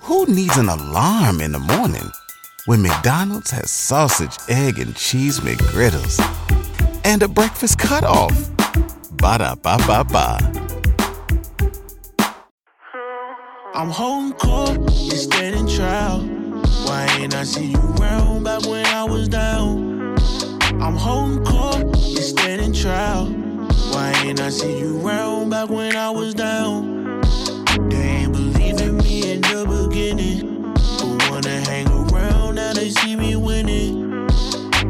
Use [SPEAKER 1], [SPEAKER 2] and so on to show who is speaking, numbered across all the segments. [SPEAKER 1] Who needs an alarm in the morning when McDonald's has sausage, egg, and cheese McGriddles and a breakfast cutoff? Ba da ba ba ba.
[SPEAKER 2] I'm holding court, you standing trial. Why ain't I see you round back when I was down? I'm holding court, you standing trial. Why ain't I see you round back when I was down? They ain't believe in me in the beginning, but wanna hang around now they see me winning.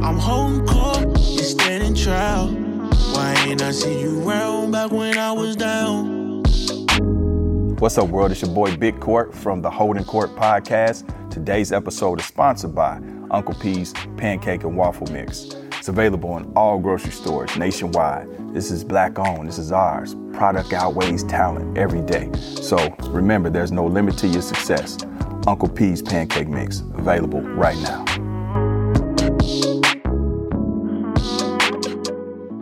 [SPEAKER 2] I'm holding court, you standing trial. Why ain't I see you round back when I was down?
[SPEAKER 3] What's up, world? It's your boy Big Court from the Holding Court Podcast. Today's episode is sponsored by Uncle P's Pancake and Waffle Mix. It's available in all grocery stores nationwide. This is black owned, this is ours. Product outweighs talent every day. So remember, there's no limit to your success. Uncle P's Pancake Mix, available right now.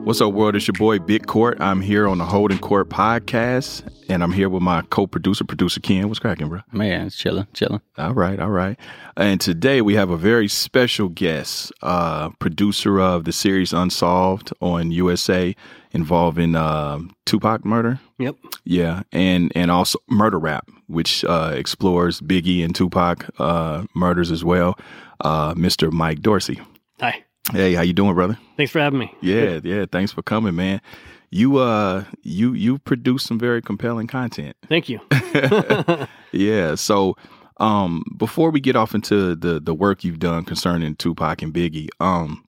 [SPEAKER 3] What's up, world? It's your boy Big Court. I'm here on the Holding Court podcast, and I'm here with my co-producer, producer Ken. What's cracking, bro?
[SPEAKER 4] Man, it's chilling, chilling.
[SPEAKER 3] All right, all right. And today we have a very special guest, uh, producer of the series Unsolved on USA, involving um Tupac murder.
[SPEAKER 4] Yep.
[SPEAKER 3] Yeah, and and also Murder Rap, which uh, explores Biggie and Tupac uh, murders as well. Uh, Mr. Mike Dorsey.
[SPEAKER 4] Hi.
[SPEAKER 3] Hey, how you doing, brother?
[SPEAKER 4] Thanks for having me.
[SPEAKER 3] Yeah, yeah. Thanks for coming, man. You uh, you you produced some very compelling content.
[SPEAKER 4] Thank you.
[SPEAKER 3] Yeah. So um before we get off into the the work you've done concerning Tupac and Biggie, um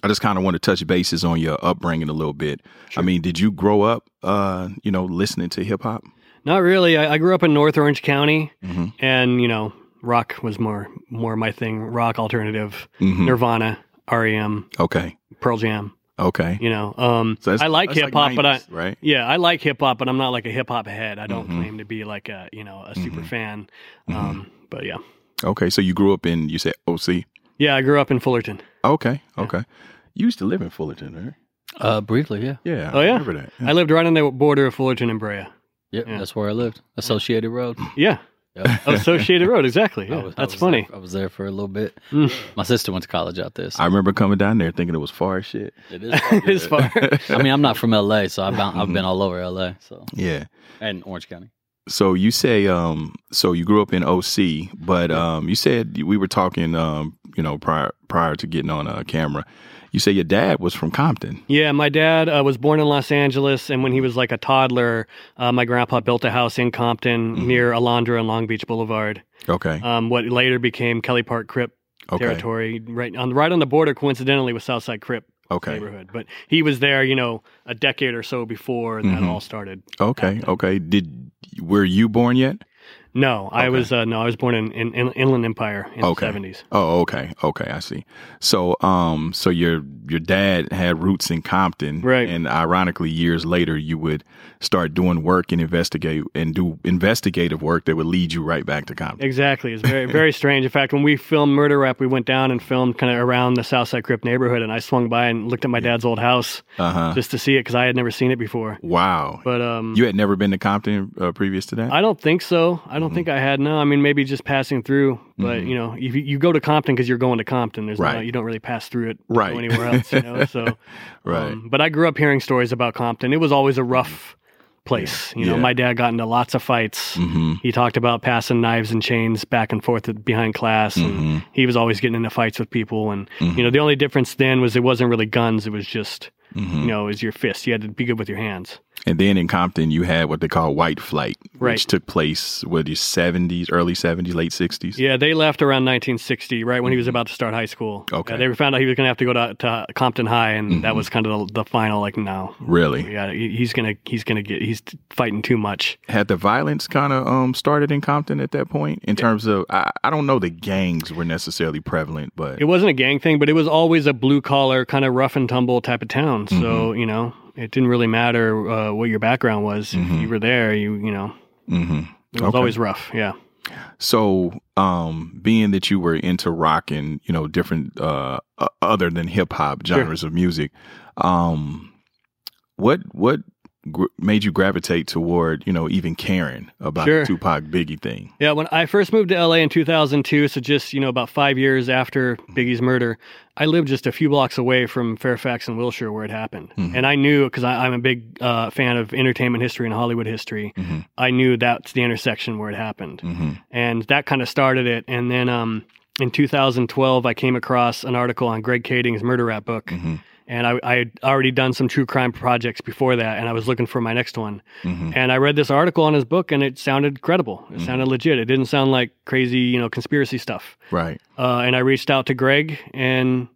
[SPEAKER 3] I just kind of want to touch bases on your upbringing a little bit. I mean, did you grow up uh, you know, listening to hip hop?
[SPEAKER 4] Not really. I, I grew up in North Orange County,
[SPEAKER 3] Mhm.
[SPEAKER 4] and you know, rock was more more my thing. Rock alternative,
[SPEAKER 3] Mhm.
[SPEAKER 4] Nirvana, REM,
[SPEAKER 3] Okay.
[SPEAKER 4] Pearl Jam.
[SPEAKER 3] Okay.
[SPEAKER 4] You know, um, I like
[SPEAKER 3] that's
[SPEAKER 4] hip hop, but I
[SPEAKER 3] 90s, right?
[SPEAKER 4] yeah, I like hip hop, but I'm not like a hip hop head. I don't
[SPEAKER 3] Mhm.
[SPEAKER 4] claim to be like a you know a super fan. Um, But yeah,
[SPEAKER 3] Okay. So you grew up in you said OC.
[SPEAKER 4] yeah, I grew up in Fullerton.
[SPEAKER 3] Okay. Okay. You used to live in Fullerton, right?
[SPEAKER 5] Uh, briefly, yeah.
[SPEAKER 3] Yeah.
[SPEAKER 4] Oh,
[SPEAKER 3] I
[SPEAKER 4] yeah?
[SPEAKER 3] Remember that.
[SPEAKER 4] I lived right on the border of Fullerton and Brea.
[SPEAKER 5] Yep,
[SPEAKER 4] Yeah.
[SPEAKER 5] that's where I lived. Associated Road.
[SPEAKER 4] Yeah,
[SPEAKER 5] Yep.
[SPEAKER 4] Associated Road, exactly.
[SPEAKER 5] I
[SPEAKER 4] Yeah,
[SPEAKER 5] was- I
[SPEAKER 4] that's
[SPEAKER 5] was
[SPEAKER 4] funny.
[SPEAKER 5] there- I was there for a little bit.
[SPEAKER 4] Mm.
[SPEAKER 5] My sister went to college out there. So
[SPEAKER 3] I remember coming down there thinking it was far as shit.
[SPEAKER 5] it is.
[SPEAKER 4] It's far.
[SPEAKER 5] I mean, I'm not from LA, so I've been,
[SPEAKER 3] Mm-hmm.
[SPEAKER 5] I've been all over LA. So
[SPEAKER 3] Yeah.
[SPEAKER 5] and Orange County.
[SPEAKER 3] Mm-hmm. So you say um so you grew up in OC, but um you said we were talking um you know prior prior to getting on uh, camera. You say your dad was from Compton.
[SPEAKER 4] Yeah, my dad uh, was born in Los Angeles, and when he was like a toddler, uh, my grandpa built a house in Compton
[SPEAKER 3] Mm-hmm.
[SPEAKER 4] near Alondra and Long Beach Boulevard,
[SPEAKER 3] Okay.
[SPEAKER 4] um, what later became Kelly Park Crip
[SPEAKER 3] Okay.
[SPEAKER 4] territory, right on right on the border, coincidentally with Southside Crip
[SPEAKER 3] okay.
[SPEAKER 4] neighborhood. But he was there, you know, a decade or so before that
[SPEAKER 3] Mhm.
[SPEAKER 4] all started.
[SPEAKER 3] Okay. Okay. Did were you born yet?
[SPEAKER 4] No, I
[SPEAKER 3] Okay.
[SPEAKER 4] was uh, no, I was born in, in, in Inland Empire in
[SPEAKER 3] Okay.
[SPEAKER 4] the 70s.
[SPEAKER 3] Oh, okay. Okay, I see. So, um so your your dad had roots in Compton.
[SPEAKER 4] Right.
[SPEAKER 3] And ironically years later you would start doing work and investigate and do investigative work that would lead you right back to Compton.
[SPEAKER 4] Exactly. It's very, very strange. In fact, when we filmed Murder Rap, we went down and filmed kind of around the Southside Crip neighborhood, and I swung by and looked at my dad's old house
[SPEAKER 3] Uh-huh.
[SPEAKER 4] just to see it because I had never seen it before.
[SPEAKER 3] Wow.
[SPEAKER 4] But um,
[SPEAKER 3] You had never been to Compton uh, previous to that?
[SPEAKER 4] I don't think so. I don't
[SPEAKER 3] Mm-hmm.
[SPEAKER 4] think I had. No, I mean maybe just passing through. But you know, you, you go to Compton because you're going to Compton. There's no,
[SPEAKER 3] Right.
[SPEAKER 4] you don't really pass through it to
[SPEAKER 3] Right.
[SPEAKER 4] go anywhere else. You know, so um,
[SPEAKER 3] Right. Mm-hmm.
[SPEAKER 4] but I grew up hearing stories about Compton. It was always a rough place. You know,
[SPEAKER 3] Yeah.
[SPEAKER 4] my dad got into lots of fights.
[SPEAKER 3] hmm
[SPEAKER 4] He talked about passing knives and chains back and forth at- behind class, and
[SPEAKER 3] Mm-hmm.
[SPEAKER 4] he was always getting into fights with people. And you know, the only difference then was it wasn't really guns; it was just
[SPEAKER 3] Mm.
[SPEAKER 4] you know, it was your fist. You had to be good with your hands.
[SPEAKER 3] mm-hmm. And then in Compton, you had what they call white flight,
[SPEAKER 4] Right.
[SPEAKER 3] which took place with the 70s, early 70s, late 60s.
[SPEAKER 4] Yeah, they left around 1960, right when he was about to start high school.
[SPEAKER 3] Okay.
[SPEAKER 4] Yeah, they found out he was going to have to go to, to Compton High, and that was kind of the, the final. Like, no,
[SPEAKER 3] Really?
[SPEAKER 4] yeah, he- he's gonna he's gonna get he's fighting too much.
[SPEAKER 3] Had the violence kind of um, started in Compton at that point in terms of, I, I don't know the gangs were necessarily prevalent, but
[SPEAKER 4] It wasn't a gang thing, but it was always a blue collar kind of rough and tumble type of town. So you know, it didn't really matter uh, what your background was. If you were there, you you know,
[SPEAKER 3] hmm
[SPEAKER 4] it was always rough. Yeah.
[SPEAKER 3] so um, being that you were into rock and, you know, different uh, o- other than hip hop genres of music, um, what, what, gr- made you gravitate toward, you know, even caring about
[SPEAKER 4] Sure.
[SPEAKER 3] the Tupac Biggie thing?
[SPEAKER 4] Yeah, when I first moved to LA in 2002, so just, you know, about five years after Biggie's murder, I lived just a few blocks away from Fairfax and Wilshire where it happened. And I knew, because I'm a big uh, fan of entertainment history and Hollywood history, I knew that's the intersection where it happened.
[SPEAKER 3] Mm. Mm-hmm,
[SPEAKER 4] And that kind of started it. And then um, in 2012, I came across an article on Greg Kading's murder rap book.
[SPEAKER 3] Mm. mm-hmm,
[SPEAKER 4] And I, I had already done some true crime projects before that, and I was looking for my next one.
[SPEAKER 3] mm-hmm.
[SPEAKER 4] And I read this article on his book, and it sounded credible. It sounded legit. It didn't sound like crazy, you know, conspiracy stuff.
[SPEAKER 3] Right.
[SPEAKER 4] Uh, and I reached out to Greg, and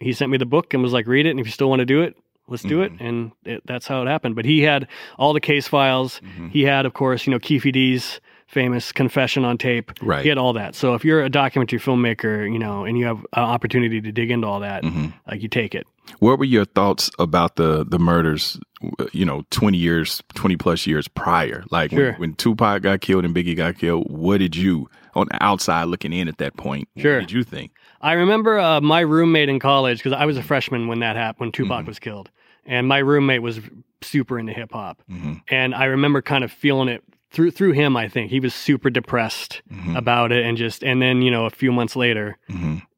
[SPEAKER 4] he sent me the book and was like, "Read it, and if you still want to do it, let's do it." And it, that's how it happened. But he had all the case files.
[SPEAKER 3] Mm-hmm.
[SPEAKER 4] He had, of course, you know, Keefe D's famous confession on tape.
[SPEAKER 3] Right.
[SPEAKER 4] He had all that. So if you're a documentary filmmaker, you know, and you have an opportunity to dig into all that,
[SPEAKER 3] Mm.
[SPEAKER 4] like you take it.
[SPEAKER 3] Mm-hmm. What were your thoughts about the the murders? w- You know, twenty years, twenty plus years prior, like
[SPEAKER 4] Sure.
[SPEAKER 3] when, when Tupac got killed and Biggie got killed. What did you, on the outside looking in at that point,
[SPEAKER 4] Sure.
[SPEAKER 3] what did you think?
[SPEAKER 4] I remember uh, my roommate in college because I was a freshman when that happened, when Tupac
[SPEAKER 3] Mm-hmm.
[SPEAKER 4] was killed, and my roommate was super into hip hop,
[SPEAKER 3] Mm-hmm.
[SPEAKER 4] and I remember kind of feeling it through through him. I think he was super depressed
[SPEAKER 3] Mm.
[SPEAKER 4] about it, and just and then you know a few months later,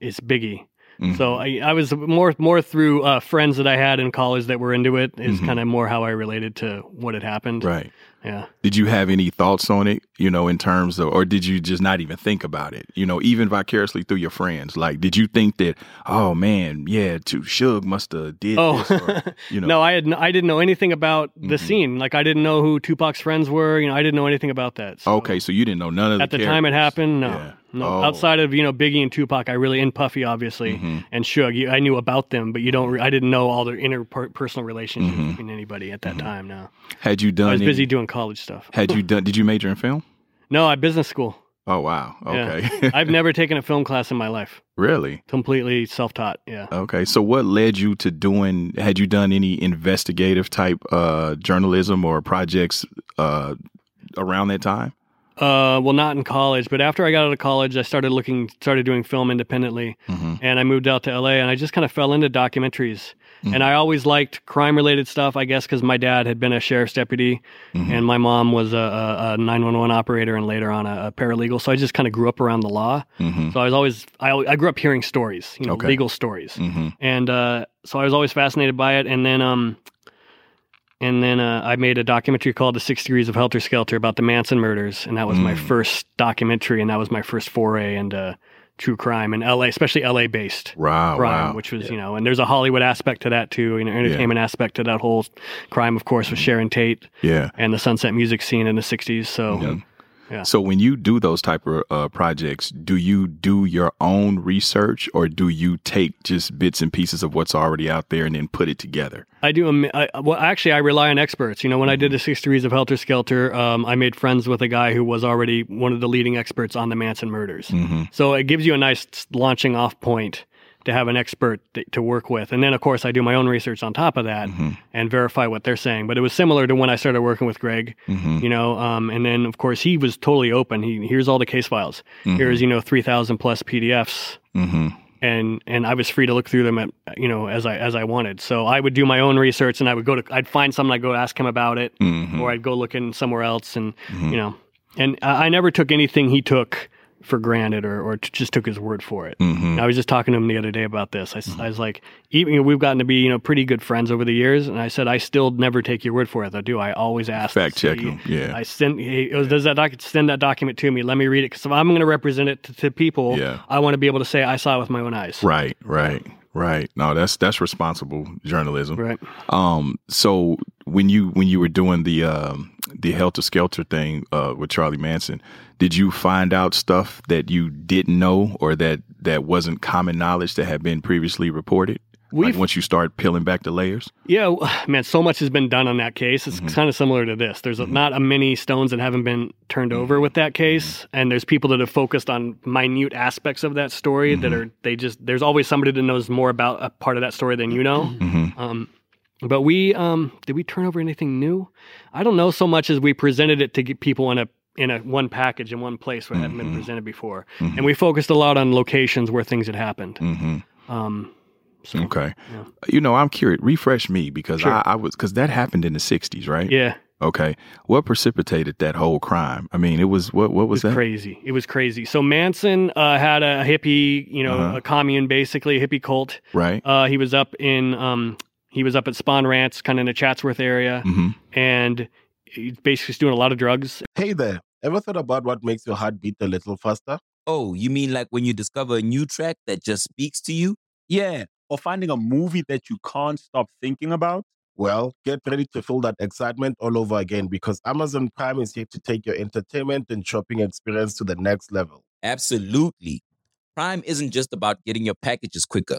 [SPEAKER 4] it's Biggie.
[SPEAKER 3] Mm-hmm.
[SPEAKER 4] So I, I was more more through uh, friends that I had in college that were into it is kind of more how I related to what had happened.
[SPEAKER 3] Mm-hmm. Right.
[SPEAKER 4] Yeah.
[SPEAKER 3] Did you have any thoughts on it? You know, in terms of, or did you just not even think about it? You know, even vicariously through your friends. Like, did you think that? Oh man, yeah, too Suge must have did.
[SPEAKER 4] Oh.
[SPEAKER 3] this, or, you know, Mm-hmm.
[SPEAKER 4] No, I had n- I didn't know anything about the scene. Like I didn't know who Tupac's friends were. You know, I didn't know anything about that. So.
[SPEAKER 3] Okay, so you didn't know none of
[SPEAKER 4] at the time it
[SPEAKER 3] characters.
[SPEAKER 4] happened, no,
[SPEAKER 3] Yeah.
[SPEAKER 4] no.
[SPEAKER 3] Oh. Mm-hmm.
[SPEAKER 4] Outside of you know Biggie and Tupac, I really and Puffy obviously and Suge, you, I knew about them, but you don't. Re- I didn't know all their inner per- personal relationships
[SPEAKER 3] Mm-hmm.
[SPEAKER 4] between anybody at that time. No,
[SPEAKER 3] Had you done?
[SPEAKER 4] I was
[SPEAKER 3] any-
[SPEAKER 4] busy doing college stuff.
[SPEAKER 3] Had you done? Did you major in film?
[SPEAKER 4] No, I business school.
[SPEAKER 3] Oh wow.
[SPEAKER 4] Yeah.
[SPEAKER 3] Okay.
[SPEAKER 4] I've never taken a film class in my life.
[SPEAKER 3] really?
[SPEAKER 4] Completely self-taught. Yeah.
[SPEAKER 3] Okay. So what led you to doing had you done any investigative type uh journalism or projects uh around that time?
[SPEAKER 4] Uh, well, not in college, but after I got out of college, I started looking, started doing film independently,
[SPEAKER 3] Mm-hmm,
[SPEAKER 4] and I moved out to LA, and I just kind of fell into documentaries.
[SPEAKER 3] Mm-hmm.
[SPEAKER 4] And I always liked crime-related stuff, I guess, because my dad had been a sheriff's deputy,
[SPEAKER 3] mm-hmm,
[SPEAKER 4] and my mom was a, a, a 911 operator, and later on a, a paralegal. So I just kind of grew up around the law.
[SPEAKER 3] mm-hmm,
[SPEAKER 4] So I was always, I, al- I grew up hearing stories, you know,
[SPEAKER 3] Okay.
[SPEAKER 4] legal stories,
[SPEAKER 3] Mhm.
[SPEAKER 4] and uh, so I was always fascinated by it. And then, um, and then uh, I made a documentary called The Six Degrees of Helter Skelter about the Manson murders. And that was
[SPEAKER 3] Mm.
[SPEAKER 4] my first documentary. And that was my first foray into true crime in LA, especially LA based
[SPEAKER 3] Oh, Wow.
[SPEAKER 4] crime,
[SPEAKER 3] wow.
[SPEAKER 4] which was, you know, and there's a Hollywood aspect to that too, you know, entertainment aspect to that whole crime, of course,
[SPEAKER 3] Mm.
[SPEAKER 4] with Sharon Tate
[SPEAKER 3] yeah. mm-hmm.
[SPEAKER 4] and the sunset music scene in the 60s. So Yeah.
[SPEAKER 3] So when you do those type of uh, projects, do you do your own research or do you take just bits and pieces of what's already out there and then put it together?
[SPEAKER 4] I do. a mi- I, well, actually, I rely on experts. You know, when I did the Six Degrees of Helter Skelter, um, I made friends with a guy who was already one of the leading experts on the Manson murders.
[SPEAKER 3] Mm. Mm-hmm,
[SPEAKER 4] So it gives you a nice launching off point to have an expert th- to work with. And then, of course, I do my own research on top of that and verify what they're saying. But it was similar to when I started working with Greg,
[SPEAKER 3] mm-hmm,
[SPEAKER 4] you know, um, and then, of course, he was totally open. He, here's all the case files. Here's, you know, 3,000 plus PDFs
[SPEAKER 3] Mm-hmm.
[SPEAKER 4] and and I was free to look through them at you know as I as I wanted. So I would do my own research, and I would go to I'd find something, I'd go ask him about it,
[SPEAKER 3] Mhm.
[SPEAKER 4] or I'd go looking somewhere else, and
[SPEAKER 3] Mm-hmm.
[SPEAKER 4] you know, and I, I never took anything he took for granted or or t- just took his word for it.
[SPEAKER 3] Mm-hmm.
[SPEAKER 4] I was just talking to him the other day about this. I, s- I was like, even you know, we've gotten to be you know pretty good friends over the years, and I said I still never take your word for it. though, do I always ask E to
[SPEAKER 3] Fact check
[SPEAKER 4] see-
[SPEAKER 3] 'em, yeah.
[SPEAKER 4] I send. Hey, oh, does that doc, send that document to me? Let me read it because if I'm going to represent it to, to people,
[SPEAKER 3] Yeah.
[SPEAKER 4] I want to be able to say I saw it with my own eyes.
[SPEAKER 3] Right, right, right. No, that's that's responsible journalism.
[SPEAKER 4] Right.
[SPEAKER 3] Um, so when you when you were doing the um the helter skelter thing uh with Charlie Manson, did you find out stuff that you didn't know or that that wasn't common knowledge that had been previously reported?
[SPEAKER 4] We've-
[SPEAKER 3] like once you start peeling back the layers.
[SPEAKER 4] Yeah, w- man, so much has been done on that case. It's kind of similar to this. There's a, not a many stones that haven't been turned over with that case, and there's people that have focused on minute aspects of that story that are they just there's always somebody that knows more about a part of that story than you know. Um, but we um, did we turn over anything new? I don't know so much as we presented it to get people in a in a one package in one place where it hadn't been presented before, and we focused a lot on locations where things had happened.
[SPEAKER 3] Mm-hmm.
[SPEAKER 4] Um, So,
[SPEAKER 3] Okay.
[SPEAKER 4] Yeah.
[SPEAKER 3] You know, I'm curious. Refresh me because
[SPEAKER 4] Sure.
[SPEAKER 3] I, I was because that happened in the '60s, right?
[SPEAKER 4] Yeah,
[SPEAKER 3] Okay. What precipitated that whole crime? I mean, it was what? What was,
[SPEAKER 4] it was
[SPEAKER 3] that?
[SPEAKER 4] crazy. It was crazy. So Manson uh, had a hippie, you know,
[SPEAKER 3] Uh-huh.
[SPEAKER 4] a commune basically, a hippie cult.
[SPEAKER 3] Right.
[SPEAKER 4] Uh, he was up in um, he was up at Spawn Ranch, kind of in the Chatsworth area,
[SPEAKER 3] hmm
[SPEAKER 4] and he basically was doing a lot of drugs.
[SPEAKER 6] Hey there, ever thought about what makes your heart beat a little faster?
[SPEAKER 7] Oh, you mean like when you discover a new track that just speaks to you?
[SPEAKER 8] Yeah, or finding a movie that you can't stop thinking about.
[SPEAKER 6] Well, get ready to feel that excitement all over again because Amazon Prime is here to take your entertainment and shopping experience to the next level.
[SPEAKER 7] Absolutely. Prime isn't just about getting your packages quicker.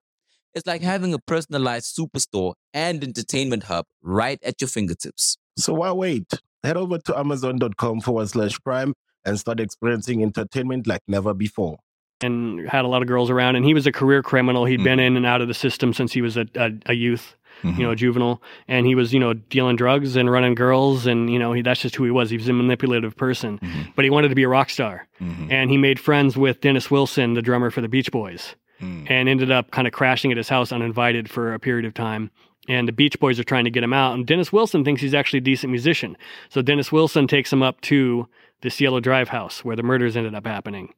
[SPEAKER 7] It's like having a personalized superstore and entertainment hub right at your fingertips.
[SPEAKER 6] So why wait? Head over to amazon.com forward slash prime and start experiencing entertainment like never before.
[SPEAKER 4] and had a lot of girls around. And he was a career criminal. he had been
[SPEAKER 3] Mhm.
[SPEAKER 4] in and out of the system since he was a, a, a youth,
[SPEAKER 3] Mhm.
[SPEAKER 4] you know, a juvenile. And he was, you know, dealing drugs and running girls. And, you know, he, that's just who he was. He was a manipulative person,
[SPEAKER 3] Mhm.
[SPEAKER 4] but he wanted to be a rock star.
[SPEAKER 3] Mhm.
[SPEAKER 4] And he made friends with Dennis Wilson, the drummer for the Beach Boys,
[SPEAKER 3] Mhm.
[SPEAKER 4] and ended up kind of crashing at his house uninvited for a period of time. And the Beach Boys are trying to get him out. And Dennis Wilson thinks he's actually a decent musician. So Dennis Wilson takes him up to this Yellow Drive house where the murders ended up happening.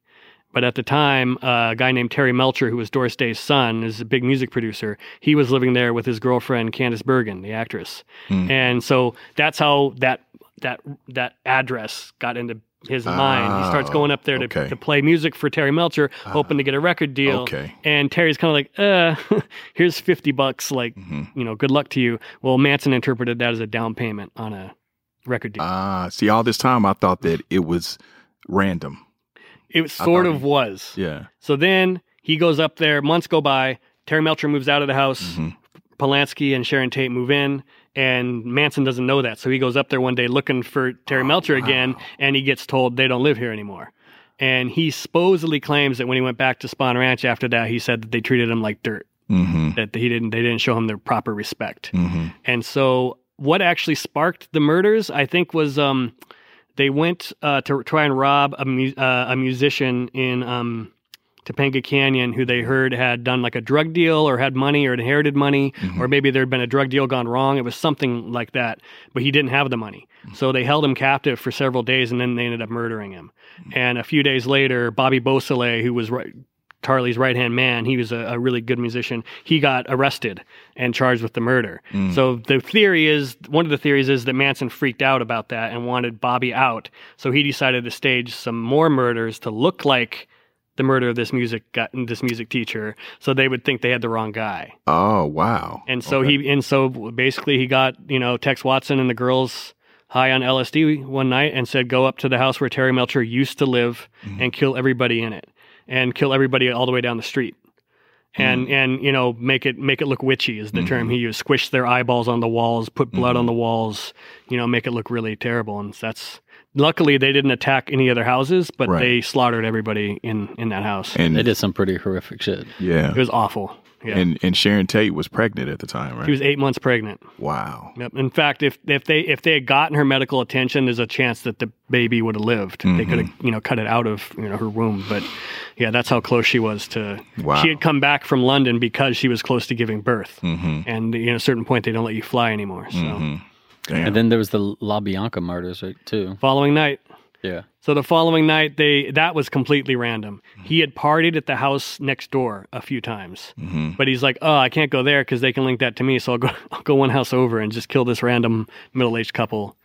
[SPEAKER 4] But at the time, uh, a guy named Terry Melcher, who was Doris Day's son, is a big music producer. He was living there with his girlfriend Candace Bergen, the actress,
[SPEAKER 3] Hmm.
[SPEAKER 4] and so that's how that that that address got into his mind. He starts
[SPEAKER 3] Oh,
[SPEAKER 4] going up there to,
[SPEAKER 3] okay. Ah,
[SPEAKER 4] to play music for Terry Melcher, hoping to get a record deal.
[SPEAKER 3] Okay.
[SPEAKER 4] And Terry's kind of like, uh, here's fifty bucks, like
[SPEAKER 3] Mhm.
[SPEAKER 4] you know, good luck to you. Well, Manson interpreted that as a down payment on a record deal.
[SPEAKER 3] Ah, see, all this time I thought that it was random.
[SPEAKER 4] it sort
[SPEAKER 3] thought
[SPEAKER 4] of
[SPEAKER 3] he-
[SPEAKER 4] was.
[SPEAKER 3] Yeah.
[SPEAKER 4] So then he goes up there. Months go by. Terry Melcher moves out of the house.
[SPEAKER 3] Mhm.
[SPEAKER 4] Polanski and Sharon Tate move in, and Manson doesn't know that. So he goes up there one day looking for Terry
[SPEAKER 3] Oh,
[SPEAKER 4] Melcher again, and he gets told they don't live here anymore. And he supposedly claims that when he went back to Spawn Ranch after that, he said that they treated him like dirt.
[SPEAKER 3] Mhm.
[SPEAKER 4] That he didn't, they didn't show him their proper respect.
[SPEAKER 3] Mhm.
[SPEAKER 4] And so, what actually sparked the murders, I think, was um, they went uh, to try and rob a, mu- uh, a musician in um, Topanga Canyon who they heard had done like a drug deal or had money or inherited money, or maybe there had been a drug deal gone wrong. It was something like that, but he didn't have the money. So they held him captive for several days and then they ended up murdering him. And a few days later, Bobby Beausoleil, who was right. Tarly's right hand man, he was a, a really good musician. He got arrested and charged with the murder.
[SPEAKER 3] Mm.
[SPEAKER 4] So the theory is one of the theories is that Manson freaked out about that and wanted Bobby out. So he decided to stage some more murders to look like the murder of this music guy, this music teacher, so they would think they had the wrong guy.
[SPEAKER 3] Oh wow.
[SPEAKER 4] And so
[SPEAKER 3] Okay.
[SPEAKER 4] he and so basically he got you know Tex Watson and the girls high on LSD one night and said go up to the house where Terry Melcher used to live
[SPEAKER 3] Mm-hmm.
[SPEAKER 4] and kill everybody in it and kill everybody all the way down the street. And
[SPEAKER 3] Mm-hmm.
[SPEAKER 4] and you know make it make it look witchy is the term he used. Squish their eyeballs on the walls, put blood on the
[SPEAKER 3] Mm-hmm.
[SPEAKER 4] walls, you know, make it look really terrible. And that's luckily they didn't attack any other houses, but
[SPEAKER 3] Right.
[SPEAKER 4] they slaughtered everybody in in that house.
[SPEAKER 3] and
[SPEAKER 5] They did some pretty horrific shit.
[SPEAKER 4] It
[SPEAKER 3] yeah.
[SPEAKER 4] was awful. Yeah,
[SPEAKER 3] And and Sharon Tate was pregnant at the time, right?
[SPEAKER 4] she was eight months pregnant.
[SPEAKER 3] wow.
[SPEAKER 4] Yep. In fact, if if they if they had gotten her medical attention, there's a chance that the baby would have lived. They could have you know cut it out of you know her womb. But yeah, that's how close she was to.
[SPEAKER 3] Wow.
[SPEAKER 4] She had come back from London because she was close to giving birth,
[SPEAKER 3] Mm-hmm.
[SPEAKER 4] and you know, at a certain point they don't let you fly anymore. So
[SPEAKER 3] Damn.
[SPEAKER 5] And then there was the La Bianca murders, right? Too.
[SPEAKER 4] following night.
[SPEAKER 5] Yeah.
[SPEAKER 4] So the following night, they that was completely random. He had partied at the house next door a few times,
[SPEAKER 3] Mm-hmm.
[SPEAKER 4] but he's like, "Oh, I can't go there because they can link that to me. So I'll go, I'll go one house over and just kill this random middle-aged couple."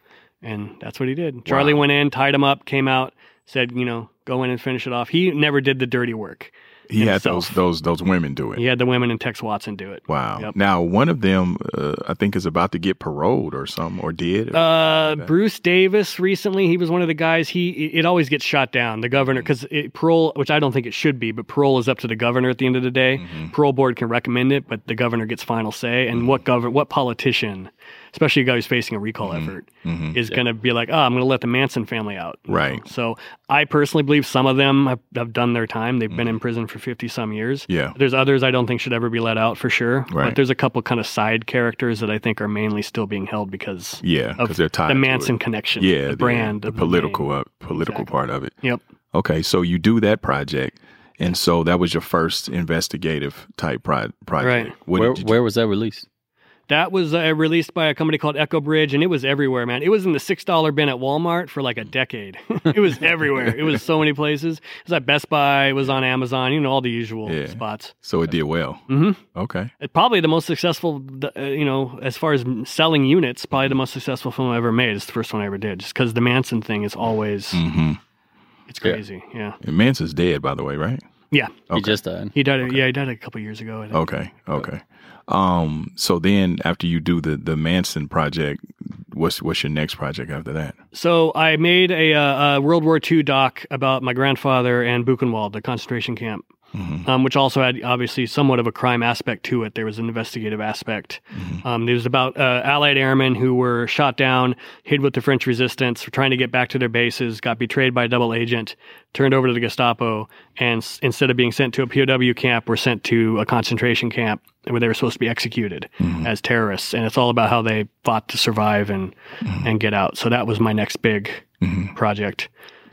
[SPEAKER 4] And that's what he did. Charlie went in, tied him up, came out, said, "You know, go in and finish it off." He never did the dirty work.
[SPEAKER 3] he had those
[SPEAKER 4] himself.
[SPEAKER 3] those those women do it.
[SPEAKER 4] He had the women and Tex Watson do it.
[SPEAKER 3] Wow.
[SPEAKER 4] Yep.
[SPEAKER 3] Now one of them, uh, I think, is about to get paroled or something, or did.
[SPEAKER 4] Uh, Bruce Davis recently, he was one of the guys. He it always gets shot down. The governor because parole, which I don't think it should be, but parole is up to the governor at the end of the
[SPEAKER 3] Mm-hmm.
[SPEAKER 4] day. Parole board can recommend it, but the governor gets final say. And what govern what politician especially a guy who's facing a recall
[SPEAKER 3] Mhm.
[SPEAKER 4] effort,
[SPEAKER 3] Mhm.
[SPEAKER 4] is going to be like, oh, I'm going to let the Manson family out. you know?
[SPEAKER 3] Right.
[SPEAKER 4] So I personally believe some of them have, have done their time. They've been
[SPEAKER 3] Mm-hmm.
[SPEAKER 4] in prison for 50 some years.
[SPEAKER 3] Yeah.
[SPEAKER 4] There's others I don't think should ever be let out for sure.
[SPEAKER 3] Right.
[SPEAKER 4] But there's a couple kind of side characters that I think are mainly still being held because
[SPEAKER 3] Yeah.
[SPEAKER 4] of
[SPEAKER 3] Because they're tied
[SPEAKER 4] the
[SPEAKER 3] to it.
[SPEAKER 4] Manson connection,
[SPEAKER 3] Yeah.
[SPEAKER 4] the brand,
[SPEAKER 3] the
[SPEAKER 4] of
[SPEAKER 3] political
[SPEAKER 4] name.
[SPEAKER 3] uh, political
[SPEAKER 4] Exactly.
[SPEAKER 3] part of it.
[SPEAKER 4] Yep.
[SPEAKER 3] Okay, so you do that project, and so that was your first investigative type pro- project.
[SPEAKER 4] Right.
[SPEAKER 3] What
[SPEAKER 5] where
[SPEAKER 3] did you-
[SPEAKER 5] where was that released?
[SPEAKER 4] That was uh, released by a company called Echo Bridge, and it was everywhere, man. It was in the six dollar bin at Walmart for like a decade. it was everywhere. It was so many places. It was at Best Buy. It was on Amazon. You know all the usual
[SPEAKER 3] Yeah.
[SPEAKER 4] spots.
[SPEAKER 3] so it did well.
[SPEAKER 4] hmm
[SPEAKER 3] Okay.
[SPEAKER 4] It, probably the most successful, th- uh, you know, as far as m- selling units, probably the most successful film I ever made. It's the first one I ever did, just because the Manson thing is always
[SPEAKER 3] Mm-hmm.
[SPEAKER 4] it's
[SPEAKER 5] Yeah.
[SPEAKER 4] crazy. Yeah,
[SPEAKER 3] And Manson's dead, by the way, right?
[SPEAKER 4] yeah.
[SPEAKER 5] He
[SPEAKER 3] Okay. Oh.
[SPEAKER 5] just died.
[SPEAKER 4] He died. Yeah, he died a couple years ago. I think.
[SPEAKER 3] Okay. Okay. Um. So then, after you do the the Manson project, what's what's your next project after that?
[SPEAKER 4] So I made a, uh a World War II doc about my grandfather and Buchenwald, the concentration camp.
[SPEAKER 3] Mm-hmm.
[SPEAKER 4] um, which also had obviously somewhat of a crime aspect to it. There was an investigative aspect. Um, it was about uh, Allied airmen who were shot down, hid with the French resistance, were trying to get back to their bases, got betrayed by a double agent, turned over to the Gestapo, and s- instead of being sent to a POW camp, were sent to a concentration camp where they were supposed to be executed as terrorists. And it's all about how they fought to survive and
[SPEAKER 3] Mm-hmm.
[SPEAKER 4] and get out. So that was my next big
[SPEAKER 3] Mhm.
[SPEAKER 4] project.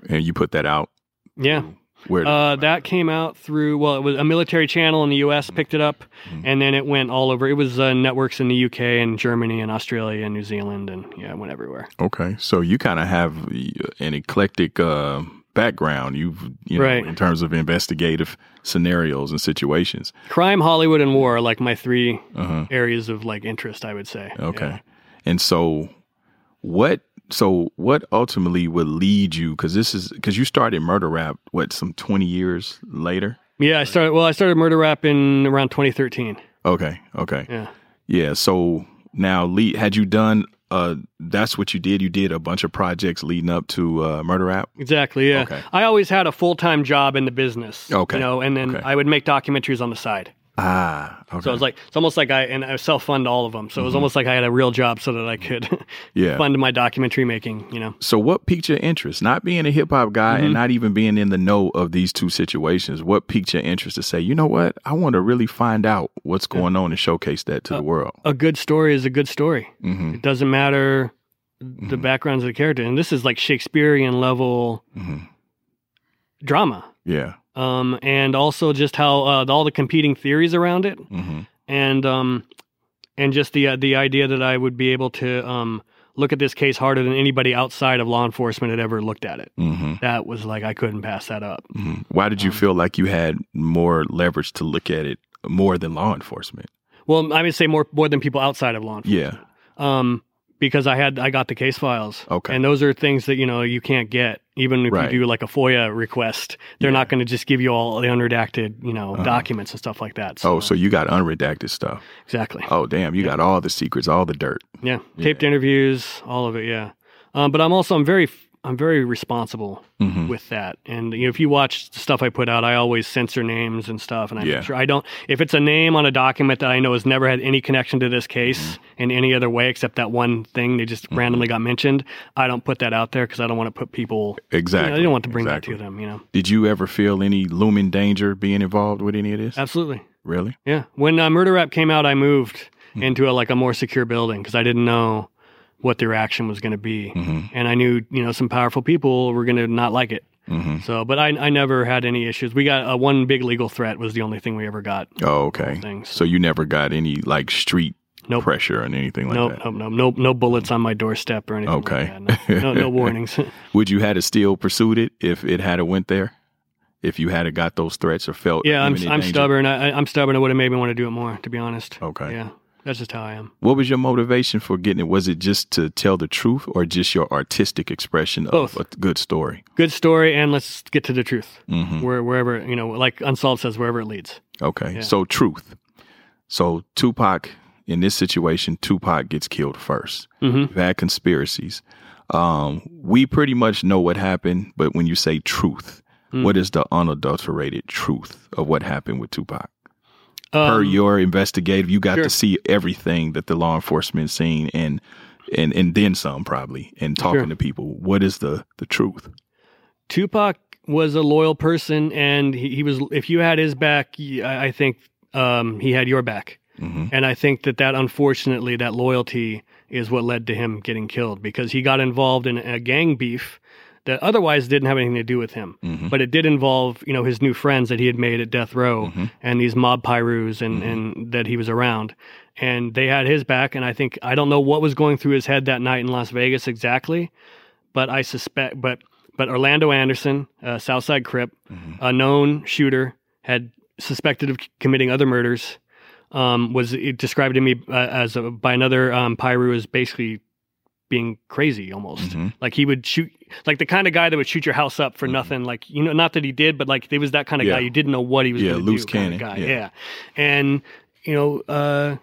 [SPEAKER 3] And you put that out.
[SPEAKER 4] Yeah.
[SPEAKER 3] Where?
[SPEAKER 4] Uh, that came out through well, it was a military channel in the U.S. picked it up,
[SPEAKER 3] Mm-hmm.
[SPEAKER 4] and then it went all over. It was uh, networks in the U.K. and Germany and Australia and New Zealand, and yeah, it went everywhere.
[SPEAKER 3] okay. So you kind of have an eclectic uh, background. You've you know
[SPEAKER 4] Right.
[SPEAKER 3] in terms of investigative scenarios and situations.
[SPEAKER 4] Crime, Hollywood, and war are like my three
[SPEAKER 3] Uh huh.
[SPEAKER 4] areas of like interest. I would say.
[SPEAKER 3] Okay.
[SPEAKER 4] Yeah.
[SPEAKER 3] And so what so what ultimately would lead you cuz this is cuz you started murder rap what some 20 years later?
[SPEAKER 4] Yeah, I started. Well, I started murder rap in around 2013.
[SPEAKER 3] Okay. Okay.
[SPEAKER 4] Yeah.
[SPEAKER 3] Yeah, so now lead had you done uh that's what you did. You did a bunch of projects leading up to uh murder rap.
[SPEAKER 4] Exactly. Yeah.
[SPEAKER 3] Okay.
[SPEAKER 4] I always had a full time job in the business.
[SPEAKER 3] Okay.
[SPEAKER 4] You know, and then
[SPEAKER 3] Okay.
[SPEAKER 4] I would make documentaries on the side.
[SPEAKER 3] Ah, okay. Mm-hmm.
[SPEAKER 4] So it's like it's almost like I and I self fund all of them. So it was almost like I had a real job so that I could
[SPEAKER 3] yeah.
[SPEAKER 4] fund my documentary making. You know.
[SPEAKER 3] So what piqued your interest? Not being a hip hop guy
[SPEAKER 4] Mm-hmm.
[SPEAKER 3] and not even being in the know of these two situations, what piqued your interest to say, you know what, I want to really find out what's going on and showcase that
[SPEAKER 4] Uh,
[SPEAKER 3] to the world.
[SPEAKER 4] a good story is a good story.
[SPEAKER 3] hmm
[SPEAKER 4] It doesn't matter the backgrounds of the character. And this is like Shakespearean level
[SPEAKER 3] Mhm.
[SPEAKER 4] drama.
[SPEAKER 3] Yeah.
[SPEAKER 4] Um, and also just how uh, all the competing theories around it,
[SPEAKER 3] Mm-hmm.
[SPEAKER 4] and um, and just the uh, the idea that I would be able to um, look at this case harder than anybody outside of law enforcement had ever looked at it.
[SPEAKER 3] Mm-hmm.
[SPEAKER 4] That was like I couldn't pass that up.
[SPEAKER 3] Mhm. Why did you
[SPEAKER 4] Um,
[SPEAKER 3] feel like you had more leverage to look at it more than law enforcement?
[SPEAKER 4] Well, I would say more more than people outside of law enforcement.
[SPEAKER 3] Yeah.
[SPEAKER 4] um, because I had I got the case files.
[SPEAKER 3] Okay.
[SPEAKER 4] And those are things that you know you can't get even if
[SPEAKER 3] Right.
[SPEAKER 4] you do like a FOIA request. They're not going to just give you all the unredacted you know
[SPEAKER 3] Uh-huh.
[SPEAKER 4] documents and stuff like that.
[SPEAKER 3] Oh, so you got unredacted stuff.
[SPEAKER 4] exactly.
[SPEAKER 3] Oh, damn. You got all the secrets, all the dirt.
[SPEAKER 4] yeah. Taped interviews, all of it. Yeah. Um, but I'm also I'm very I'm very responsible
[SPEAKER 3] Mm-hmm.
[SPEAKER 4] with that. And you know, if you watch the stuff I put out, I always censor names and stuff. And I'm
[SPEAKER 3] Yeah.
[SPEAKER 4] sure I don't. If it's a name on a document that I know has never had any connection to this case
[SPEAKER 3] Mm-hmm.
[SPEAKER 4] in any other way except that one thing they just randomly got mentioned, I don't put that out there because I don't want to put people. you know,
[SPEAKER 3] Exactly.
[SPEAKER 4] I don't want to bring
[SPEAKER 3] exactly.
[SPEAKER 4] that to them. You know,
[SPEAKER 3] Did you ever feel any looming danger being involved with any of this?
[SPEAKER 4] absolutely.
[SPEAKER 3] Really?
[SPEAKER 4] Yeah. When uh, Murder Rap came out, I moved
[SPEAKER 3] Mm.
[SPEAKER 4] into a, like a more secure building because I didn't know what the reaction was going to be,
[SPEAKER 3] Mhm.
[SPEAKER 4] and I knew you know some powerful people were going to not like it.
[SPEAKER 3] Mm-hmm.
[SPEAKER 4] So, but I, I never had any issues. We got uh, one big legal threat was the only thing we ever got.
[SPEAKER 3] Oh, okay.
[SPEAKER 4] Things.
[SPEAKER 3] So you never got any like street
[SPEAKER 4] Nope.
[SPEAKER 3] pressure and anything like
[SPEAKER 4] nope,
[SPEAKER 3] that?
[SPEAKER 4] nope, nope, nope, no bullets on my doorstep or anything. like
[SPEAKER 3] Okay.
[SPEAKER 4] that. no, no, no warnings.
[SPEAKER 3] Would you had to still pursued it if it had a went there? If you had a got those threats or felt
[SPEAKER 4] yeah, I'm
[SPEAKER 3] imminent
[SPEAKER 4] I'm
[SPEAKER 3] danger?
[SPEAKER 4] stubborn. I, I- I'm stubborn. It would have made me want to do it more, to be honest.
[SPEAKER 3] Okay.
[SPEAKER 4] Yeah, that's just how I am.
[SPEAKER 3] What was your motivation for getting it? Was it just to tell the truth or just your artistic expression
[SPEAKER 4] Both.
[SPEAKER 3] of a good story?
[SPEAKER 4] Good story, and let's get to the truth.
[SPEAKER 3] Mhm.
[SPEAKER 4] Where wherever you know, like Unsolved says, wherever it leads.
[SPEAKER 3] Okay.
[SPEAKER 4] Yeah.
[SPEAKER 3] So, truth. So, Tupac, in this situation, Tupac gets killed first.
[SPEAKER 4] Mhm.
[SPEAKER 3] You've had conspiracies. Um, we pretty much know what happened, but when you
[SPEAKER 4] Hmm.
[SPEAKER 3] say truth, what is the unadulterated truth of what happened with Tupac? per
[SPEAKER 4] Um,
[SPEAKER 3] your investigative, you got to
[SPEAKER 4] sure.
[SPEAKER 3] see everything that the law enforcement seen and and and then some probably and talking
[SPEAKER 4] Sure.
[SPEAKER 3] to people. What is the the truth?
[SPEAKER 4] Tupac was a loyal person, and he, he was. If you had his back, y- I, I think um, he had your back.
[SPEAKER 3] Mhm.
[SPEAKER 4] And I think that that unfortunately, that loyalty is what led to him getting killed because he got involved in a gang beef that otherwise didn't have anything to do with him.
[SPEAKER 3] Mhm.
[SPEAKER 4] But it did involve, you know, his new friends that he had made at Death Row
[SPEAKER 3] Mhm.
[SPEAKER 4] and these mob pyrus and, and that he was around. And they had his back. And I think, I don't know what was going through his head that night in Las Vegas exactly, but I suspect, but, but Orlando Anderson, uh, Southside Crip, a known shooter, had suspected of c- committing other murders. Um, was it described to me uh, as a, by another um, Pyru as basically being crazy almost.
[SPEAKER 3] Mhm.
[SPEAKER 4] Like he would shoot, like the kind of guy that would shoot your house up for nothing. Like you know, not that he did, but like he was that kind of
[SPEAKER 3] Mm-hmm. Yeah.
[SPEAKER 4] guy you didn't know what he was.
[SPEAKER 3] Yeah,
[SPEAKER 4] gonna
[SPEAKER 3] loose
[SPEAKER 4] do kind of
[SPEAKER 3] cannon,
[SPEAKER 4] guy.
[SPEAKER 3] yeah.
[SPEAKER 4] Yeah. and you know, uh,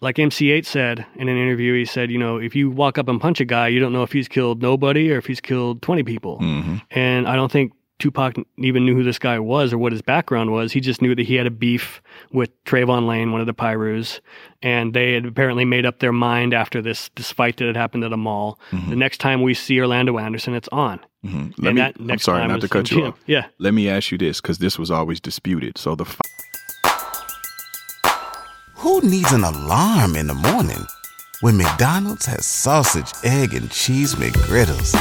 [SPEAKER 4] like MC8 said in an interview, he said, you know, if you walk up and punch a guy, you don't know if he's killed nobody or if he's killed twenty people
[SPEAKER 3] Mm-hmm.
[SPEAKER 4] and I don't think Tupac n- even knew who this guy was or what his background was. He just knew that he had a beef with Trayvon Lane, one of the Pyrus, and they had apparently made up their mind after this this fight that had happened at a mall. The next time we see Orlando Anderson, it's on.
[SPEAKER 3] Mm-hmm.
[SPEAKER 4] and
[SPEAKER 3] Let me.
[SPEAKER 4] that
[SPEAKER 3] I'm
[SPEAKER 4] next
[SPEAKER 3] sorry
[SPEAKER 4] time
[SPEAKER 3] not
[SPEAKER 4] is
[SPEAKER 3] to
[SPEAKER 4] from
[SPEAKER 3] cut you
[SPEAKER 4] Jim.
[SPEAKER 3] off.
[SPEAKER 4] Yeah,
[SPEAKER 3] Let me ask you this because this was always disputed. So the f-
[SPEAKER 1] Who needs an alarm in the morning when McDonald's has sausage, egg, and cheese McGriddles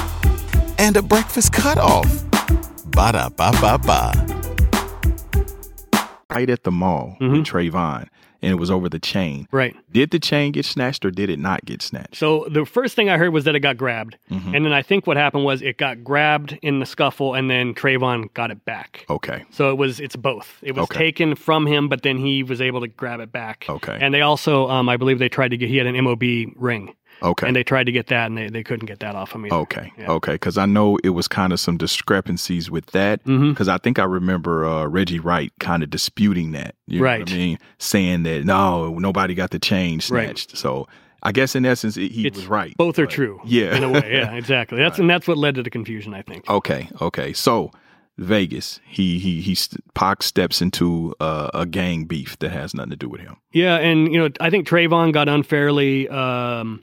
[SPEAKER 1] and a breakfast cutoff? Ba da ba ba ba.
[SPEAKER 3] fight at the mall with
[SPEAKER 4] Mhm.
[SPEAKER 3] Trayvon, and it was over the chain.
[SPEAKER 4] right.
[SPEAKER 3] Did the chain get snatched or did it not get snatched?
[SPEAKER 4] So the first thing I heard was that it got grabbed,
[SPEAKER 3] Mhm.
[SPEAKER 4] and then I think what happened was it got grabbed in the scuffle, and then Trayvon got it back.
[SPEAKER 3] Okay.
[SPEAKER 4] So it was it's both. It was
[SPEAKER 3] Oh. Okay. Oh,
[SPEAKER 4] taken from him, but then he was able to grab it back.
[SPEAKER 3] Okay.
[SPEAKER 4] And they also, um, I believe, they tried to get he had an mob ring,
[SPEAKER 3] Okay. Oh.
[SPEAKER 4] and they tried to get that, and they, they couldn't get that off him either.
[SPEAKER 3] Okay.
[SPEAKER 4] Yeah.
[SPEAKER 3] Okay. Because I know it was kind of some discrepancies with that.
[SPEAKER 4] Mhm.
[SPEAKER 3] Because I think I remember uh, Reggie Wright kind of disputing that. You know what
[SPEAKER 4] Right.
[SPEAKER 3] I mean, saying that no, nobody got the chain
[SPEAKER 4] Right.
[SPEAKER 3] snatched. So I guess in essence, it, he
[SPEAKER 4] It's-
[SPEAKER 3] was right.
[SPEAKER 4] Both are
[SPEAKER 3] but-
[SPEAKER 4] true.
[SPEAKER 3] Yeah. Oh.
[SPEAKER 4] In a way, yeah, exactly. That's and that's what led to the confusion, I think.
[SPEAKER 3] Okay. Okay. So Vegas, he he he st- Pac steps into uh, a gang beef that has nothing to do with him.
[SPEAKER 4] Yeah, and you know, I think Trayvon got unfairly, um,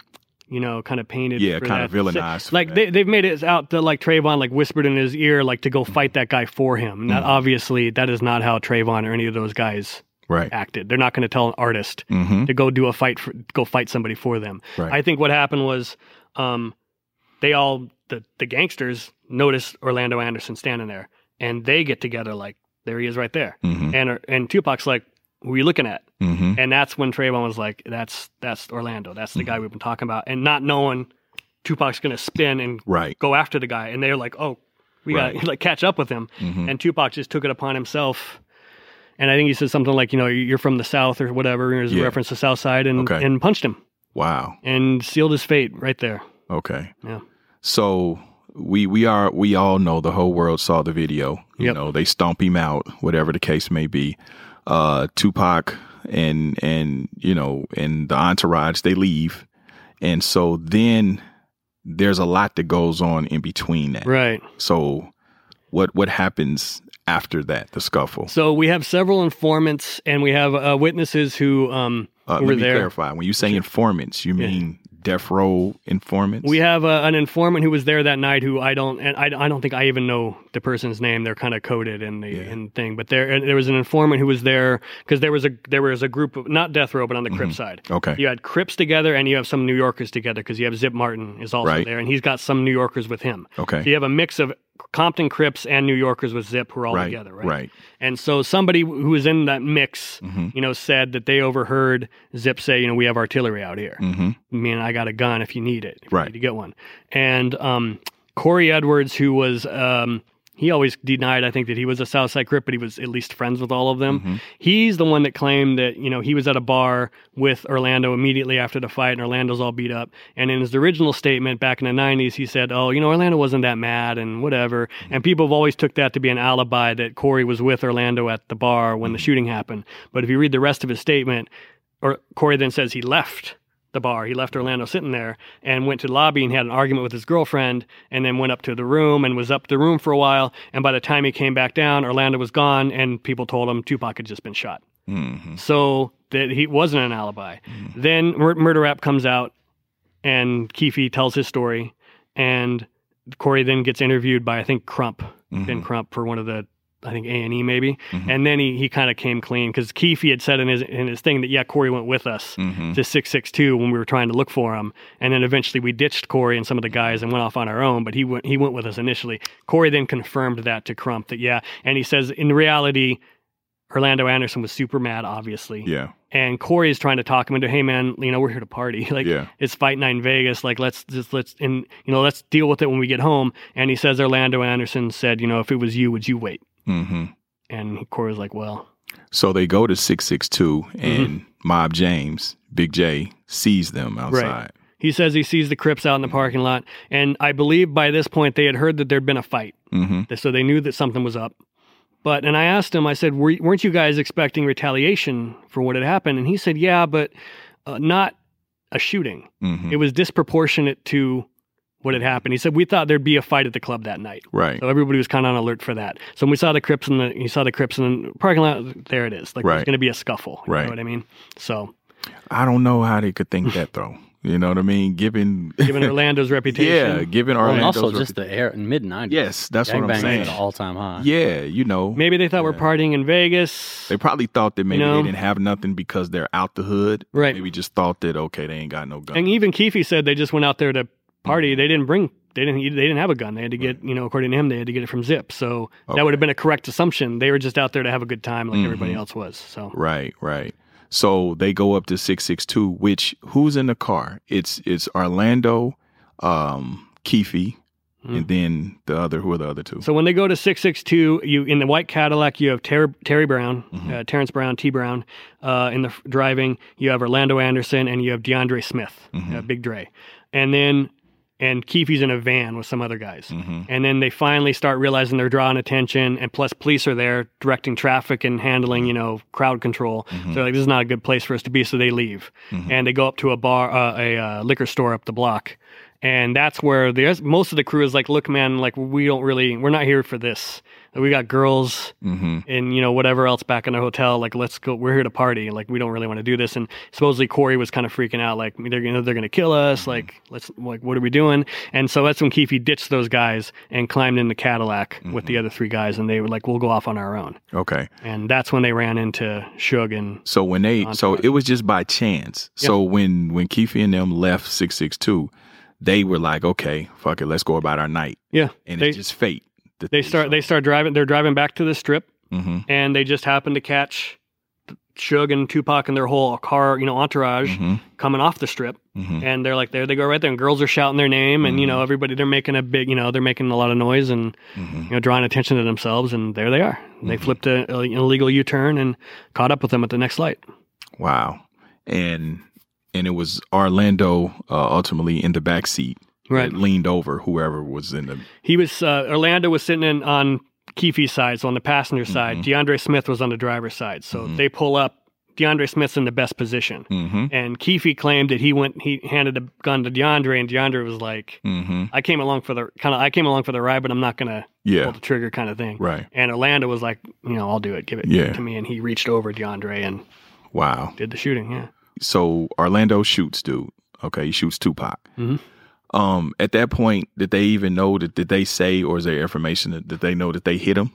[SPEAKER 4] you know, kind of painted.
[SPEAKER 3] Yeah,
[SPEAKER 4] for
[SPEAKER 3] kind of
[SPEAKER 4] that.
[SPEAKER 3] villainized for
[SPEAKER 4] Like
[SPEAKER 3] that.
[SPEAKER 4] they they've made it out that like Trayvon like whispered in his ear like to go
[SPEAKER 3] Mm-hmm.
[SPEAKER 4] fight that guy for him. And That obviously that is not how Trayvon or any of those guys
[SPEAKER 3] Right.
[SPEAKER 4] acted. They're not going to tell an artist
[SPEAKER 3] Mm-hmm.
[SPEAKER 4] to go do a fight for, go fight somebody for them.
[SPEAKER 3] Right.
[SPEAKER 4] I think what happened was um, they all the the gangsters noticed Orlando Anderson standing there, and they get together like there he is right there,
[SPEAKER 3] Mhm.
[SPEAKER 4] and and Tupac's like. Who are you looking at?
[SPEAKER 3] Mm-hmm.
[SPEAKER 4] And that's when Trayvon was like, "That's that's Orlando. That's the guy we've been talking about." And not knowing Tupac's gonna spin and
[SPEAKER 3] Right.
[SPEAKER 4] go after the guy, and they're like, "Oh, we
[SPEAKER 3] Right.
[SPEAKER 4] gotta like catch up with him."
[SPEAKER 3] Mhm.
[SPEAKER 4] And Tupac just took it upon himself. And I think he said something like, "You know, you're from the South or whatever," as
[SPEAKER 3] Yeah.
[SPEAKER 4] a reference to South Side, and
[SPEAKER 3] Okay.
[SPEAKER 4] and punched him
[SPEAKER 3] Wow.
[SPEAKER 4] and sealed his fate right there.
[SPEAKER 3] Okay.
[SPEAKER 4] Yeah.
[SPEAKER 3] So we we are we all know the whole world saw the video. You
[SPEAKER 4] Yep.
[SPEAKER 3] know, they stomp him out, whatever the case may be. Uh Tupac and and you know, and the entourage, they leave. And so then there's a lot that goes on in between that.
[SPEAKER 4] Right.
[SPEAKER 3] So what what happens after that, the scuffle?
[SPEAKER 4] So we have several informants, and we have uh, witnesses who um
[SPEAKER 3] Uh,
[SPEAKER 4] who were
[SPEAKER 3] let me
[SPEAKER 4] there.
[SPEAKER 3] clarify. When you say informants, you
[SPEAKER 4] Yeah.
[SPEAKER 3] mean death row informants?
[SPEAKER 4] We have uh, an informant who was there that night who I don't and I, I don't think I even know the person's name. They're kind of coded in the in thing, but there and there was an informant who was there because there was a there was a group of not death row but on the
[SPEAKER 3] Mm-hmm.
[SPEAKER 4] Crip side.
[SPEAKER 3] Okay.
[SPEAKER 4] You had Crips together and you have some New Yorkers together because you have Zip Martin is also
[SPEAKER 3] Right.
[SPEAKER 4] there and he's got some New Yorkers with him.
[SPEAKER 3] Okay.
[SPEAKER 4] So you have a mix of Compton Crips and New Yorkers with Zip who are all
[SPEAKER 3] right,
[SPEAKER 4] together, right?
[SPEAKER 3] Right.
[SPEAKER 4] And so somebody who was in that mix,
[SPEAKER 3] Mhm.
[SPEAKER 4] you know, said that they overheard Zip say, you know, we have artillery out here.
[SPEAKER 3] Mm-hmm.
[SPEAKER 4] I mean, I got a gun if you need it. If
[SPEAKER 3] Right.
[SPEAKER 4] You need to get one. And um, Corey Edwards, who was, um, he always denied, I think, that he was a Southside Crip, but he was at least friends with all of them. He's the one that claimed that, you know, he was at a bar with Orlando immediately after the fight, and Orlando's all beat up. And in his original statement back in the 90s, he said, oh, you know, Orlando wasn't that mad and whatever. And people have always took that to be an alibi that Corey was with Orlando at the bar when the shooting happened. But if you read the rest of his statement, or Corey then says he left the bar. He left Orlando sitting there and went to the lobby and had an argument with his girlfriend and then went up to the room and was up the room for a while. And by the time he came back down, Orlando was gone and people told him Tupac had just been shot.
[SPEAKER 3] Mm-hmm.
[SPEAKER 4] so that he wasn't an alibi. Then Mur- Murder Rap comes out, and Keefe tells his story, and Corey then gets interviewed by I think Crump,
[SPEAKER 3] mm-hmm,
[SPEAKER 4] Ben Crump, for one of the I think A and E maybe,
[SPEAKER 3] Mhm.
[SPEAKER 4] and then he he kind of came clean because Keefe had said in his in his thing that yeah Corey went with us.
[SPEAKER 3] Mm-hmm.
[SPEAKER 4] To 662 when we were trying to look for him and then eventually we ditched corey and some of the guys and went off on our own but he went he went with us initially corey then confirmed that to crump that yeah and he says in reality orlando anderson was super mad obviously
[SPEAKER 3] Yeah.
[SPEAKER 4] and Corey is trying to talk him into, hey man, you know we're here to party, like
[SPEAKER 3] Yeah.
[SPEAKER 4] it's fight night in Vegas, like let's just let's and you know let's deal with it when we get home. And he says Orlando Anderson said, you know if it was you, would you wait?
[SPEAKER 3] Mm-hmm.
[SPEAKER 4] And Corey was like, well,
[SPEAKER 3] So they go to 662
[SPEAKER 4] Mm-hmm.
[SPEAKER 3] and Mob James, Big J, sees them outside.
[SPEAKER 4] he says he sees the Crips out in the
[SPEAKER 3] Mm-hmm.
[SPEAKER 4] parking lot, and I believe by this point they had heard that there'd been a fight,
[SPEAKER 3] Mm-hmm.
[SPEAKER 4] so they knew that something was up. But and I asked him, I said, Were, weren't you guys expecting retaliation for what had happened? And he said, yeah, but uh, not a shooting.
[SPEAKER 3] Mm-hmm.
[SPEAKER 4] it was disproportionate to what had happened. He said we thought there'd be a fight at the club that night,
[SPEAKER 3] Right.
[SPEAKER 4] so everybody was kind of on alert for that. So when we saw the Crips in the you saw the Crips in the parking lot, there it is. Like
[SPEAKER 3] Right.
[SPEAKER 4] there's going to be a scuffle. You
[SPEAKER 3] Right.
[SPEAKER 4] know what I mean? So
[SPEAKER 3] I don't know how they could think that though. You know what I mean? Given,
[SPEAKER 4] given Orlando's reputation,
[SPEAKER 3] yeah, given
[SPEAKER 5] Well, and
[SPEAKER 3] Orlando's
[SPEAKER 5] also just
[SPEAKER 3] reputa-
[SPEAKER 5] the air mid nineties.
[SPEAKER 3] yes, that's what I'm
[SPEAKER 5] At an
[SPEAKER 3] saying.
[SPEAKER 5] all time high.
[SPEAKER 3] Yeah, you know,
[SPEAKER 4] maybe they thought we're partying in Vegas.
[SPEAKER 3] they probably thought that maybe
[SPEAKER 4] know?
[SPEAKER 3] they didn't have nothing because they're out the hood.
[SPEAKER 4] Right.
[SPEAKER 3] Maybe just thought that okay, they ain't got no gun.
[SPEAKER 4] and even Keefe said they just went out there to party. They didn't bring. They didn't. They didn't have a gun. They had to get. You know, according to him, they had to get it from Zip. So
[SPEAKER 3] Okay.
[SPEAKER 4] that would have been a correct assumption. They were just out there to have a good time, like everybody else was. So
[SPEAKER 3] Right, right. So they go up to 662, which who's in the car? It's it's Orlando, um, Keefe, and then the other who are the other two?
[SPEAKER 4] Hmm. So when they go to 662, you in the white Cadillac, you have Ter- Terry Brown, uh, Terrence Brown, T. Brown uh, in the f- driving. You have Orlando Anderson and you have DeAndre Smith, uh, Big Dre, and then and Keefe's in a van with some other guys. And then they finally start realizing they're drawing attention, and plus police are there directing traffic and handling, you know, crowd control. So they're like, this is not a good place for us to be, so they leave. And they go up to a bar, uh, a uh, liquor store up the block, and that's where the rest- most of the crew is like, look, man, like we don't really, we're not here for this. We got girls
[SPEAKER 3] Mm-hmm.
[SPEAKER 4] and you know whatever else back in the hotel. Like let's go. We're here to party. Like we don't really want to do this. And supposedly Corey was kind of freaking out. Like they're gonna they're gonna kill us. Like let's like what are we doing? And so that's when Keefe ditched those guys and climbed in the Cadillac with the other three guys, and they were like, we'll go off on our own.
[SPEAKER 3] Okay.
[SPEAKER 4] And that's when they ran into Suge and
[SPEAKER 3] So when they so
[SPEAKER 4] Entourage.
[SPEAKER 3] it was just by chance. So when when Keefe and them left 662, they were like, okay, fuck it, let's go about our night.
[SPEAKER 4] yeah,
[SPEAKER 3] And
[SPEAKER 4] they
[SPEAKER 3] it's just fate. that
[SPEAKER 4] they start they start driving. They're driving back to the strip,
[SPEAKER 3] Mhm.
[SPEAKER 4] and they just happen to catch Suge and Tupac and their whole car, you know, entourage
[SPEAKER 3] mm-hmm,
[SPEAKER 4] coming off the strip.
[SPEAKER 3] Mhm.
[SPEAKER 4] And they're like, there they go right there. And girls are shouting their name. And, you know, everybody, they're making a big, you know, they're making a lot of noise and,
[SPEAKER 3] mm-hmm.
[SPEAKER 4] you know, drawing attention to themselves. And there they are. They flipped a, a, an illegal U turn and caught up with them at the next light.
[SPEAKER 3] Wow. And and it was Orlando uh, ultimately in the back seat.
[SPEAKER 4] Right.
[SPEAKER 3] that leaned over whoever was in the
[SPEAKER 4] He was, uh, Orlando was sitting in on Keefe's side, so on the passenger side. DeAndre Smith was on the driver's side. So they pull up. DeAndre Smith's in the best position.
[SPEAKER 3] Mm-hmm.
[SPEAKER 4] And Keefe claimed that he went, he handed the gun to DeAndre, and DeAndre was like,
[SPEAKER 3] Mm-hmm.
[SPEAKER 4] I came along for the kind of, I came along for the ride, but I'm not going to
[SPEAKER 3] Yeah.
[SPEAKER 4] pull the trigger kind of thing.
[SPEAKER 3] Right.
[SPEAKER 4] And Orlando was like, you know, I'll do it. Give it
[SPEAKER 3] Yeah.
[SPEAKER 4] to me. And he reached over DeAndre and
[SPEAKER 3] Wow.
[SPEAKER 4] did the shooting. Yeah.
[SPEAKER 3] so Orlando shoots dude. Okay, he shoots Tupac.
[SPEAKER 4] Mhm.
[SPEAKER 3] Um, at that point, did they even know that did they say or is there information that, that they know that they hit him?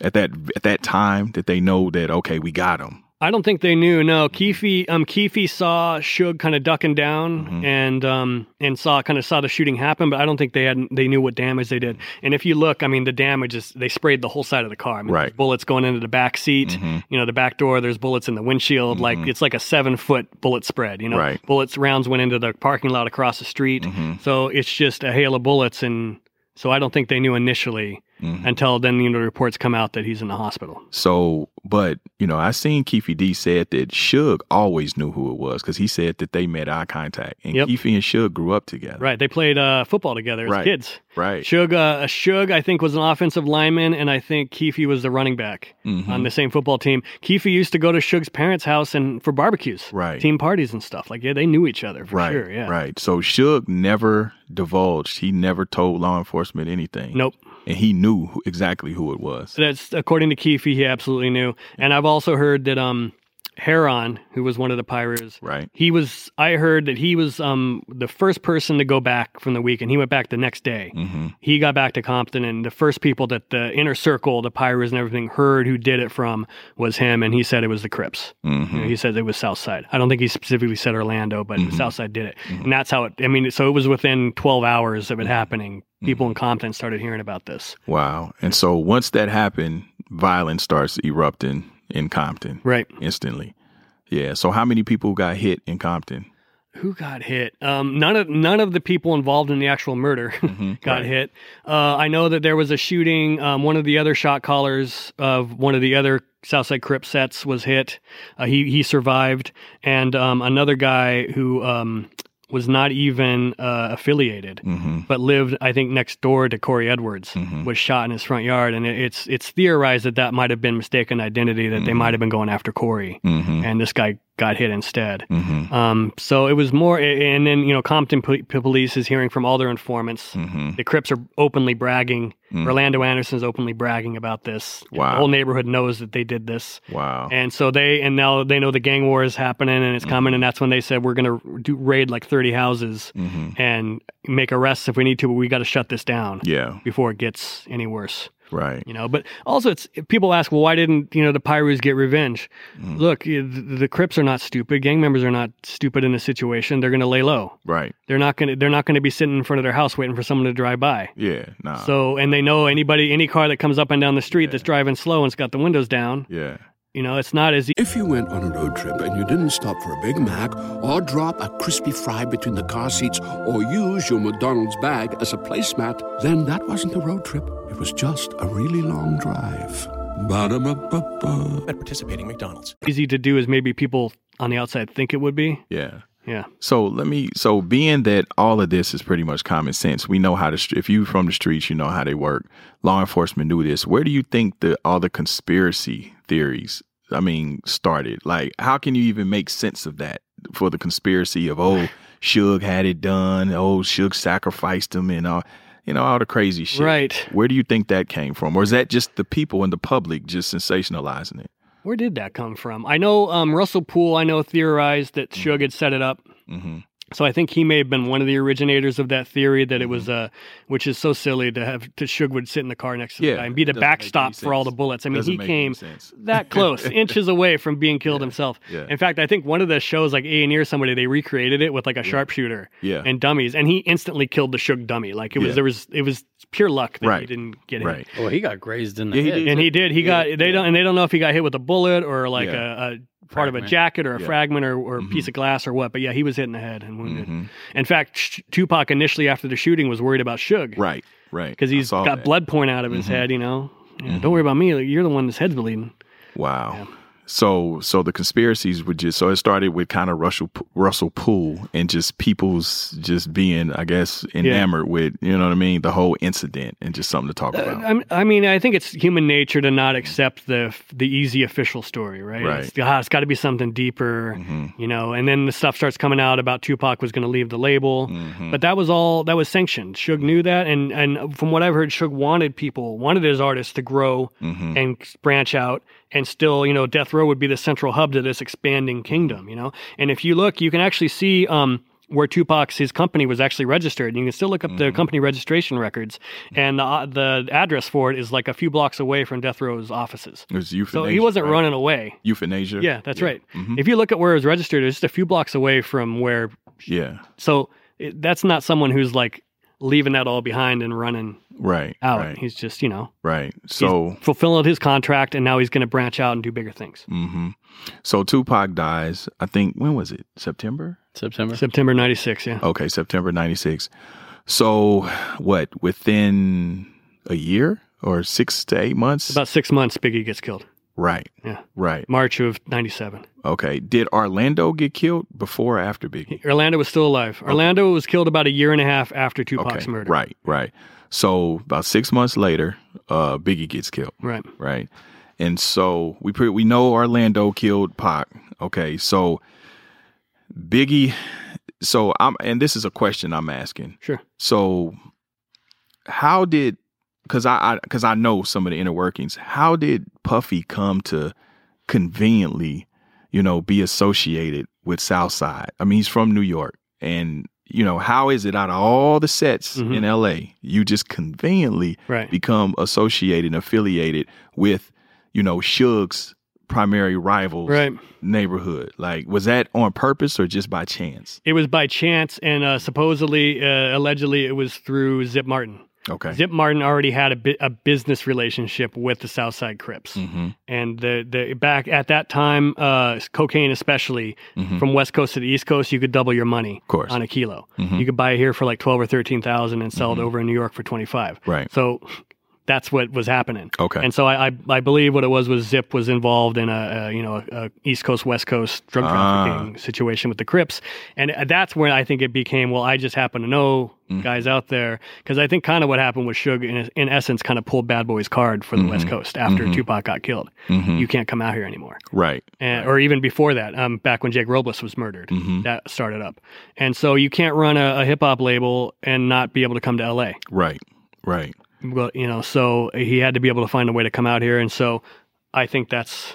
[SPEAKER 3] At that at that time, did they know that okay, we got him?
[SPEAKER 4] I don't think they knew. No, Keefe, um, Keefe saw Suge kind of ducking down
[SPEAKER 3] Mm-hmm.
[SPEAKER 4] and um, and saw kind of saw the shooting happen, but I don't think they had they knew what damage they did. And if you look, I mean, the damage is they sprayed the whole side of the car. I mean,
[SPEAKER 3] Right. Mm-hmm.
[SPEAKER 4] there's bullets going into the back seat, you know, the back door. There's bullets in the windshield. Like it's like a seven foot bullet spread. You know,
[SPEAKER 3] Right. Mm-hmm.
[SPEAKER 4] bullets rounds went into the parking lot across the street. So it's just a hail of bullets, and so I don't think they knew initially
[SPEAKER 3] mm-hmm.
[SPEAKER 4] until then. You know, reports come out that he's in the hospital.
[SPEAKER 3] So, but you know, I seen Keefe D said that Suge always knew who it was because he said that they made eye contact, and
[SPEAKER 4] Yep.
[SPEAKER 3] Keefe and Suge grew up together.
[SPEAKER 4] Right. They played uh, football together as
[SPEAKER 3] Right.
[SPEAKER 4] kids.
[SPEAKER 3] right.
[SPEAKER 4] Shug, uh, Shug, I think, was an offensive lineman, and I think Keefe was the running back
[SPEAKER 3] Mhm.
[SPEAKER 4] on the same football team. Keefe used to go to Shug's parents' house and for barbecues,
[SPEAKER 3] Right.
[SPEAKER 4] team parties and stuff. Like, yeah, they knew each other for
[SPEAKER 3] right,
[SPEAKER 4] sure. Yeah,
[SPEAKER 3] right. So Suge never divulged; he never told law enforcement anything.
[SPEAKER 4] Nope.
[SPEAKER 3] and he knew who, exactly who it was.
[SPEAKER 4] So that's according to Keefe, he absolutely knew. too. And I've also heard that um, Heron, who was one of the pirates,
[SPEAKER 3] Right.
[SPEAKER 4] he was. I heard that he was um the first person to go back from the weekend. He went back the next day.
[SPEAKER 3] Mm-hmm.
[SPEAKER 4] He got back to Compton, and the first people that the inner circle, the pirates and everything, heard who did it from was him. And he said it was the Crips. You know,
[SPEAKER 3] Mm-hmm.
[SPEAKER 4] he said it was Southside. I don't think he specifically said Orlando, but
[SPEAKER 3] Mhm.
[SPEAKER 4] Southside did it, and that's how it. I mean, so it was within 12 hours
[SPEAKER 3] Mm-hmm.
[SPEAKER 4] of it happening. People in Compton started hearing about this.
[SPEAKER 3] Wow. And so once that happened, violence starts erupting in Compton
[SPEAKER 4] Right.
[SPEAKER 3] instantly. Yeah. So how many people got hit in Compton?
[SPEAKER 4] Who got hit? Um, none of none of the people involved in the actual murder got
[SPEAKER 3] right.
[SPEAKER 4] hit. Uh, I know that there was a shooting. Um, one of the other shot callers of one of the other Southside Crip sets was hit. Uh, he he survived, and um, another guy who um, was not even uh, affiliated.
[SPEAKER 3] Mm-hmm.
[SPEAKER 4] but lived, I think, next door to Corey Edwards,
[SPEAKER 3] Mhm.
[SPEAKER 4] was shot in his front yard, and it, it's it's theorized that that might have been mistaken identity, that they
[SPEAKER 3] Mhm.
[SPEAKER 4] might have been going after Corey,
[SPEAKER 3] Mm-hmm.
[SPEAKER 4] and this guy got hit instead.
[SPEAKER 3] Mm-hmm.
[SPEAKER 4] Um, so it was more, a- and then you know, Compton po- police is hearing from all their informants.
[SPEAKER 3] Mm-hmm.
[SPEAKER 4] The Crips are openly bragging.
[SPEAKER 3] Mhm.
[SPEAKER 4] Orlando Anderson's openly bragging about this.
[SPEAKER 3] Wow.
[SPEAKER 4] The whole neighborhood knows that they did this.
[SPEAKER 3] Wow.
[SPEAKER 4] And so they and now they know the gang war is happening and
[SPEAKER 3] Mm.
[SPEAKER 4] it's coming and that's when they said we're going to do raid like 30 houses
[SPEAKER 3] Mm-hmm.
[SPEAKER 4] and make arrests if we need to, but we got to shut this down
[SPEAKER 3] Yeah.
[SPEAKER 4] before it gets any worse.
[SPEAKER 3] Right.
[SPEAKER 4] You know, but also it's people ask, well, why didn't you know the Pyrus get revenge?
[SPEAKER 3] Mhm.
[SPEAKER 4] Look, you- the, the Crips are not stupid. Gang members are not stupid in this situation. They're going to lay low.
[SPEAKER 3] Right.
[SPEAKER 4] They're not going to. They're not going to be sitting in front of their house waiting for someone to drive by.
[SPEAKER 3] Yeah. Nah.
[SPEAKER 4] So, and they know anybody, any car that comes up and down the street
[SPEAKER 3] Uh, Yeah.
[SPEAKER 4] that's driving slow and's got the windows down.
[SPEAKER 3] yeah.
[SPEAKER 4] You know, it's not as e,
[SPEAKER 9] If you went on a road trip and you didn't stop for a Big Mac or drop a crispy fry between the car seats or use your McDonald's bag as a placemat, then that wasn't a road trip. It was just a really long drive. Ba-da-ba-ba-ba.
[SPEAKER 10] At participating McDonald's.
[SPEAKER 4] easy to do as maybe people on the outside think it would be.
[SPEAKER 3] Yeah.
[SPEAKER 4] Yeah.
[SPEAKER 3] So let me. So being that all of this is pretty much common sense, we know how to. If you from the streets, you know how they work. Law enforcement knew this. Where do you think the all the conspiracy theories? I mean, started. Like, how can you even make sense of that for the conspiracy of oh, Suge had it done. Oh, Suge sacrificed him and all. You know all the crazy shit.
[SPEAKER 4] Right.
[SPEAKER 3] Where do you think that came from, or is that just the people and the public just sensationalizing it?
[SPEAKER 4] Where did that come from? I know um, Russell Poole, I know, theorized
[SPEAKER 3] Mm.
[SPEAKER 4] that Suge had set it up.
[SPEAKER 3] Mm-hmm.
[SPEAKER 4] So I think he may have been one of the originators of that theory that it was
[SPEAKER 3] Mm-hmm.
[SPEAKER 4] uh, which is so silly to have to Suge would sit in the car next to
[SPEAKER 3] Yeah,
[SPEAKER 4] the guy and be
[SPEAKER 3] it
[SPEAKER 4] the
[SPEAKER 3] doesn't make any
[SPEAKER 4] backstop for all the
[SPEAKER 3] sense.
[SPEAKER 4] bullets. I mean,
[SPEAKER 3] Doesn't
[SPEAKER 4] he
[SPEAKER 3] make any
[SPEAKER 4] came
[SPEAKER 3] sense.
[SPEAKER 4] that close, inches away from being killed himself.
[SPEAKER 3] yeah.
[SPEAKER 4] In fact, I think one of the shows, like A and E or somebody, they recreated it with like a sharpshooter
[SPEAKER 3] Yeah.
[SPEAKER 4] and dummies, and he instantly killed the Suge dummy. Like it was
[SPEAKER 3] Yeah.
[SPEAKER 4] there was it was pure luck that he
[SPEAKER 3] Right.
[SPEAKER 4] didn't get hit.
[SPEAKER 3] Right.
[SPEAKER 5] Well, he got grazed in the
[SPEAKER 3] Yeah, he
[SPEAKER 5] head.
[SPEAKER 3] did.
[SPEAKER 4] And he did. He got they don't and they don't know if he got hit with a bullet or like
[SPEAKER 3] Yeah.
[SPEAKER 4] a, a part of a
[SPEAKER 5] Fragment.
[SPEAKER 4] jacket or a
[SPEAKER 3] Yeah.
[SPEAKER 4] fragment or, or a
[SPEAKER 3] Mhm.
[SPEAKER 4] piece of glass or what. But yeah, he was hit in the head and wounded.
[SPEAKER 3] Mhm.
[SPEAKER 4] In fact, Sh- Tupac initially after the shooting was worried about Suge
[SPEAKER 3] Right, right.
[SPEAKER 4] because
[SPEAKER 3] I
[SPEAKER 4] he's
[SPEAKER 3] saw
[SPEAKER 4] got
[SPEAKER 3] that.
[SPEAKER 4] blood pouring out of his
[SPEAKER 3] Mhm.
[SPEAKER 4] head. You know, Yeah,
[SPEAKER 3] Mhm.
[SPEAKER 4] don't worry about me. like, You're the one that's head's bleeding.
[SPEAKER 3] Wow.
[SPEAKER 4] Yeah.
[SPEAKER 3] So, so the conspiracies were just so it started with kind of Russell P- Russell Poole and just people's just being, I guess, enamored with you know what I mean, the whole incident and just something to talk
[SPEAKER 4] Uh,
[SPEAKER 3] about.
[SPEAKER 4] I'm- I mean, I think it's human nature to not accept the the easy official story, right?
[SPEAKER 3] Right.
[SPEAKER 4] It's, ah, it's got to be something deeper,
[SPEAKER 3] Mhm.
[SPEAKER 4] you know. And then the stuff starts coming out about Tupac was going to leave the label,
[SPEAKER 3] Mhm.
[SPEAKER 4] but that was all that was sanctioned. Suge knew that, and and from what I've heard, Suge wanted people, wanted his artists to grow
[SPEAKER 3] Mhm.
[SPEAKER 4] and branch out and still you know death row would be the central hub to this expanding kingdom you know and if you look you can actually see um where Tupac's his company was actually registered, and you can still look up the
[SPEAKER 3] Mm-hmm.
[SPEAKER 4] company registration records,
[SPEAKER 3] Mm.
[SPEAKER 4] and the uh, the address for it is like a few blocks away from Death Row's offices.
[SPEAKER 3] It was euthanasia.
[SPEAKER 4] So he wasn't
[SPEAKER 3] right? Mm-hmm.
[SPEAKER 4] running away.
[SPEAKER 3] euthanasia.
[SPEAKER 4] Yeah, that's right.
[SPEAKER 3] Mhm.
[SPEAKER 4] If you look at where it was registered, it's just a few blocks away from where.
[SPEAKER 3] Yeah,
[SPEAKER 4] So it, that's not someone who's like leaving that all behind and running
[SPEAKER 3] right,
[SPEAKER 4] out.
[SPEAKER 3] right,
[SPEAKER 4] He's just you know
[SPEAKER 3] right. So,
[SPEAKER 4] he's fulfilling his contract, and now he's going to branch out and do bigger things.
[SPEAKER 3] hmm so Tupac dies. I think when was it? September.
[SPEAKER 5] September.
[SPEAKER 4] September 96, yeah.
[SPEAKER 3] Okay, September 96. So, what, within a year or six to eight months?
[SPEAKER 4] About six months, Biggie gets killed.
[SPEAKER 3] right.
[SPEAKER 4] Yeah.
[SPEAKER 3] Right.
[SPEAKER 4] March of 97.
[SPEAKER 3] Okay. Did Orlando get killed before or after Biggie?
[SPEAKER 4] Orlando was still alive. Orlando was killed about a year and a half after Tupac's
[SPEAKER 3] okay.
[SPEAKER 4] murder.
[SPEAKER 3] Right. Right. So, about six months later, uh, Biggie gets killed.
[SPEAKER 4] Right.
[SPEAKER 3] Right. And so we pre- we know Orlando killed Pac. Okay. So Biggie. So I'm and this is a question I'm asking.
[SPEAKER 4] Sure.
[SPEAKER 3] So how did because I because I, know some of the inner workings. How did Puffy come to conveniently, you know, be associated with Southside? I mean, he's from New York, and you know, how is it out of all the sets
[SPEAKER 4] Mhm.
[SPEAKER 3] in L.A. you just conveniently
[SPEAKER 4] Right.
[SPEAKER 3] become associated and affiliated with, you know, Suge's primary rivals
[SPEAKER 4] Right.
[SPEAKER 3] neighborhood? Like, was that on purpose or just by chance?
[SPEAKER 4] It was by chance, and uh, supposedly, uh, allegedly, it was through Zip Martin.
[SPEAKER 3] Okay.
[SPEAKER 4] Zip Martin already had a, bi- a business relationship with the Southside Crips,
[SPEAKER 3] Mm-hmm.
[SPEAKER 4] and the the back at that time, uh, cocaine especially
[SPEAKER 3] Mhm.
[SPEAKER 4] from West Coast to the East Coast, you could double your money
[SPEAKER 3] Of course.
[SPEAKER 4] on a kilo.
[SPEAKER 3] Mhm.
[SPEAKER 4] You could buy it here for like twelve or thirteen thousand and
[SPEAKER 3] Mm-hmm.
[SPEAKER 4] sell it over in New York for twenty five.
[SPEAKER 3] Right.
[SPEAKER 4] So that's what was happening.
[SPEAKER 3] Okay.
[SPEAKER 4] And so I, I I believe what it was was Zip was involved in a, a you know a, a East Coast West Coast drug
[SPEAKER 3] Ah.
[SPEAKER 4] trafficking situation with the Crips, and that's when I think it became well I just happen to know
[SPEAKER 3] Mm.
[SPEAKER 4] guys out there because I think kind of what happened was Suge in, in essence kind of pulled Bad Boy's card for the
[SPEAKER 3] Mm-hmm.
[SPEAKER 4] West Coast after Tupac got killed. You can't come out here anymore
[SPEAKER 3] Mm. right. Mm.
[SPEAKER 4] and, or even before that, um, back when Jake Robles was murdered,
[SPEAKER 3] Mm-hmm.
[SPEAKER 4] that started up. And so you can't run a, a hip hop label and not be able to come to LA.
[SPEAKER 3] Right. Right.
[SPEAKER 4] Well, you know, so he had to be able to find a way to come out here. And so I think that's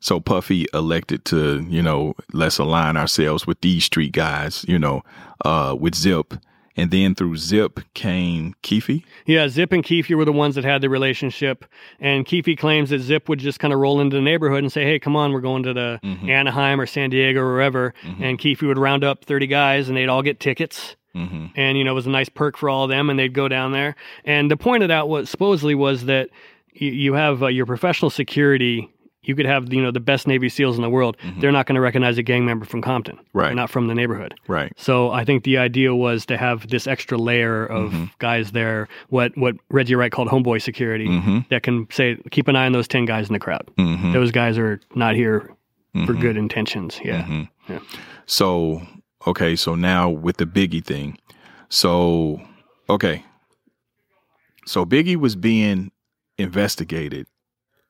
[SPEAKER 3] So Puffy elected to, you know, let's align ourselves with these street guys, you know, uh, with Zip. And then through Zip came Keefe.
[SPEAKER 4] yeah. Zip and Keefe were the ones that had the relationship, and Keefe claims that Zip would just kind of roll into the neighborhood and say, "Hey, come on, we're going to the Anaheim or San Diego or wherever," and Keefe would round up thirty guys, and they'd all get tickets.
[SPEAKER 3] Mm-hmm.
[SPEAKER 4] and you know it was a nice perk for all of them and they'd go down there and the point of that was supposedly was that you, you have uh, your professional security you could have you know the best navy seals in the world they're not going to recognize a gang member from compton
[SPEAKER 3] Right.
[SPEAKER 4] They're not from the neighborhood
[SPEAKER 3] Right.
[SPEAKER 4] so i think the idea was to have this extra layer of guys there what what reggie wright called homeboy security
[SPEAKER 3] Mm. Mm-hmm.
[SPEAKER 4] that can say keep an eye on those 10 guys in the crowd
[SPEAKER 3] Mhm.
[SPEAKER 4] those guys are not here for good intentions yeah
[SPEAKER 3] Mm-hmm. So, okay. So now with the Biggie thing. So, okay. So Biggie was being investigated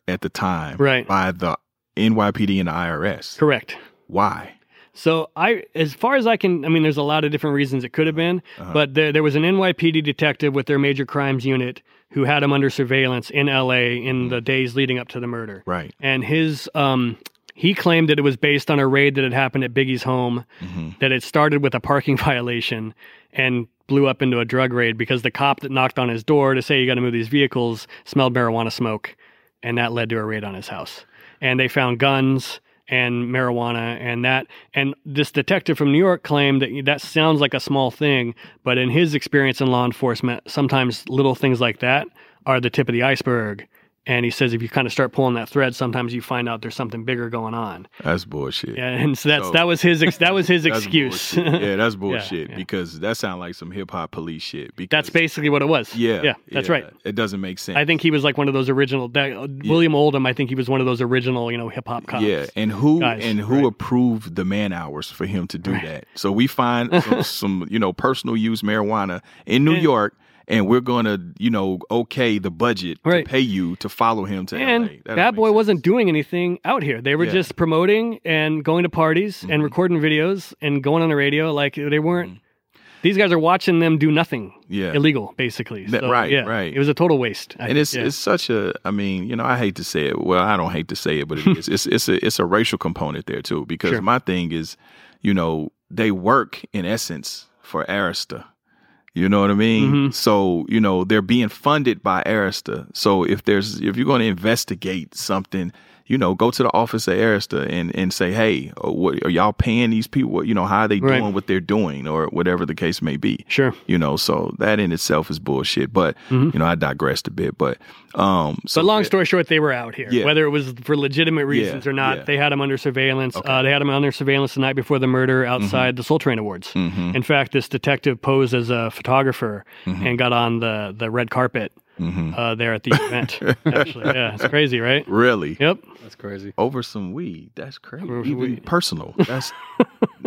[SPEAKER 3] at the time
[SPEAKER 4] Right.
[SPEAKER 3] by the NYPD and the IRS.
[SPEAKER 4] correct
[SPEAKER 3] Why?
[SPEAKER 4] So I, as far as I can, I mean, there's a lot of different reasons it could have been, but there, there was an NYPD detective with their major crimes unit who had him under surveillance in LA in the days leading up to the murder.
[SPEAKER 3] Right.
[SPEAKER 4] And his, um, he claimed that it was based on a raid that had happened at Biggie's home, that it started with a parking violation and blew up into a drug raid because the cop that knocked on his door to say you got to move these vehicles smelled marijuana smoke, and that led to a raid on his house. And they found guns and marijuana and that and this detective from New York claimed that that sounds like a small thing, but in his experience in law enforcement, sometimes little things like that are the tip of the iceberg. And he says if you kind of start pulling that thread, sometimes you find out there's something bigger going on.
[SPEAKER 3] That's bullshit.
[SPEAKER 4] Yeah, and so that's
[SPEAKER 3] So-
[SPEAKER 4] that was his ex- that was his
[SPEAKER 3] That's
[SPEAKER 4] excuse.
[SPEAKER 3] bullshit. Yeah, that's bullshit
[SPEAKER 4] yeah.
[SPEAKER 3] because that sounds like some hip hop police shit. Because
[SPEAKER 4] That's basically what it was.
[SPEAKER 3] Yeah,
[SPEAKER 4] yeah, that's
[SPEAKER 3] yeah,
[SPEAKER 4] right.
[SPEAKER 3] It doesn't make sense.
[SPEAKER 4] I think he was like one of those original that, uh, William Oldham. I think he was one of those original, you know, hip hop cops.
[SPEAKER 3] Yeah, and who
[SPEAKER 4] Guys,
[SPEAKER 3] and who
[SPEAKER 4] right.
[SPEAKER 3] approved the man hours for him to do that? So we find some, some you know personal use marijuana in New York, and we're gonna you know okay the budget
[SPEAKER 4] Right.
[SPEAKER 3] to pay you to follow him to LA.
[SPEAKER 4] and
[SPEAKER 3] That don't
[SPEAKER 4] Bad
[SPEAKER 3] make
[SPEAKER 4] Boy
[SPEAKER 3] sense.
[SPEAKER 4] wasn't doing anything out here. They were
[SPEAKER 3] Yeah. Mm-hmm.
[SPEAKER 4] just promoting and going to parties and recording videos and going on the radio. Like they weren't. These guys are watching them do nothing.
[SPEAKER 3] Mm-hmm. Yeah.
[SPEAKER 4] illegal basically.
[SPEAKER 3] That-
[SPEAKER 4] So,
[SPEAKER 3] right,
[SPEAKER 4] yeah,
[SPEAKER 3] right.
[SPEAKER 4] It was a total waste. I
[SPEAKER 3] And
[SPEAKER 4] think,
[SPEAKER 3] it's
[SPEAKER 4] yeah.
[SPEAKER 3] it's such a I mean you know I hate to say it well I don't hate to say it but it is it's it's a it's a racial component there too because
[SPEAKER 4] Sure.
[SPEAKER 3] my thing is you know they work in essence for Arista you know what I mean
[SPEAKER 4] Mm-hmm.
[SPEAKER 3] so you know they're being funded by Arista so if there's if you're going to investigate something you know go to the office at Arista and and say hey uh, what are y'all paying these people you know how are they
[SPEAKER 4] Right.
[SPEAKER 3] doing what they're doing or whatever the case may be
[SPEAKER 4] sure.
[SPEAKER 3] you know so that in itself is bullshit but you know i digressed a bit but um so
[SPEAKER 4] Mm-hmm. But long story short, they were out here.
[SPEAKER 3] Yeah.
[SPEAKER 4] Whether it was for legitimate reasons or not,
[SPEAKER 3] yeah.
[SPEAKER 4] they had him under surveillance. Uh, they had him under surveillance the night before the murder
[SPEAKER 3] Mm-hmm.
[SPEAKER 4] outside the Soul Train Awards. In fact, this detective posed as a photographer
[SPEAKER 3] Mm-hmm.
[SPEAKER 4] and got on the, the red carpet uh, there at the event. actually, yeah, it's crazy, right?
[SPEAKER 3] really
[SPEAKER 4] Yep.
[SPEAKER 5] That's crazy.
[SPEAKER 3] over some weed that's crazy
[SPEAKER 4] Over some
[SPEAKER 3] Even
[SPEAKER 4] weed.
[SPEAKER 3] personal that's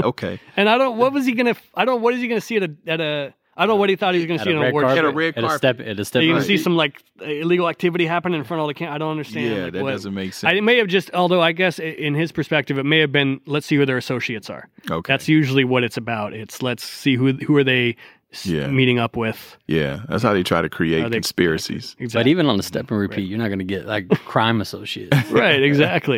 [SPEAKER 3] okay
[SPEAKER 4] And I don't. What was he gonna? I don't. What is he gonna see at a? At a I don't know what he thought he was going to
[SPEAKER 5] At
[SPEAKER 4] see
[SPEAKER 5] a
[SPEAKER 4] at an
[SPEAKER 5] red
[SPEAKER 4] award
[SPEAKER 5] carpet.
[SPEAKER 3] At a
[SPEAKER 4] show.
[SPEAKER 3] red
[SPEAKER 5] At a
[SPEAKER 3] carpet.
[SPEAKER 5] step, at a step.
[SPEAKER 4] You're going
[SPEAKER 3] Right.
[SPEAKER 4] to see some like illegal activity happen in front of all the camera. I don't understand.
[SPEAKER 3] yeah
[SPEAKER 4] like,
[SPEAKER 3] that
[SPEAKER 4] what-
[SPEAKER 3] doesn't make
[SPEAKER 4] I,
[SPEAKER 3] sense
[SPEAKER 4] it may have just, although I guess i- in his perspective, it may have been let's see who their associates are.
[SPEAKER 3] okay
[SPEAKER 4] That's usually what it's about. It's let's see who who are they s-
[SPEAKER 3] Yeah.
[SPEAKER 4] meeting up with.
[SPEAKER 3] Yeah, that's how they try to create
[SPEAKER 4] How they-
[SPEAKER 3] conspiracies.
[SPEAKER 5] But
[SPEAKER 4] Exactly.
[SPEAKER 5] even on the step and repeat, you're not going to get like crime associates.
[SPEAKER 4] right. Exactly.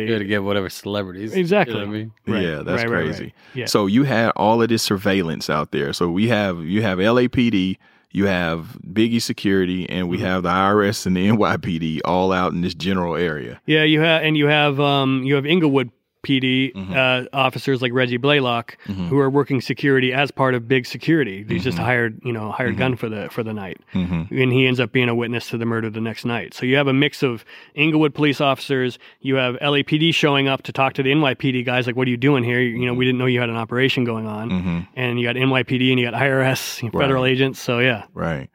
[SPEAKER 5] You're going to get whatever celebrities.
[SPEAKER 4] Exactly.
[SPEAKER 5] You know what I mean?
[SPEAKER 4] Right,
[SPEAKER 3] Yeah, that's
[SPEAKER 4] right, right, right.
[SPEAKER 3] crazy.
[SPEAKER 4] Yeah.
[SPEAKER 3] So you had all of this surveillance out there. So we have you have LAPD, you have Biggie Security, and
[SPEAKER 4] Mm-hmm.
[SPEAKER 3] we have the IRS and the NYPD all out in this general area.
[SPEAKER 4] Yeah, you have, and you have, um, you have Inglewood PD uh, officers like Reggie Blaylock who are working security as part of big security. He's just hired, you know, hired gun for the for the night,
[SPEAKER 3] Mm-hmm,
[SPEAKER 4] and he ends up being a witness to the murder the next night. So you have a mix of Inglewood police officers. You have LAPD showing up to talk to the NYPD guys, like, "What are you doing here? You know, we didn't know you had an operation going on."
[SPEAKER 3] Mm. mm-hmm.
[SPEAKER 4] And you got NYPD and you got IRS, federal agents. So yeah,
[SPEAKER 3] Right.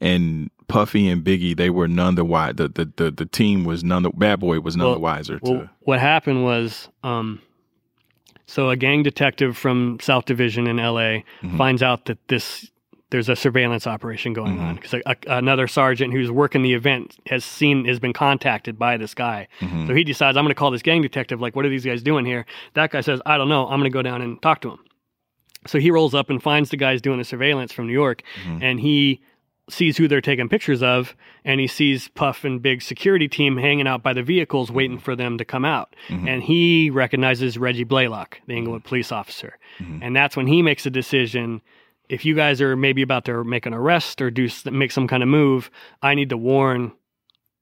[SPEAKER 3] And Puffy and Biggie, they were none the wiser. The, the the the team was none the bad boy was none the
[SPEAKER 4] Well-
[SPEAKER 3] wiser
[SPEAKER 4] Well,
[SPEAKER 3] to.
[SPEAKER 4] what happened was, um, so a gang detective from South Division in LA finds out that this there's a surveillance operation going on because another sergeant who's working the event has seen has been contacted by this guy.
[SPEAKER 3] mm-hmm,
[SPEAKER 4] So he decides I'm going to call this gang detective. Like, what are these guys doing here? That guy says, I don't know. I'm going to go down and talk to him. So he rolls up and finds the guys doing the surveillance from New York, and he sees who they're taking pictures of, and he sees Puff and Big security team hanging out by the vehicles waiting for them to come out. And he recognizes Reggie Blaylock, the Englewood police officer, and that's when he makes a decision. If you guys are maybe about to make an arrest or do s- make some kind of move, I need to warn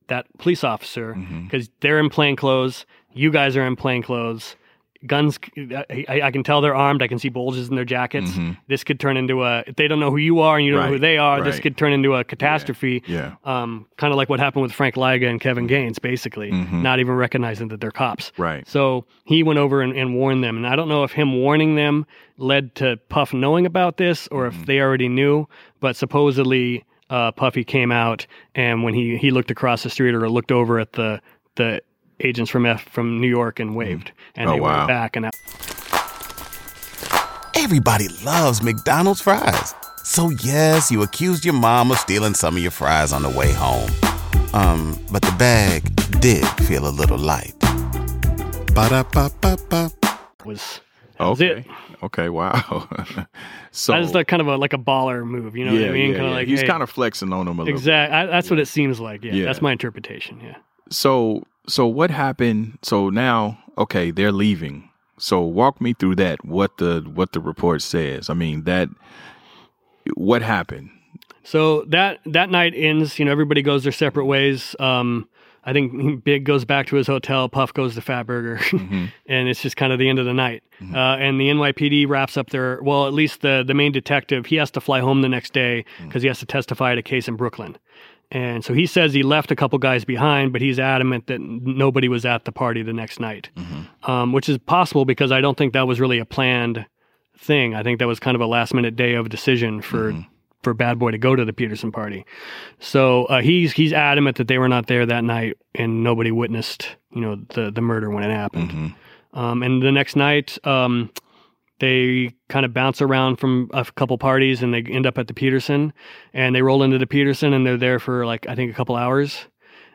[SPEAKER 4] that police officer
[SPEAKER 3] Mm-hmm.
[SPEAKER 4] because they're in plain clothes. You guys are in plain clothes. Guns, I, I I can tell they're armed. I can see bulges in their jackets. This could turn into a, if they don't know who you are and you don't know who
[SPEAKER 3] Mm-hmm. Right,
[SPEAKER 4] they are, this
[SPEAKER 3] right.
[SPEAKER 4] could turn into a catastrophe.
[SPEAKER 3] Yeah.
[SPEAKER 4] Um, kind of like what happened with Frank Liga and Kevin
[SPEAKER 3] Mm-hmm.
[SPEAKER 4] Gaines, basically, not even recognizing that they're cops.
[SPEAKER 3] Right.
[SPEAKER 4] So he went over and, and warned them. And I don't know if him warning them led to Puff knowing about this or
[SPEAKER 3] Mm-hmm.
[SPEAKER 4] if they already knew, but supposedly uh, Puffy came out and when he, he looked across the street or looked over at the, the agents from F from New York and waved. And
[SPEAKER 3] Oh,
[SPEAKER 4] they
[SPEAKER 3] wow.
[SPEAKER 4] went back and that
[SPEAKER 1] Everybody loves McDonald's fries. So yes, you accused your mom of stealing some of your fries on the way home. Um, but the bag did feel a little light. Ba-da-ba-ba-ba.
[SPEAKER 4] was
[SPEAKER 3] Okay.
[SPEAKER 4] it.
[SPEAKER 3] Okay. Wow. so
[SPEAKER 4] that is the kind of a like a baller move, you know what I mean? kind of like
[SPEAKER 3] he's
[SPEAKER 4] hey,
[SPEAKER 3] kind of flexing on them a little. bit.
[SPEAKER 4] Exactly. I, that's what it seems like. Yeah,
[SPEAKER 3] Yeah.
[SPEAKER 4] That's my interpretation. Yeah.
[SPEAKER 3] so so what happened so now okay they're leaving so walk me through that what the what the report says i mean that what happened
[SPEAKER 4] So that that night ends. You know, everybody goes their separate ways. Um, I think Big goes back to his hotel. Puff goes to Fatburger,
[SPEAKER 3] Mm-hmm,
[SPEAKER 4] and it's just kind of the end of the night. Uh, and the NYPD wraps up their well, at least the the main detective. He has to fly home the next day because he has to testify at a case in Brooklyn. And so he says he left a couple guys behind, but he's adamant that n- nobody was at the party the next night, um, which is possible because I don't think that was really a planned thing. I think that was kind of a last minute day of decision for for Bad Boy to go to the Peterson party. So uh, he's he's adamant that they were not there that night and nobody witnessed you know the the murder when it happened.
[SPEAKER 3] mm-hmm,
[SPEAKER 4] Um, and the next night. Um, they kind of bounce around from a couple parties and they end up at the Peterson and they roll into the Peterson and they're there for like I think a couple hours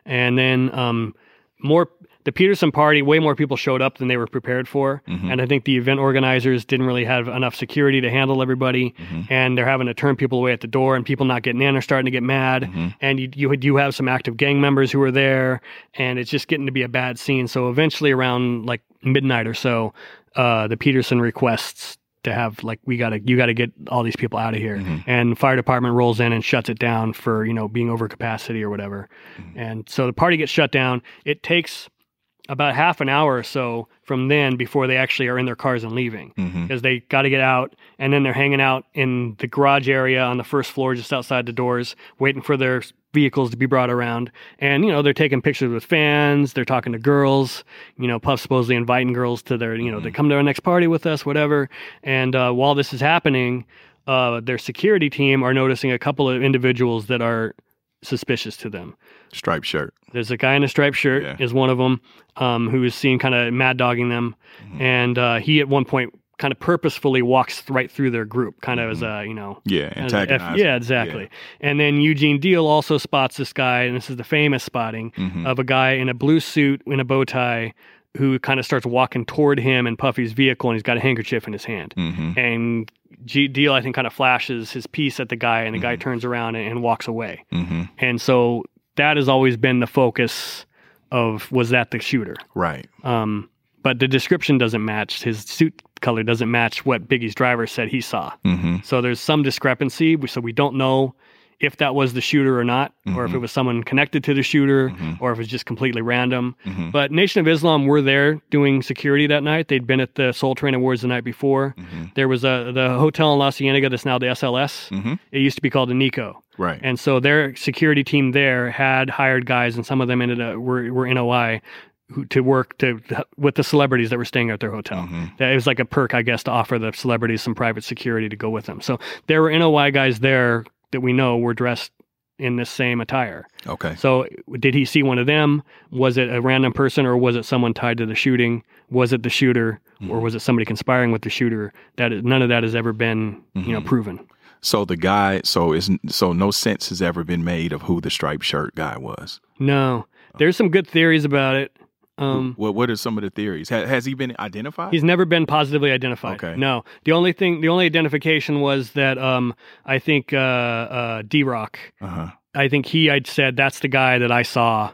[SPEAKER 4] and then um, more the Peterson party way more people showed up than they were prepared for
[SPEAKER 3] mm-hmm,
[SPEAKER 4] and I think the event organizers didn't really have enough security to handle everybody and they're having to turn people away at the door and people not getting in are starting to get mad
[SPEAKER 3] mm-hmm.
[SPEAKER 4] and you you do have some active gang members who are there and it's just getting to be a bad scene so eventually around like midnight or so uh, the Peterson requests to have like we gotta you gotta get all these people out of here and fire department rolls in and shuts it down for you know being over capacity or whatever and so the party gets shut down it takes about half an hour or so from then before they actually are in their cars and leaving because they got to get out and then they're hanging out in the garage area on the first floor just outside the doors waiting for their vehicles to be brought around and you know they're taking pictures with fans they're talking to girls you know puff supposedly inviting girls to their you know to come to our next party with us whatever and uh, while this is happening uh, their security team are noticing a couple of individuals that are suspicious to them
[SPEAKER 3] striped shirt
[SPEAKER 4] there's a guy in a striped shirt
[SPEAKER 3] Yeah.
[SPEAKER 4] is one of them um, who is seen kind of mad dogging them,
[SPEAKER 3] Mm-hmm.
[SPEAKER 4] and uh, he at one point kind of purposefully walks th- right through their group, kind of as a you know.
[SPEAKER 3] yeah
[SPEAKER 4] as a F-
[SPEAKER 3] antagonized
[SPEAKER 4] yeah, exactly. And then Eugene Deal also
[SPEAKER 3] Mm-hmm. Hmm.
[SPEAKER 4] spots this guy, and this is the famous spotting of a guy in a blue suit in a bow tie who kind of starts walking toward him in Puffy's vehicle, and he's got a handkerchief in his hand.
[SPEAKER 3] Mm-hmm.
[SPEAKER 4] And G- Deal, I think, kind of flashes his piece at the guy, and the guy turns around and, and walks away.
[SPEAKER 3] Mm-hmm.
[SPEAKER 4] And so that has always been the focus of was that the shooter?
[SPEAKER 3] Right.
[SPEAKER 4] Um, but the description doesn't match. His suit color doesn't match what Biggie's driver said he saw.
[SPEAKER 3] Mm-hmm.
[SPEAKER 4] So there's some discrepancy. We- So we don't know if that was the shooter or not, or if it was someone connected to the shooter,
[SPEAKER 3] Mm-hmm,
[SPEAKER 4] or if it was just completely random.
[SPEAKER 3] Mhm.
[SPEAKER 4] But Nation of Islam were there doing security that night. They'd been at the Soul Train Awards the night before.
[SPEAKER 3] mm-hmm.
[SPEAKER 4] There was a the hotel in La Cienega that's now the SLS.
[SPEAKER 3] Mhm.
[SPEAKER 4] It used to be called the Nico.
[SPEAKER 3] Right.
[SPEAKER 4] And so their security team there had hired guys, and some of them ended up were, were NOI who, to work to with the celebrities that were staying at their hotel.
[SPEAKER 3] Hmm. Mm-hmm.
[SPEAKER 4] That it was like a perk, I guess, to offer the celebrities some private security to go with them. So there were NOI guys there that we know were dressed in this same attire.
[SPEAKER 3] okay.
[SPEAKER 4] So did he see one of them? Was it a random person, or was it someone tied to the shooting? Was it the shooter, or was it somebody conspiring with the shooter? That is, none of that has ever been, you know, proven.
[SPEAKER 3] So the guy, so is so no sense has ever been made of who the striped shirt guy was.
[SPEAKER 4] No,
[SPEAKER 3] Oh.
[SPEAKER 4] there's some good theories about it. Um,
[SPEAKER 3] What what are some of the theories? Ha, has he been identified?
[SPEAKER 4] He's never been positively identified.
[SPEAKER 3] Okay.
[SPEAKER 4] No. The only thing, the only identification was that um, I think uh, uh, D Rock,
[SPEAKER 3] uh-huh.
[SPEAKER 4] I think he had said, that's the guy that I saw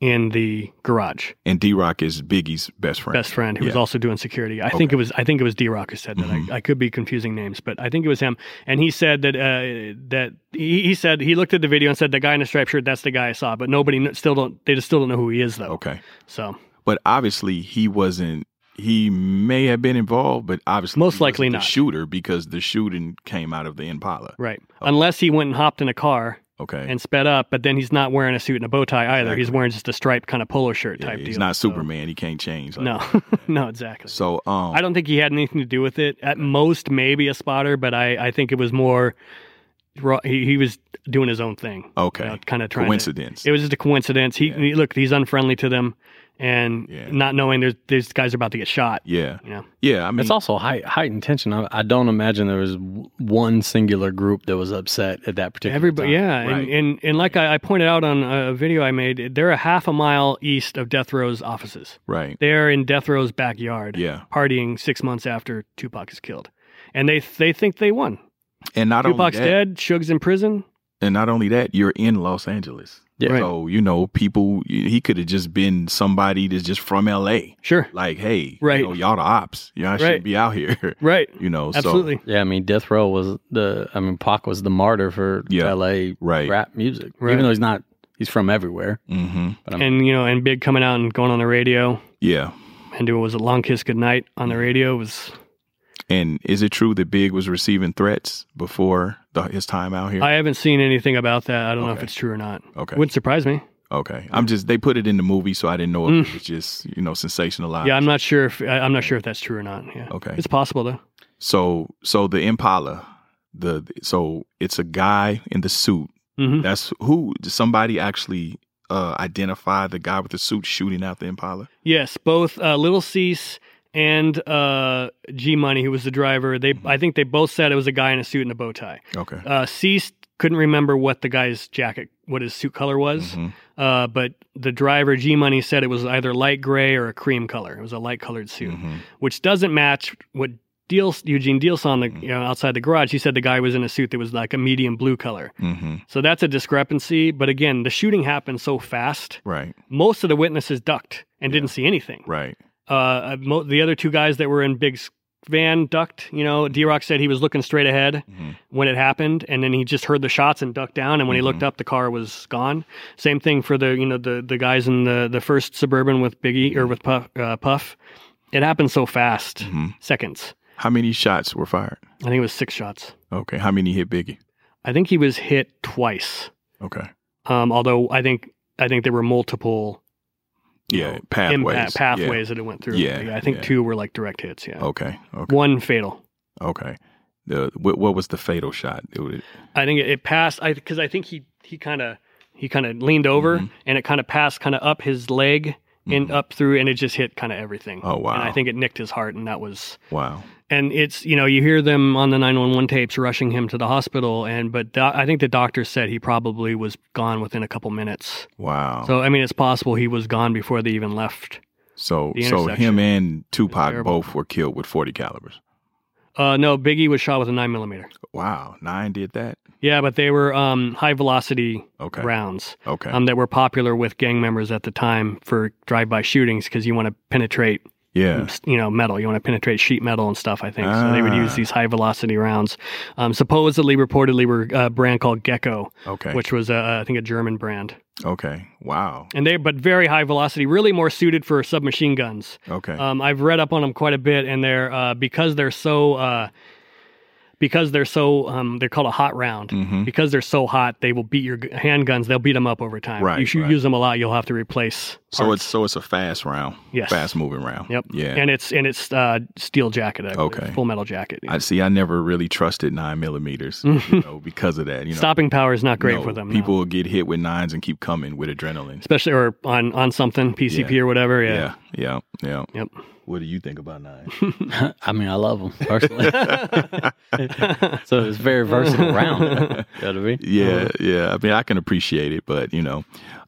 [SPEAKER 4] in the garage.
[SPEAKER 3] And D Rock is Biggie's best friend.
[SPEAKER 4] Best friend who was
[SPEAKER 3] Yeah. Mm-hmm.
[SPEAKER 4] also doing security. I think it was I think it was D Rock who said that. I, I could be confusing names, but I think it was him. And he said that uh, that he, he said he looked at the video and said the guy in the striped shirt that's the guy I saw, but nobody kn- still don't they just still don't know who he is though.
[SPEAKER 3] Okay.
[SPEAKER 4] So
[SPEAKER 3] But obviously he wasn't he may have been involved, but obviously
[SPEAKER 4] Most
[SPEAKER 3] he wasn't
[SPEAKER 4] likely
[SPEAKER 3] the
[SPEAKER 4] not.
[SPEAKER 3] shooter because the shooting came out of the Impala.
[SPEAKER 4] right, unless he went and hopped in a car
[SPEAKER 3] Okay.
[SPEAKER 4] and sped up, but then he's not wearing a suit and a bow tie either. He's wearing just a striped kind of polo shirt
[SPEAKER 3] Yeah,
[SPEAKER 4] type
[SPEAKER 3] he's
[SPEAKER 4] deal.
[SPEAKER 3] not
[SPEAKER 4] so-
[SPEAKER 3] Superman. He can't change. like that.
[SPEAKER 4] No, no, exactly.
[SPEAKER 3] So um
[SPEAKER 4] I don't think he had anything to do with it. At most, maybe a spotter, but I, I think it was more. ro- He, he was doing his own thing.
[SPEAKER 3] Oh, Okay.
[SPEAKER 4] kind of trying. to-
[SPEAKER 3] Coincidence.
[SPEAKER 4] it was just a coincidence. He, he- look, he's unfriendly to them, and
[SPEAKER 3] Yeah.
[SPEAKER 4] not knowing there's these guys are about to get shot.
[SPEAKER 3] yeah.
[SPEAKER 4] You know,
[SPEAKER 3] Yeah. I mean
[SPEAKER 5] it's also height, heightened tension. I, I don't imagine there was w- one singular group that was upset at that particular
[SPEAKER 4] everybody.
[SPEAKER 5] time.
[SPEAKER 4] Yeah,
[SPEAKER 3] Right.
[SPEAKER 4] and, and and like I, I pointed out on a video I made, they're a half a mile east of death row's offices.
[SPEAKER 3] right.
[SPEAKER 4] They're in Death Row's backyard,
[SPEAKER 3] Yeah.
[SPEAKER 4] partying six months after Tupac is killed, and they they think they won.
[SPEAKER 3] And not
[SPEAKER 4] Tupac's
[SPEAKER 3] only that,
[SPEAKER 4] dead. Suge's in prison.
[SPEAKER 3] and not only that, you're in Los Angeles.
[SPEAKER 5] Yeah.
[SPEAKER 3] So, you know, people he could have just been somebody that's just from LA.
[SPEAKER 4] Sure.
[SPEAKER 3] Like, hey,
[SPEAKER 4] Right.
[SPEAKER 3] you know, y'all the ops. Y'all all
[SPEAKER 4] Right.
[SPEAKER 3] shouldn't be out here.
[SPEAKER 4] Right.
[SPEAKER 3] You know,
[SPEAKER 4] Absolutely.
[SPEAKER 5] Yeah, I mean, Death Row was the. I mean, Pac was the martyr for
[SPEAKER 3] Yeah,
[SPEAKER 5] L.A.
[SPEAKER 3] right.
[SPEAKER 5] rap music.
[SPEAKER 4] Right.
[SPEAKER 5] Even though he's not, he's from everywhere.
[SPEAKER 3] so hmm
[SPEAKER 4] and you know, and Big coming out and going on the radio
[SPEAKER 3] yeah.
[SPEAKER 4] and doing was a long kiss goodnight on the radio was.
[SPEAKER 3] And is it true that Big was receiving threats before the, his time out here?
[SPEAKER 4] I haven't seen anything about that. I don't know if
[SPEAKER 3] Okay.
[SPEAKER 4] it's true or not.
[SPEAKER 3] Okay.
[SPEAKER 4] Wouldn't surprise me.
[SPEAKER 3] okay. I'm just they put it in the movie, so I didn't know if it was just you know sensationalized.
[SPEAKER 4] Mm. Yeah, I'm not sure if I- I'm not sure if that's true or not. Yeah.
[SPEAKER 3] Uh, Okay.
[SPEAKER 4] It's possible though.
[SPEAKER 3] So so the Impala, the so it's a guy in the suit.
[SPEAKER 4] Mhm.
[SPEAKER 3] That's who did somebody actually uh identify the guy with the suit shooting out the Impala.
[SPEAKER 4] Yes, both uh, Little Cease and uh, G Money, who was the driver. They, I think, they both said it was a guy in a suit and a bow tie.
[SPEAKER 3] Okay.
[SPEAKER 4] Uh, Cease couldn't remember what the guy's jacket, what his suit color was,
[SPEAKER 3] Mm-hmm,
[SPEAKER 4] uh, but the driver G Money said it was either light gray or a cream color. It was a light colored suit,
[SPEAKER 3] Mm. mm-hmm,
[SPEAKER 4] which doesn't match what. Deals, Eugene Deal saw on the you know, outside the garage. He said the guy was in a suit that was like a medium blue color.
[SPEAKER 3] Mm-hmm.
[SPEAKER 4] So that's a discrepancy. But again, the shooting happened so fast.
[SPEAKER 3] Right.
[SPEAKER 4] Most of the witnesses ducked and didn't see anything
[SPEAKER 3] Right.
[SPEAKER 4] uh, mo- the other two guys that were in Big's van ducked. You know, D Rock said he was looking straight ahead
[SPEAKER 3] Mm-hmm.
[SPEAKER 4] when it happened, and then he just heard the shots and ducked down. And when he
[SPEAKER 3] Mm-hmm.
[SPEAKER 4] looked up, the car was gone. Same thing for the you know the the guys in the the first suburban with Biggie or with Puff. Uh, Puff. It happened so fast,
[SPEAKER 3] Mm.
[SPEAKER 4] seconds.
[SPEAKER 3] Mm-hmm. How many shots were fired?
[SPEAKER 4] I think it was six shots.
[SPEAKER 3] Okay. How many hit Biggie?
[SPEAKER 4] I think he was hit twice.
[SPEAKER 3] Okay.
[SPEAKER 4] Um, although I think I think there were multiple
[SPEAKER 3] Yeah.
[SPEAKER 4] impact-
[SPEAKER 3] Pathways. Yeah.
[SPEAKER 4] pathways that it went through.
[SPEAKER 3] Yeah,
[SPEAKER 4] I think
[SPEAKER 3] yeah.
[SPEAKER 4] two were like direct hits. Yeah,
[SPEAKER 3] Okay. Okay.
[SPEAKER 4] one fatal.
[SPEAKER 3] Okay. The what, what was the fatal shot? It was-
[SPEAKER 4] I think it, it passed. I because I think he he kind of he kind of leaned over
[SPEAKER 3] Mm-hmm.
[SPEAKER 4] and it kind of passed kind of up his leg and up through and it just hit kind of everything.
[SPEAKER 3] Oh, wow.
[SPEAKER 4] And I think it nicked his heart and that was
[SPEAKER 3] Wow.
[SPEAKER 4] and it's you know you hear them on the nine one one tapes rushing him to the hospital and but do- I think the doctor said he probably was gone within a couple minutes.
[SPEAKER 3] Wow.
[SPEAKER 4] So I mean it's possible he was gone before they even left.
[SPEAKER 3] So
[SPEAKER 4] The
[SPEAKER 3] so him
[SPEAKER 4] Intersection
[SPEAKER 3] and Tupac
[SPEAKER 4] terrible.
[SPEAKER 3] both were killed with forty calibers.
[SPEAKER 4] Uh, no, Biggie was shot with a nine millimeter.
[SPEAKER 3] Wow, nine did that.
[SPEAKER 4] Yeah, but they were um, high velocity
[SPEAKER 3] Okay,
[SPEAKER 4] rounds
[SPEAKER 3] okay,
[SPEAKER 4] um, that were popular with gang members at the time for drive-by shootings because you want to penetrate,
[SPEAKER 3] yeah,
[SPEAKER 4] you know, metal. You want to penetrate sheet metal and stuff. I think so. They would
[SPEAKER 3] Ah.
[SPEAKER 4] use these high velocity rounds. Um, supposedly, reportedly, were uh, a brand called Gecko,
[SPEAKER 3] okay,
[SPEAKER 4] which was uh, I think a German brand,
[SPEAKER 3] okay. Wow,
[SPEAKER 4] and they but very high velocity, really more suited for submachine guns.
[SPEAKER 3] okay,
[SPEAKER 4] Um, I've read up on them quite a bit, and they're uh, because they're so uh, because they're so um, they're called a hot round.
[SPEAKER 3] mm-hmm.
[SPEAKER 4] Because they're so hot, they will beat your g- handguns. They'll beat them up over time.
[SPEAKER 3] Right,
[SPEAKER 4] If you
[SPEAKER 3] right.
[SPEAKER 4] use them a lot, you'll have to replace.
[SPEAKER 3] So
[SPEAKER 4] parts.
[SPEAKER 3] it's so it's a fast round,
[SPEAKER 4] Yes.
[SPEAKER 3] fast moving round.
[SPEAKER 4] Yep.
[SPEAKER 3] Yeah.
[SPEAKER 4] and it's and it's uh, steel jacket. I believe,
[SPEAKER 3] Okay.
[SPEAKER 4] Full metal jacket.
[SPEAKER 3] I see. I never really trusted nine millimeters,
[SPEAKER 4] Mm-hmm.
[SPEAKER 3] you know, because of that. You know,
[SPEAKER 4] Stopping power is not great
[SPEAKER 3] No,
[SPEAKER 4] for them. no.
[SPEAKER 3] People will get hit with nines and keep coming with adrenaline.
[SPEAKER 4] especially or on on something PCP or whatever. Yeah.
[SPEAKER 3] Yeah, yeah, yeah.
[SPEAKER 4] Yep.
[SPEAKER 3] What do you think about nine?
[SPEAKER 5] I mean, I love them personally. so it's very versatile round. You know what I mean?
[SPEAKER 3] yeah, yeah. I mean, I can appreciate it, but you know,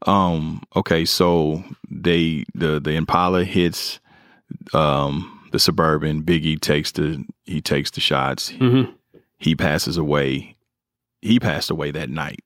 [SPEAKER 3] um, okay. So they the the Impala hits um, the suburban. Biggie takes the he takes the shots.
[SPEAKER 4] Mhm.
[SPEAKER 3] He passes away. He passed away that night.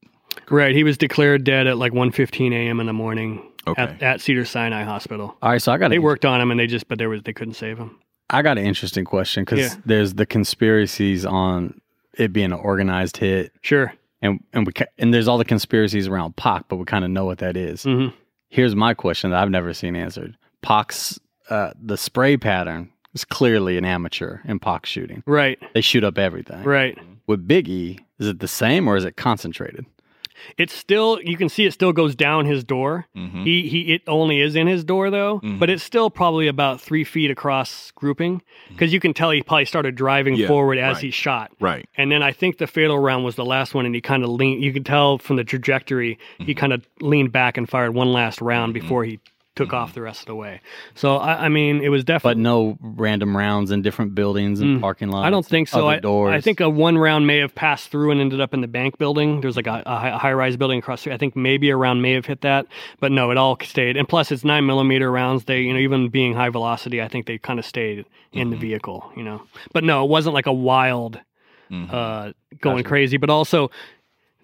[SPEAKER 4] Right. He was declared dead at like 1:15 a.m. in the morning
[SPEAKER 3] Okay.
[SPEAKER 4] at, at Cedar Sinai Hospital.
[SPEAKER 5] All right, so I got
[SPEAKER 4] They
[SPEAKER 5] an,
[SPEAKER 4] worked on him and they just but there was they couldn't save him.
[SPEAKER 5] I got an interesting question because
[SPEAKER 4] Yeah.
[SPEAKER 5] there's the conspiracies on it being an organized hit,
[SPEAKER 4] Sure.
[SPEAKER 5] and and we ca- and there's all the conspiracies around Pac, but we kind of know what that is.
[SPEAKER 4] Mhm.
[SPEAKER 5] Here's my question that I've never seen answered: Pac's uh, the spray pattern is clearly an amateur in Pac shooting.
[SPEAKER 4] Right.
[SPEAKER 5] They shoot up everything.
[SPEAKER 4] Right.
[SPEAKER 5] With Biggie, is it the same or is it concentrated?
[SPEAKER 4] It's still you can see it still goes down his door.
[SPEAKER 3] Mm-hmm.
[SPEAKER 4] He he it only is in his door though,
[SPEAKER 3] Mhm.
[SPEAKER 4] but it's still probably about three feet across grouping because you can tell he probably started driving
[SPEAKER 3] Mm-hmm. Yeah,
[SPEAKER 4] forward as
[SPEAKER 3] right.
[SPEAKER 4] he shot.
[SPEAKER 3] Right.
[SPEAKER 4] And then I think the fatal round was the last one, and he kind of leaned. You can tell from the trajectory, he
[SPEAKER 3] Mm-hmm.
[SPEAKER 4] kind of leaned back and fired one last round before he
[SPEAKER 3] Mm-hmm.
[SPEAKER 4] took off the rest of the way. So I, I mean, it was
[SPEAKER 5] But
[SPEAKER 4] definitely.
[SPEAKER 5] no random rounds in different buildings and
[SPEAKER 4] Mm.
[SPEAKER 5] parking lots.
[SPEAKER 4] I don't think so.
[SPEAKER 5] other
[SPEAKER 4] I,
[SPEAKER 5] doors.
[SPEAKER 4] I think a one round may have passed through and ended up in the bank building. There's like a, high rise building across. the street. I think maybe a round may have hit that, but no, it all stayed. And plus, it's nine millimeter rounds. They, you know, even being high velocity, I think they kind of stayed in the vehicle. You know, but no, it wasn't like a wild
[SPEAKER 3] Mhm.
[SPEAKER 4] uh, going crazy, but also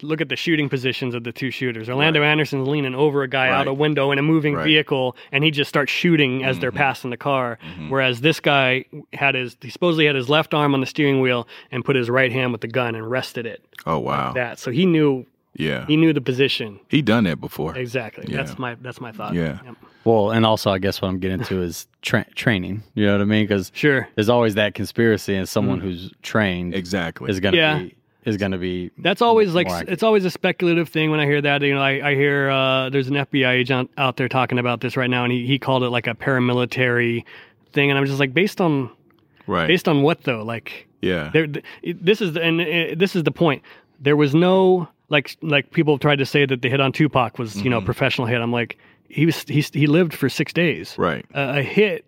[SPEAKER 4] look at the shooting positions of the two shooters. Orlando Anderson's leaning over a guy out
[SPEAKER 3] Right.
[SPEAKER 4] a window in a moving
[SPEAKER 3] Right. Mm-hmm.
[SPEAKER 4] vehicle, and he just starts shooting as they're passing the car. Whereas this guy had his he supposedly had his left arm on the steering wheel and put his right hand with the gun and rested it.
[SPEAKER 3] oh wow.
[SPEAKER 4] That so he knew
[SPEAKER 3] yeah.
[SPEAKER 4] he knew the position
[SPEAKER 3] He done that before.
[SPEAKER 4] exactly.
[SPEAKER 3] Yeah.
[SPEAKER 4] That's my that's my thought.
[SPEAKER 3] Yeah.
[SPEAKER 4] Yep.
[SPEAKER 5] Well, and also, I guess what I'm getting to is tra- training. You know what I mean? Because
[SPEAKER 4] Sure.
[SPEAKER 5] there's always that conspiracy, and someone who's trained
[SPEAKER 3] Exactly.
[SPEAKER 5] is gonna
[SPEAKER 4] Yeah.
[SPEAKER 5] be is gonna be
[SPEAKER 4] That's always like
[SPEAKER 5] Right.
[SPEAKER 4] it's always a speculative thing when I hear that. You know, I, I hear uh, there's an FBI agent out there talking about this right now, and he, he called it like a paramilitary thing, and I'm just like, based on
[SPEAKER 3] right.
[SPEAKER 4] based on what though? Like
[SPEAKER 3] yeah.
[SPEAKER 4] there, th- this is the, and uh, this is the point. There was no like like people have tried to say that the hit on Tupac was you know a
[SPEAKER 3] Mm-hmm.
[SPEAKER 4] professional hit. I'm like he was he he lived for six days.
[SPEAKER 3] Right.
[SPEAKER 4] A a hit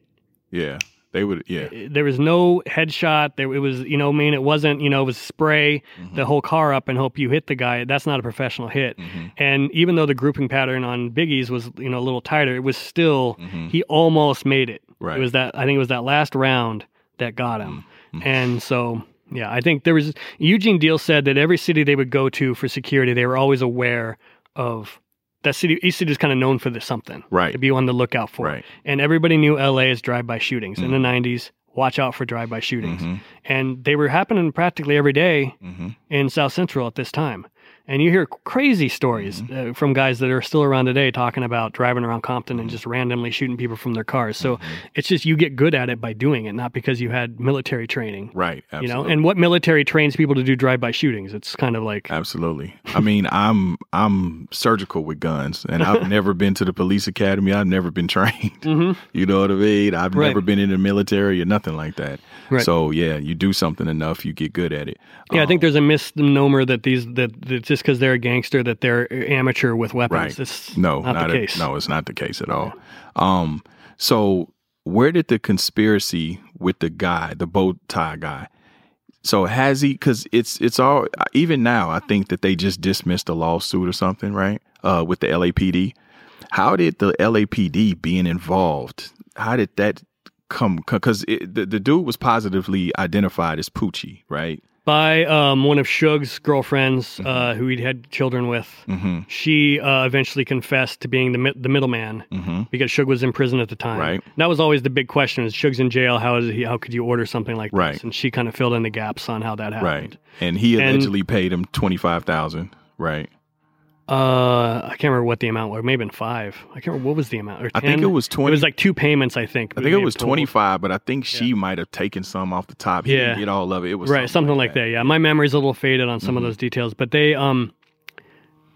[SPEAKER 3] Yeah. They would. Yeah.
[SPEAKER 4] there was no headshot. There it was, you know, I mean, it wasn't, you know, it was spray
[SPEAKER 3] Mm-hmm.
[SPEAKER 4] the whole car up and hope you hit the guy. That's not a professional hit.
[SPEAKER 3] Mm-hmm.
[SPEAKER 4] And even though the grouping pattern on Biggie's was, you know, a little tighter, it was still
[SPEAKER 3] Mm-hmm.
[SPEAKER 4] he almost made it.
[SPEAKER 3] Right.
[SPEAKER 4] It was that I think it was that last round that got him.
[SPEAKER 3] Mm-hmm.
[SPEAKER 4] And so yeah, I think there was Eugene Deal said that every city they would go to for security, they were always aware of that city. Each city was kind of known for this something
[SPEAKER 3] Right.
[SPEAKER 4] to be on the lookout for.
[SPEAKER 3] Right. Mm-hmm.
[SPEAKER 4] And everybody knew LA is drive-by shootings in the 90s. Watch out for drive-by shootings. And they were happening practically every day
[SPEAKER 3] Mhm.
[SPEAKER 4] in South Central at this time. And you hear crazy stories
[SPEAKER 3] Mm-hmm.
[SPEAKER 4] uh, from guys that are still around today talking about driving around Compton
[SPEAKER 3] Mm-hmm.
[SPEAKER 4] and just randomly shooting people from their cars. So it's just you get good at it by doing it, not because you had military training.
[SPEAKER 3] Right.
[SPEAKER 4] You
[SPEAKER 3] Absolutely.
[SPEAKER 4] know, and what military trains people to do drive-by shootings? It's kind of like
[SPEAKER 3] Absolutely. I mean, I'm I'm surgical with guns, and I've never been to the police academy. I've never been trained.
[SPEAKER 4] mm-hmm.
[SPEAKER 3] You know what I mean? I've
[SPEAKER 4] Right.
[SPEAKER 3] never been in the military or nothing like that.
[SPEAKER 4] Right.
[SPEAKER 3] So yeah, you do something enough, you get good at it.
[SPEAKER 4] Yeah,
[SPEAKER 3] uh,
[SPEAKER 4] I think there's a misnomer that these that, that just because they're a gangster that they're amateur with weapons.
[SPEAKER 3] Right.
[SPEAKER 4] It's
[SPEAKER 3] No,
[SPEAKER 4] not, the
[SPEAKER 3] a-
[SPEAKER 4] case.
[SPEAKER 3] No, it's not the case at all. Um, so where did the conspiracy with the guy, the bow tie guy? So has he? Because it's it's all even now. I think that they just dismissed a lawsuit or something, right? Uh, with the LAPD.
[SPEAKER 10] How did the LAPD being involved? How did that come? Because the the dude was positively identified as Poochie, right?
[SPEAKER 4] by um, one of Suge's girlfriends
[SPEAKER 3] Mm-hmm.
[SPEAKER 4] uh, who he'd had children with.
[SPEAKER 10] Mm-hmm.
[SPEAKER 4] She uh, eventually confessed to being the mi- the middleman
[SPEAKER 10] Mm-hmm.
[SPEAKER 4] because Suge was in prison at the time.
[SPEAKER 10] Right.
[SPEAKER 4] And that was always the big question: is Suge's in jail? How is he? How could you order something like
[SPEAKER 10] Right.
[SPEAKER 4] this? And she kind of filled in the gaps on how that
[SPEAKER 10] Right.
[SPEAKER 4] happened.
[SPEAKER 10] And he
[SPEAKER 4] And-
[SPEAKER 10] allegedly paid him twenty five thousand. Right.
[SPEAKER 4] Uh, I can't remember what the amount was. Maybe been five. I can't remember what was the amount. Or
[SPEAKER 10] I think
[SPEAKER 4] 10?
[SPEAKER 10] it was
[SPEAKER 4] It
[SPEAKER 10] 20
[SPEAKER 4] was like two payments, I think.
[SPEAKER 10] I
[SPEAKER 4] we
[SPEAKER 10] think it
[SPEAKER 4] may
[SPEAKER 10] was
[SPEAKER 4] have totaled.
[SPEAKER 10] twenty five, but I think she might have taken some off the top. He didn't
[SPEAKER 4] Yeah.
[SPEAKER 10] get all of it. It was
[SPEAKER 4] right, something like that. Yeah, my memory's a little faded on
[SPEAKER 10] Mm-hmm.
[SPEAKER 4] some of those details, but they um,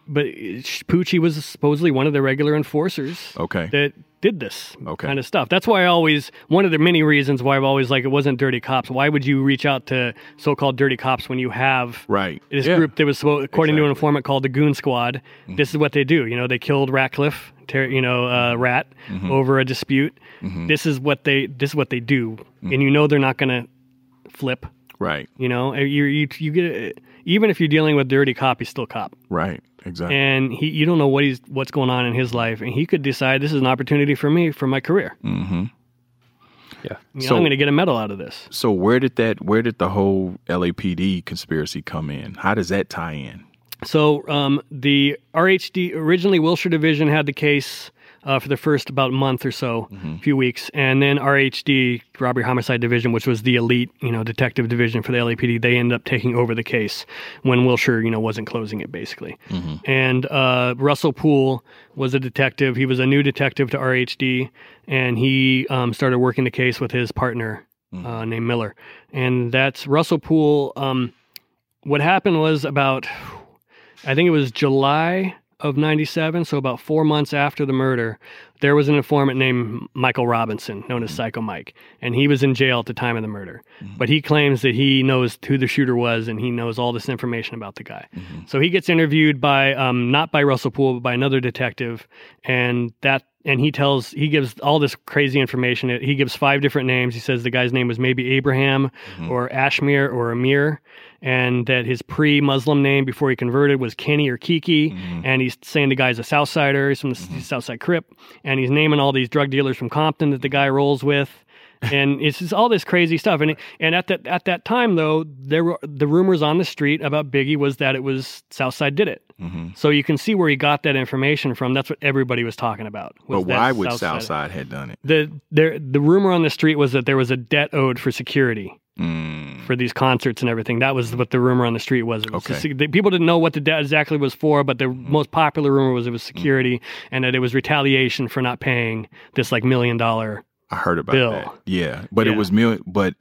[SPEAKER 4] but sh- Poochie was supposedly one of the regular enforcers
[SPEAKER 10] Okay.
[SPEAKER 4] that did this
[SPEAKER 10] Okay.
[SPEAKER 4] kind of stuff. That's why I always one of the many reasons why I've always like it wasn't dirty cops. Why would you reach out to so-called dirty cops when you have
[SPEAKER 10] Right.
[SPEAKER 4] this
[SPEAKER 10] Yeah. Mm-hmm.
[SPEAKER 4] group that was supposed, according to an informant called the Goon Squad. This is what they do. You know, they killed Ratcliffe, ter- you know, uh,
[SPEAKER 10] Mm-hmm.
[SPEAKER 4] Rat over a dispute. This is what they this is what they do, and
[SPEAKER 10] Mm-hmm.
[SPEAKER 4] you know they're not gonna flip.
[SPEAKER 10] Right.
[SPEAKER 4] You know, And you you you get even if you're dealing with dirty cop, he's still cop,
[SPEAKER 10] Right. Exactly.
[SPEAKER 4] and he you don't know what he's what's going on in his life, and he could decide this is an opportunity for me for my career.
[SPEAKER 10] mm-hmm.
[SPEAKER 4] You know,
[SPEAKER 10] So-
[SPEAKER 4] I'm going to get a medal out of this.
[SPEAKER 10] So where did that where did the whole LAPD conspiracy come in? How does that tie in?
[SPEAKER 4] So um, the RHD originally Wilshire Division had the case uh, for the first about month or so, few weeks, and then RHD Robbery Homicide Division, which was the elite you know detective division for the LAPD, they ended up taking over the case when Wilshire you know wasn't closing it basically. And uh, Russell Poole was a detective. He was a new detective to RHD, and he um, started working the case with his partner uh, named Miller, and that's Russell Poole. Um, what happened was about I think it was July of 97, so about four months after the murder, there was an informant named Michael Robinson, known as Psycho Mike, and he was in jail at the time of the murder. But he claims that he knows who the shooter was and he knows all this information about the guy. So he gets interviewed by, um, not by Russell Poole, but by another detective, and that and he tells he gives all this crazy information he gives five different names he says the guy's name was maybe abraham or ashmir or amir and that his pre-muslim name before he converted was kenny or kiki
[SPEAKER 10] Mm-hmm.
[SPEAKER 4] and he's saying the guy's a southsider he's from the s southside crip and he's naming all these drug dealers from compton that the guy rolls with and it's just all this crazy stuff and it, and at that at that time though there were the rumors on the street about biggie was that it was southside did it
[SPEAKER 10] Mm-hmm.
[SPEAKER 4] so you can see where he got that information from. That's what everybody was talking about. was
[SPEAKER 10] But
[SPEAKER 4] that
[SPEAKER 10] why would
[SPEAKER 4] Southside-
[SPEAKER 10] Southside had done it?
[SPEAKER 4] The there the rumor on the street was that there was a debt owed for security
[SPEAKER 10] Mm,
[SPEAKER 4] for these concerts and everything. That was what the rumor on the street was. It was
[SPEAKER 10] Okay.
[SPEAKER 4] se- the- people didn't know what the debt exactly was for, but the most popular rumor was it was security and that it was retaliation for not paying this like million dollar.
[SPEAKER 10] I heard about
[SPEAKER 4] Bill.
[SPEAKER 10] that. Yeah, but it
[SPEAKER 4] Yeah.
[SPEAKER 10] was mil- but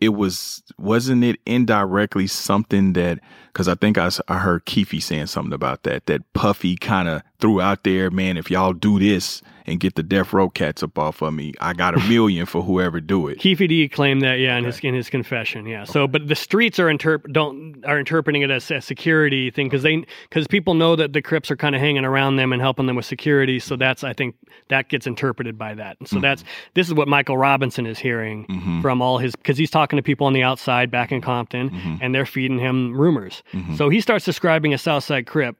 [SPEAKER 10] it was wasn't it indirectly something that because I think I, s- I heard Keefe saying something about that that Puffy kind of threw out there, man. If y'all do this and get the death row cats up off of me, I got a million for whoever do it.
[SPEAKER 4] Keefe D claimed that, yeah, in his in his confession, yeah. So, but the streets are interp- don't are interpreting it as a security thing because they because people know that the Crips are kind of hanging around them and helping them with security. So that's I think that gets interpreted by that. And so that's this is what Michael Robinson is hearing
[SPEAKER 3] Mm-hmm.
[SPEAKER 10] Mm-hmm,
[SPEAKER 4] from all his because he's talking to people on the outside back in Compton and they're feeding him rumors. So he starts describing a Southside Crip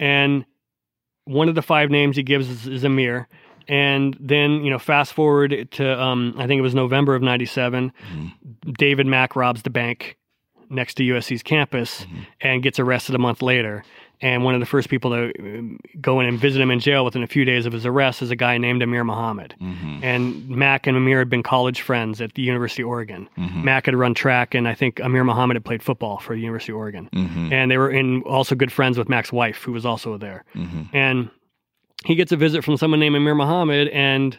[SPEAKER 4] and one of the five names he gives is, is Amir. And then, you know, fast forward to, um, I think it was November of 97, David Mack robs the bank next to USC's campus and gets arrested a month later. And one of the first people to um, go in and visit him in jail within a few days of his arrest is a guy named Amir Muhammad. And Mack and Amir had been college friends at the University of Oregon.
[SPEAKER 10] mm-hmm,
[SPEAKER 3] Hmm.
[SPEAKER 4] Mack had run track, and I think Amir Muhammad had played football for the University of Oregon.
[SPEAKER 10] mm-hmm,
[SPEAKER 4] And they were in also good friends with Mack's wife, who was also there.
[SPEAKER 10] mm-hmm,
[SPEAKER 4] And he gets a visit from someone named Amir Muhammad, and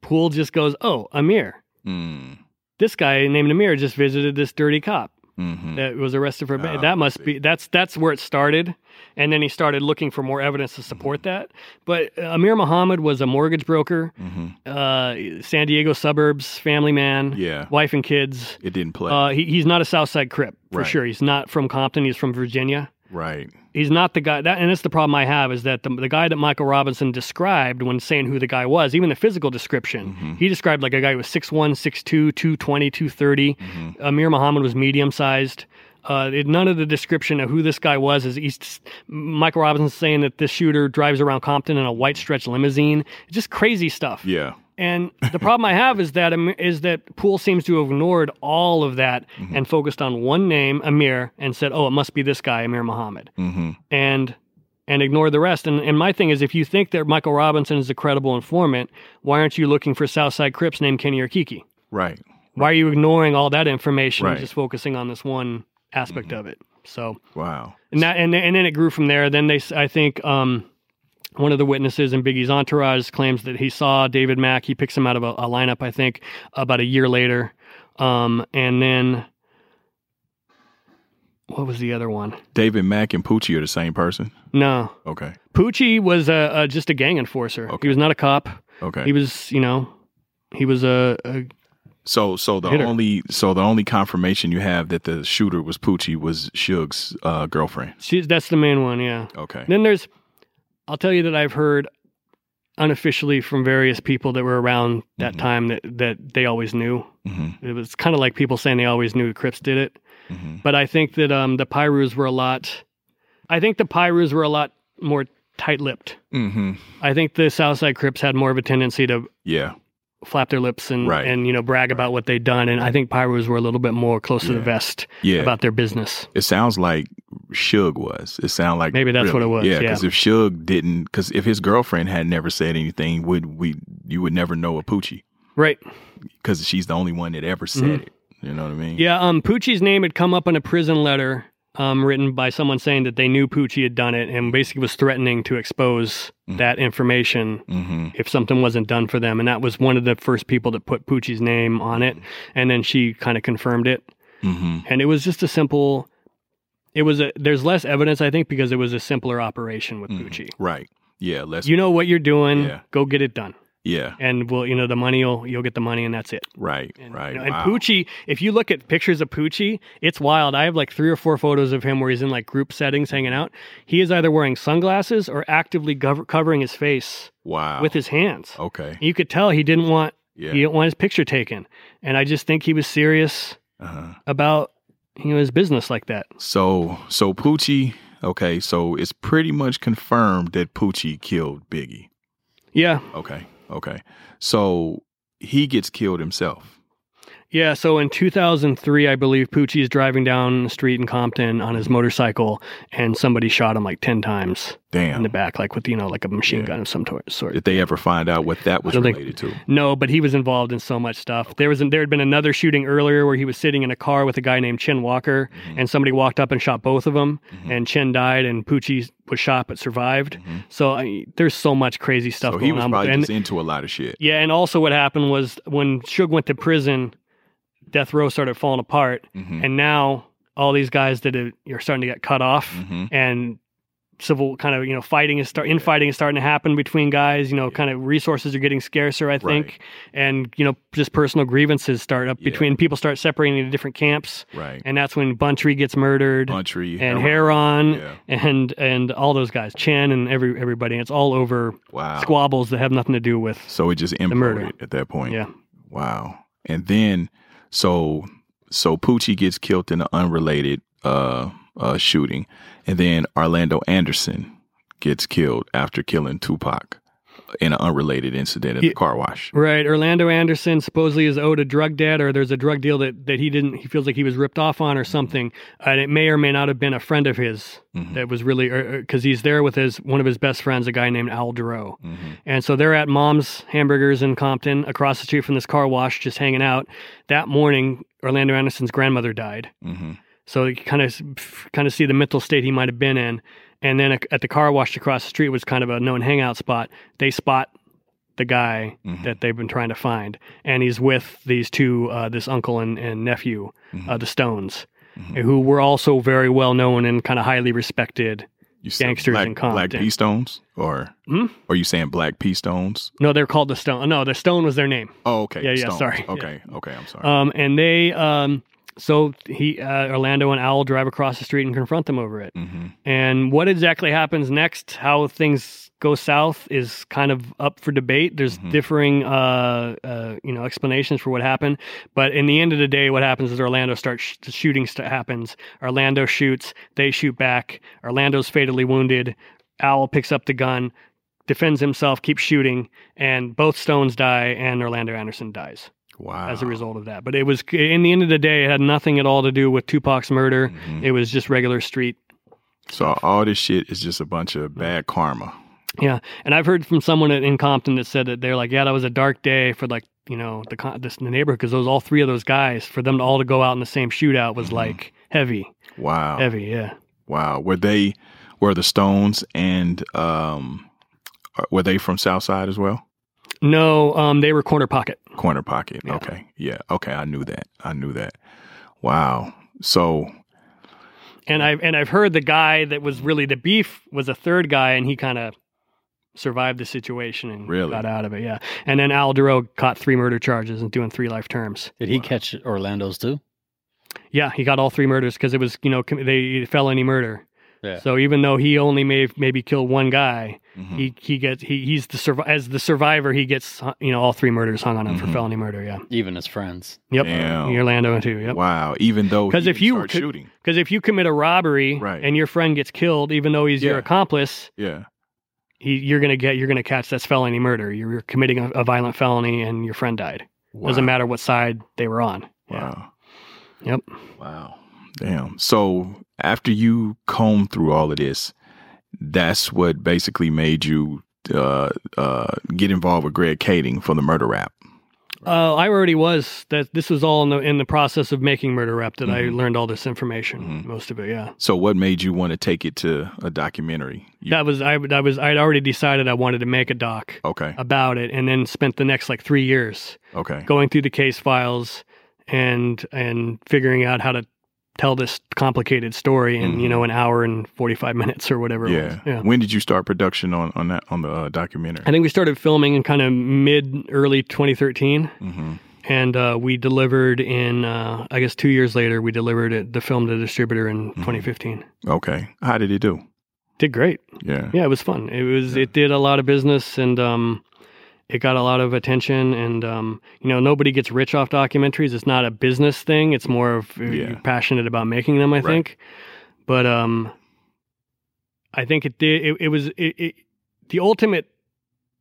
[SPEAKER 4] Poole just goes, "Oh, Amir,
[SPEAKER 10] Mm,
[SPEAKER 4] this guy named Amir just visited this dirty cop
[SPEAKER 3] Hmm.
[SPEAKER 10] mhm.
[SPEAKER 4] that was arrested for ba- that must be that's that's where it started and then he started looking for more evidence to support that but uh, amir muhammad was a mortgage broker
[SPEAKER 10] mm-hmm.
[SPEAKER 4] uh, san diego suburbs family man
[SPEAKER 10] Yeah.
[SPEAKER 4] wife and kids
[SPEAKER 10] It didn't play
[SPEAKER 4] uh, he, he's not a south side crip for
[SPEAKER 10] Right.
[SPEAKER 4] sure he's not from compton he's from virginia
[SPEAKER 10] right.
[SPEAKER 4] he's not the guy that and that's the problem i have is that the, the guy that michael robinson described when saying who the guy was even the physical description he described
[SPEAKER 10] mm-hmm,
[SPEAKER 4] like a guy who was 6'1 6'2 220 230 amir muhammad was medium sized Uh, it, none of the description of who this guy was is East. Michael Robinson's saying that this shooter drives around Compton in a white stretch limousine. It's just crazy stuff.
[SPEAKER 3] Yeah.
[SPEAKER 4] And the problem I have is that is that Poole seems to have ignored all of that and focused on one name, Amir, and said, "Oh, it must be this guy, Amir Muhammad,"
[SPEAKER 3] Mm-hmm.
[SPEAKER 4] and and ignored the rest. And and my thing is, if you think that Michael Robinson is a credible informant, why aren't you looking for Southside Crips named Kenny or Kiki?
[SPEAKER 3] Right.
[SPEAKER 4] Why are you ignoring all that information
[SPEAKER 3] Right.
[SPEAKER 4] and just focusing on this one aspect of it? So
[SPEAKER 3] Wow.
[SPEAKER 4] and that, and and then it grew from there. Then they, s- I think, um, one of the witnesses in Biggie's entourage claims that he saw David Mack. He picks him out of a, a lineup, I think, about a year later. Um, and then what was the other one?
[SPEAKER 3] David Mack and Poochie are the same person.
[SPEAKER 4] No,
[SPEAKER 3] Okay.
[SPEAKER 4] Poochie was uh, uh, just a gang enforcer.
[SPEAKER 3] Okay.
[SPEAKER 4] He was not a cop.
[SPEAKER 3] Okay.
[SPEAKER 4] He was, you know, he was a, a
[SPEAKER 3] so so the
[SPEAKER 4] Hitter.
[SPEAKER 3] only so the only confirmation you have that the shooter was Poochie was Suge's uh, girlfriend.
[SPEAKER 4] she, that's the main one, yeah.
[SPEAKER 3] Okay.
[SPEAKER 4] Then there's, I'll tell you that I've heard unofficially from various people that were around that
[SPEAKER 3] Mm-hmm.
[SPEAKER 4] time that, that they always knew.
[SPEAKER 3] hmm
[SPEAKER 4] It was kind of like people saying they always knew the Crips did it.
[SPEAKER 3] Mhm.
[SPEAKER 4] But I think that um, the Pyrus were a lot, I think the Pyrus were a lot more tight lipped.
[SPEAKER 3] hmm
[SPEAKER 4] I think the Southside Crips had more of a tendency to
[SPEAKER 3] Yeah.
[SPEAKER 4] flap their lips and,
[SPEAKER 3] Right.
[SPEAKER 4] and you know, brag about what they'd done. And I think Pyrus were a little bit more close to the
[SPEAKER 3] Yeah.
[SPEAKER 4] vest
[SPEAKER 3] Yeah.
[SPEAKER 4] about their business.
[SPEAKER 3] It sounds like Suge was. It sounds like
[SPEAKER 4] Maybe that's what it was,
[SPEAKER 3] Yeah,
[SPEAKER 4] yeah.
[SPEAKER 3] because if Suge didn't, because if his girlfriend had never said anything, would we? You would never know a Poochie
[SPEAKER 4] Right.
[SPEAKER 3] because she's the only one that ever said it. You know what I mean?
[SPEAKER 4] Mm-hmm. Yeah, um, Poochie's name had come up in a prison letter um, written by someone saying that they knew Poochie had done it and basically was threatening to expose that information
[SPEAKER 3] hmm
[SPEAKER 4] if something wasn't done for them. And that was one of the first people that put Poochie's name on it. And then she kind of confirmed it.
[SPEAKER 3] hmm
[SPEAKER 4] And it was just a simple. It was a. There's less evidence, I think, because it was a simpler operation with Poochie.
[SPEAKER 3] Right. Yeah. Let's.
[SPEAKER 4] You know what you're doing.
[SPEAKER 3] Yeah.
[SPEAKER 4] Go get it done,
[SPEAKER 3] yeah.
[SPEAKER 4] and we'll. You know the money. You'll, you'll get the money, and that's it.
[SPEAKER 3] Right. right.
[SPEAKER 4] You know, and
[SPEAKER 3] wow.
[SPEAKER 4] Poochie, if you look at pictures of Poochie, it's wild. I have like three or four photos of him where he's in like group settings hanging out. He is either wearing sunglasses or actively gov- covering his face
[SPEAKER 3] Wow.
[SPEAKER 4] with his hands.
[SPEAKER 3] okay.
[SPEAKER 4] You could tell he didn't want
[SPEAKER 3] Yeah.
[SPEAKER 4] he didn't want his picture taken, and I just think he was serious
[SPEAKER 3] Uh-huh.
[SPEAKER 4] about you know his business like that.
[SPEAKER 3] So so Poochie. Okay. So it's pretty much confirmed that Poochie killed Biggie.
[SPEAKER 4] Yeah,
[SPEAKER 3] Okay. Okay. So he gets killed himself.
[SPEAKER 4] yeah. So in 2003, I believe Poochie is driving down the street in Compton on his motorcycle, and somebody shot him like ten times
[SPEAKER 3] Damn.
[SPEAKER 4] in the back, like with you know like a machine gun of some tor- sort.
[SPEAKER 3] Did they ever find out what that was
[SPEAKER 4] don't think-
[SPEAKER 3] related to?
[SPEAKER 4] No, but he was involved in so much stuff. There was there had been another shooting earlier where he was sitting in a car with a guy named Chin Walker, and somebody walked up and shot both of them, and Chin died, and Poochie was shot but survived. So I, there's so much crazy stuff
[SPEAKER 3] So
[SPEAKER 4] going
[SPEAKER 3] he was
[SPEAKER 4] on.
[SPEAKER 3] probably
[SPEAKER 4] and,
[SPEAKER 3] just into a lot of shit.
[SPEAKER 4] yeah, and also what happened was when Suge went to prison, Death Row started falling apart, and now all these guys that are are starting to get cut off, and civil kind of you know fighting is start infighting is starting to happen between guys. You know, kind of resources are getting scarcer, I think, and you know just personal grievances start up between people start separating into different camps,
[SPEAKER 3] Right.
[SPEAKER 4] and that's when Buntree gets murdered.
[SPEAKER 3] Country
[SPEAKER 4] and
[SPEAKER 3] heroin.
[SPEAKER 4] Heron
[SPEAKER 3] Yeah.
[SPEAKER 4] and and all those guys, Chen and every everybody, and it's all over
[SPEAKER 3] Wow.
[SPEAKER 4] squabbles that have nothing to do with
[SPEAKER 3] So it just
[SPEAKER 4] murder.
[SPEAKER 3] imploded at that point.
[SPEAKER 4] Yeah.
[SPEAKER 3] Wow. And then so so Poochie gets killed in an unrelated uh uh shooting. And then Orlando Anderson gets killed after killing Tupac in an unrelated incident at
[SPEAKER 4] Yeah.
[SPEAKER 3] the car wash.
[SPEAKER 4] Right. Orlando Anderson supposedly is owed a drug debt or there's a drug deal that, that he didn't, he feels like he was ripped off on or
[SPEAKER 3] Mm-hmm.
[SPEAKER 4] something. And it may or may not have been a friend of his
[SPEAKER 3] Mm-hmm.
[SPEAKER 4] that was really, because he's there with his, one of his best friends, a guy named Al Duro.
[SPEAKER 3] Mm-hmm.
[SPEAKER 4] And so they're at Mom's Hamburgers in Compton across the street from this car wash, just hanging out. That morning, Orlando Anderson's grandmother died.
[SPEAKER 3] hmm
[SPEAKER 4] So you kind of kind of see the mental state he might have been in. And then at the car wash across the street was kind of a known hangout spot. They spot the guy
[SPEAKER 3] Mm-hmm.
[SPEAKER 4] that they've been trying to find, and he's with these two, uh, this uncle and, and nephew, uh, the Stones, who were also very well known and kind of highly respected.
[SPEAKER 3] You said
[SPEAKER 4] Gangsters
[SPEAKER 3] black,
[SPEAKER 4] in
[SPEAKER 3] Black
[SPEAKER 4] Compton.
[SPEAKER 3] P Stones? Or
[SPEAKER 4] Hmm?
[SPEAKER 3] are you saying black P Stones?
[SPEAKER 4] No, they're called the Stone. No, the Stone was their name.
[SPEAKER 3] Oh, okay.
[SPEAKER 4] Yeah, Uh, yeah,
[SPEAKER 3] Stones.
[SPEAKER 4] sorry.
[SPEAKER 3] Okay, okay, I'm sorry.
[SPEAKER 4] Um, and they um, So he uh, Orlando and Owl drive across the street and confront them over it.
[SPEAKER 3] Mm-hmm.
[SPEAKER 4] And what exactly happens next, how things go south, is kind of up for debate. There's
[SPEAKER 3] Mhm.
[SPEAKER 4] differing, uh, uh, you know, explanations for what happened. But in the end of the day, what happens is Orlando starts sh- the shooting. St- happens. Orlando shoots. They shoot back. Orlando's fatally wounded. Owl picks up the gun, defends himself, keeps shooting, and both Stones die, and Orlando Anderson dies
[SPEAKER 3] Wow.
[SPEAKER 4] as a result of that. But it was in the end of the day, it had nothing at all to do with Tupac's murder.
[SPEAKER 3] Mhm.
[SPEAKER 4] It was just regular street.
[SPEAKER 3] So all this shit is just a bunch of bad karma.
[SPEAKER 4] Yeah, and I've heard from someone at- in Compton that said that they're like, yeah, that was a dark day for like you know the con- this, the neighborhood because those all three of those guys for them to all to go out in the same shootout was like heavy,
[SPEAKER 3] Mm-hmm. Wow.
[SPEAKER 4] heavy. Yeah,
[SPEAKER 3] Wow. Were they were the Stones and um were they from Southside as well?
[SPEAKER 4] no, um, they were corner pocket.
[SPEAKER 3] Corner pocket.
[SPEAKER 4] Yeah.
[SPEAKER 3] Okay. Yeah. Okay. I knew that. I knew that. Wow. So
[SPEAKER 4] and I and I've heard the guy that was really the beef was a third guy, and he kind of survived the situation and
[SPEAKER 3] Really?
[SPEAKER 4] got out of it. Yeah, and then Al Duro caught three murder charges and doing three life terms.
[SPEAKER 5] Did he catch Orlando's too?
[SPEAKER 4] Yeah, he got all three murders because it was you know com- they felony murder.
[SPEAKER 5] Yeah.
[SPEAKER 4] So even though he only may maybe killed one guy,
[SPEAKER 3] mhm.
[SPEAKER 4] he he gets he he's the survi- as the survivor he gets uh, you know all three murders hung on him
[SPEAKER 3] Mhm.
[SPEAKER 4] for felony murder. Yeah.
[SPEAKER 5] Even his friends.
[SPEAKER 4] Yep.
[SPEAKER 3] Damn.
[SPEAKER 4] Orlando too. Yep.
[SPEAKER 3] wow. Even though
[SPEAKER 4] 'Cause
[SPEAKER 3] he
[SPEAKER 4] if
[SPEAKER 3] didn't
[SPEAKER 4] you
[SPEAKER 3] start
[SPEAKER 4] could-
[SPEAKER 3] shooting.
[SPEAKER 4] Because if you commit a robbery
[SPEAKER 3] Right.
[SPEAKER 4] and your friend gets killed, even though he's your
[SPEAKER 3] Yeah.
[SPEAKER 4] accomplice,
[SPEAKER 3] Yeah.
[SPEAKER 4] he, you're gonna get you're gonna catch that's felony murder. You're, you're committing a, a violent felony, and your friend died.
[SPEAKER 3] Wow.
[SPEAKER 4] Doesn't matter what side they were on. Yeah.
[SPEAKER 3] Wow.
[SPEAKER 4] Yep.
[SPEAKER 3] Wow. Damn. So after you comb through all of this, that's what basically made you uh uh get involved with Greg Kading for the murder rap.
[SPEAKER 4] Uh, I already was that. This was all in the in the process of making murder rep that
[SPEAKER 3] Mhm.
[SPEAKER 4] I learned all this information.
[SPEAKER 3] Mhm.
[SPEAKER 4] Most of it, yeah.
[SPEAKER 3] So what made you want to take it to a documentary? You-
[SPEAKER 4] That was I. That was I'd already decided I wanted to make a doc
[SPEAKER 3] okay.
[SPEAKER 4] about it, and then spent the next like three years
[SPEAKER 3] Okay.
[SPEAKER 4] going through the case files and and figuring out how to tell this complicated story in you
[SPEAKER 3] Mhm.
[SPEAKER 4] know an hour and forty five minutes or whatever. It was.
[SPEAKER 3] Yeah.
[SPEAKER 4] yeah.
[SPEAKER 3] When did you start production on on that on the uh, documentary?
[SPEAKER 4] I think we started filming in kind of mid early 2013,
[SPEAKER 3] hmm
[SPEAKER 4] and uh, we delivered in uh, I guess two years later we delivered it, the film to the distributor in 2015.
[SPEAKER 3] Okay. How did it do?
[SPEAKER 4] Did great.
[SPEAKER 3] Yeah.
[SPEAKER 4] Yeah, it was fun. It was it did a lot of business and um, it got a lot of attention and um, you know nobody gets rich off documentaries. It's not a business thing. It's more of uh,
[SPEAKER 3] Yeah.
[SPEAKER 4] you're passionate about making them. I
[SPEAKER 3] Right.
[SPEAKER 4] think, but um, I think it did. It, it was it, it, the ultimate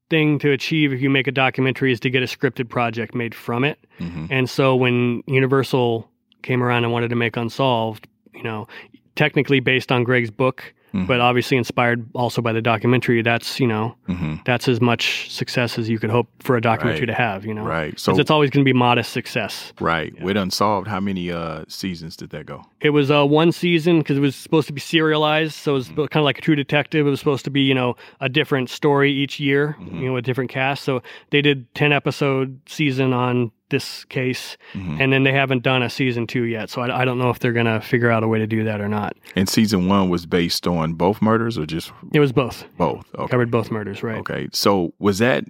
[SPEAKER 4] thing to achieve if you make a documentary is to get a scripted project made from it.
[SPEAKER 3] hmm
[SPEAKER 4] And so when Universal came around and wanted to make Unsolved, you know, technically based on Greg's book,
[SPEAKER 3] Mhm.
[SPEAKER 4] but obviously inspired also by the documentary, that's, you know,
[SPEAKER 3] hmm
[SPEAKER 4] that's as much success as you could hope for a documentary
[SPEAKER 3] Right.
[SPEAKER 4] to have, you know.
[SPEAKER 3] Right. So
[SPEAKER 4] 'Cause it's always going to be modest success.
[SPEAKER 3] right with Unsolved, how many uh seasons did that go?
[SPEAKER 4] It was uh, one season because it was supposed to be serialized, so it was
[SPEAKER 3] Mm-hmm.
[SPEAKER 4] kind of like a True Detective. It was supposed to be, you know, a different story each year,
[SPEAKER 3] Mhm.
[SPEAKER 4] you know, a different cast. So they did ten episode season on this case,
[SPEAKER 3] Mhm.
[SPEAKER 4] Mm-hmm. and then they haven't done a season two yet. So I, I don't know if they're gonna figure out a way to do that or not.
[SPEAKER 3] And season one was based on both murders or just
[SPEAKER 4] It was both
[SPEAKER 3] both? Okay.
[SPEAKER 4] covered both murders, right?
[SPEAKER 3] Okay. So was that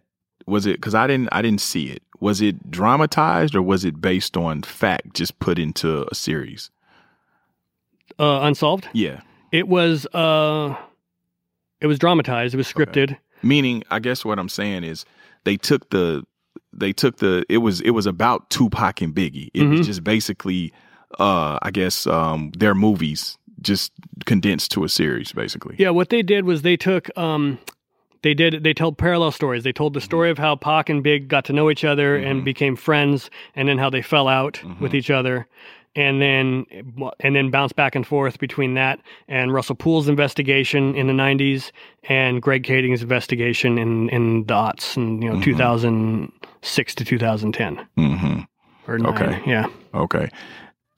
[SPEAKER 3] was it cuz I didn't I didn't see it. Was it dramatized or was it based on fact just put into a series?
[SPEAKER 4] Uh, unsolved.
[SPEAKER 3] Yeah.
[SPEAKER 4] It was uh, it was dramatized. It was scripted.
[SPEAKER 3] Meaning, I guess what I'm saying is they took the they took the it was it was about Tupac and Biggie. It
[SPEAKER 4] Mhm.
[SPEAKER 3] was just basically uh I guess um their movies just condensed to a series basically.
[SPEAKER 4] Yeah, what they did was they took um they did they told parallel stories. They told the
[SPEAKER 3] Mm-hmm.
[SPEAKER 4] story of how Pac and Big got to know each other
[SPEAKER 3] Mhm.
[SPEAKER 4] and became friends and then how they fell out with
[SPEAKER 3] Mm-hmm.
[SPEAKER 4] each other and then and then bounced back and forth between that and Russell Poole's investigation in the 90s and Greg Kading's investigation in in the aughts and you know
[SPEAKER 3] Mhm.
[SPEAKER 4] 2006 to 2010
[SPEAKER 3] Mhm.
[SPEAKER 4] or 9.
[SPEAKER 3] Okay.
[SPEAKER 4] Yeah.
[SPEAKER 3] Okay.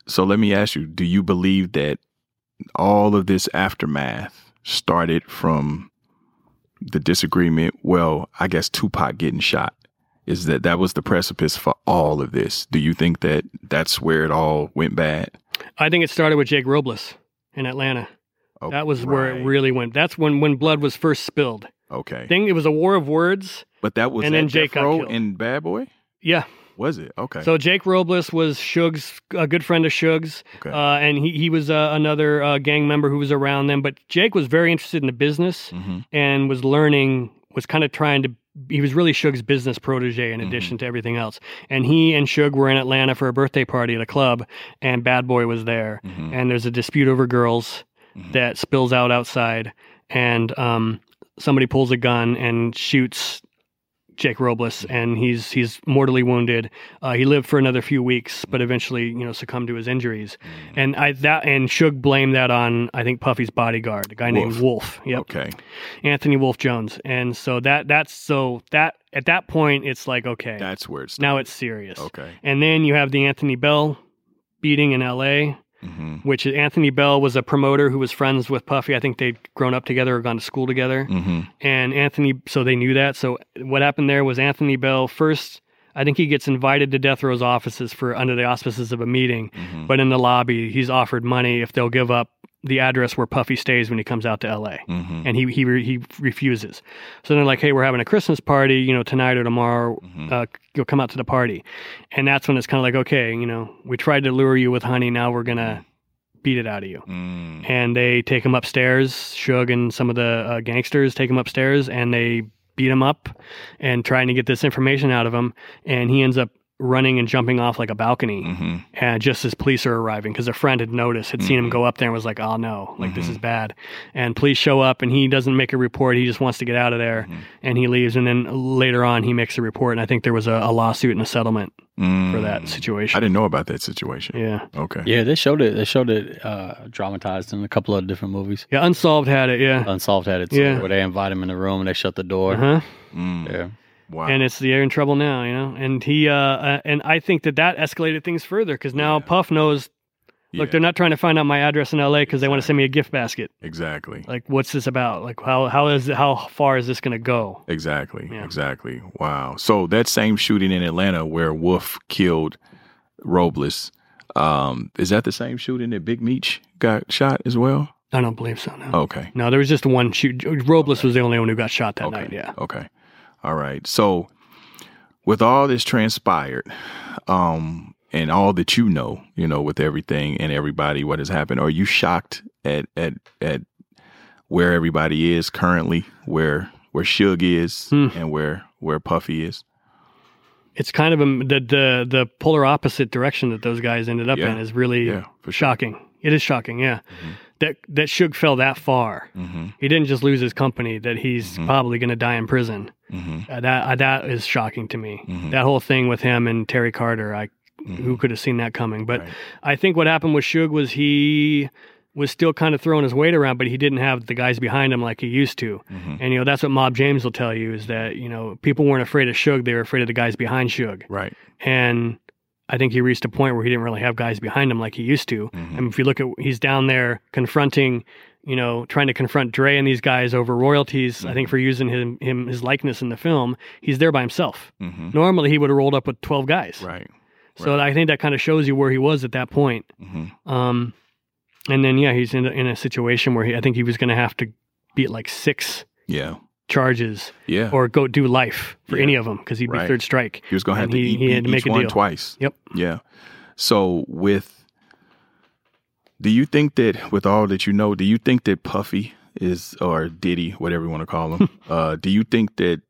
[SPEAKER 3] So let me ask you, do you believe that all of this aftermath started from the disagreement? Well, I guess Tupac getting shot is that that was the precipice for all of this. Do you think that that's where it all went bad?
[SPEAKER 4] I think it started with Jake Robles in Atlanta.
[SPEAKER 3] Oh,
[SPEAKER 4] That was where it
[SPEAKER 3] right.
[SPEAKER 4] really went. That's when when blood was first spilled.
[SPEAKER 3] Okay.
[SPEAKER 4] Thing it was a war of words.
[SPEAKER 3] But that was
[SPEAKER 4] and
[SPEAKER 3] at
[SPEAKER 4] then
[SPEAKER 3] Death
[SPEAKER 4] Jake got
[SPEAKER 3] Row
[SPEAKER 4] killed.
[SPEAKER 3] in Bad Boy?
[SPEAKER 4] Yeah,
[SPEAKER 3] Was it? Okay.
[SPEAKER 4] So Jake Robles was Shug's a good friend of Shug's,
[SPEAKER 3] Okay.
[SPEAKER 4] uh, and he he was uh, another uh, gang member who was around them. But Jake was very interested in the business
[SPEAKER 3] Mhm.
[SPEAKER 4] and was learning, was kind of trying to. He was really Shug's business protege
[SPEAKER 3] Mm-hmm.
[SPEAKER 4] in addition to everything else. And he and Shug were in Atlanta for a birthday party at a club, and Bad Boy was there.
[SPEAKER 3] Mhm.
[SPEAKER 4] And there's a dispute over girls
[SPEAKER 3] Mhm.
[SPEAKER 4] that spills out outside, and um, somebody pulls a gun and shoots Jake Robles, and he's he's mortally wounded. Uh, he lived for another few weeks, but eventually, you know, succumbed to his injuries.
[SPEAKER 3] mm-hmm.
[SPEAKER 4] And I that and Suge blamed that on I think Puffy's bodyguard, a guy named Wolf. Yep,
[SPEAKER 3] Okay.
[SPEAKER 4] Anthony Wolf Jones. And so that that's so that at that point it's like okay,
[SPEAKER 3] That's where it's
[SPEAKER 4] now it's serious.
[SPEAKER 3] okay.
[SPEAKER 4] And then you have the Anthony Bell beating in L.A
[SPEAKER 3] Mm-hmm.
[SPEAKER 4] which Anthony Bell was a promoter who was friends with Puffy. I think they'd grown up together or gone to school together.
[SPEAKER 3] Mm-hmm.
[SPEAKER 4] And Anthony, so they knew that. So what happened there was Anthony Bell first, I think he gets invited to Death Row's offices for under the auspices of a meeting,
[SPEAKER 3] Mhm.
[SPEAKER 4] but in the lobby, he's offered money if they'll give up the address where Puffy stays when he comes out to LA.
[SPEAKER 3] Mm-hmm.
[SPEAKER 4] And he, he, re- he refuses. So they're like, hey, we're having a Christmas party, you know, tonight or tomorrow. Uh, you'll come out to the party. And that's when it's kind of like, okay, you know, we tried to lure you with honey. Now we're going to beat it out of you
[SPEAKER 3] Mm-hmm.
[SPEAKER 4] and they take him upstairs. Shug and some of the uh, gangsters take him upstairs, and they beat him up and trying to get this information out of him. And he ends up running and jumping off like a balcony, and just as police are arriving, because a friend had noticed, had seen him go up there, and was like, "Oh no, like this is bad." And police show up, and he doesn't make a report. He just wants to get out of there, and he leaves. And then later on, he makes a report, and I think there was a, a lawsuit and a settlement for that
[SPEAKER 3] mm-hmm. Mm. I
[SPEAKER 4] situation.
[SPEAKER 3] didn't know about that situation.
[SPEAKER 4] Yeah.
[SPEAKER 3] Okay.
[SPEAKER 5] Yeah, they showed it. They showed it uh, dramatized in a couple of different movies.
[SPEAKER 4] Yeah, Unsolved had it, yeah.
[SPEAKER 5] Unsolved had it too,
[SPEAKER 4] Yeah.
[SPEAKER 5] where they invite him in the room and they shut the door.
[SPEAKER 4] Uh-huh.
[SPEAKER 3] Mm.
[SPEAKER 5] Yeah.
[SPEAKER 3] Wow.
[SPEAKER 4] and it's the air in trouble now, you know. And he uh, uh and I think that that escalated things further because now Puff knows. Look,
[SPEAKER 3] Yeah.
[SPEAKER 4] they're not trying to find out my address in L.A. because they want to send me a gift basket.
[SPEAKER 3] exactly.
[SPEAKER 4] Like, what's this about? Like, how how is how far is this going to go?
[SPEAKER 3] Exactly.
[SPEAKER 4] Yeah.
[SPEAKER 3] Exactly. Wow. So that same shooting in Atlanta where Wolf killed Robles, um, is that the same shooting that Big Meech got shot as well?
[SPEAKER 4] I don't believe so. No,
[SPEAKER 3] Okay.
[SPEAKER 4] no, there was just one shoot. Robles was the only one who got shot that
[SPEAKER 3] okay.
[SPEAKER 4] night. Yeah,
[SPEAKER 3] Okay. All right. So with all this transpired, um, and all that you know, you know, with everything and everybody, what has happened, are you shocked at at at where everybody is currently, where where Suge is
[SPEAKER 4] Hmm.
[SPEAKER 3] and where where Puffy is?
[SPEAKER 4] it's kind of a, the the the polar opposite direction that those guys ended up
[SPEAKER 3] Yeah.
[SPEAKER 4] in is really
[SPEAKER 3] Yeah, for sure.
[SPEAKER 4] shocking. It is shocking. Yeah, that that Suge fell that far.
[SPEAKER 3] Mm-hmm.
[SPEAKER 4] He didn't just lose his company; that he's probably going to die in prison.
[SPEAKER 3] Mm-hmm.
[SPEAKER 4] Uh, that uh, that is shocking to me.
[SPEAKER 3] Mhm.
[SPEAKER 4] That whole thing with him and Terry Carter, I
[SPEAKER 3] Mm-hmm.
[SPEAKER 4] who could have seen that coming? But I think what happened with Suge was he was still kind of throwing his weight around, but he didn't have the guys behind him like he used to.
[SPEAKER 3] Mm-hmm.
[SPEAKER 4] And you know that's what Mob James will tell you is that you know people weren't afraid of Suge; they were afraid of the guys behind Suge.
[SPEAKER 3] Right.
[SPEAKER 4] And I think he reached a point where he didn't really have guys behind him like he used to.
[SPEAKER 3] Mm-hmm.
[SPEAKER 4] I mean, if you look at he's down there confronting. You know, trying to confront Dre and these guys over royalties. I
[SPEAKER 3] Mm-hmm.
[SPEAKER 4] think for using him, him his likeness in the film, he's there by himself.
[SPEAKER 3] Mm-hmm.
[SPEAKER 4] Normally, he would have rolled up with 12 guys.
[SPEAKER 3] Right.
[SPEAKER 4] So I think that kind of shows you where he was at that point.
[SPEAKER 3] Mm-hmm.
[SPEAKER 4] Um, and then, yeah, he's in a, in a situation where he, I think he was going to have to beat like six
[SPEAKER 3] Yeah.
[SPEAKER 4] charges
[SPEAKER 3] Yeah.
[SPEAKER 4] or go do life for
[SPEAKER 3] Yeah.
[SPEAKER 4] any of them because he'd be
[SPEAKER 3] Right.
[SPEAKER 4] third strike.
[SPEAKER 3] he was going to have
[SPEAKER 4] and
[SPEAKER 3] to
[SPEAKER 4] he-
[SPEAKER 3] eat,
[SPEAKER 4] he
[SPEAKER 3] eat
[SPEAKER 4] had to make
[SPEAKER 3] each
[SPEAKER 4] a
[SPEAKER 3] one
[SPEAKER 4] deal.
[SPEAKER 3] twice.
[SPEAKER 4] Yep.
[SPEAKER 3] Yeah. So with, do you think that with all that you know, do you think that Puffy is or Diddy, whatever you want to call him, uh, do you think that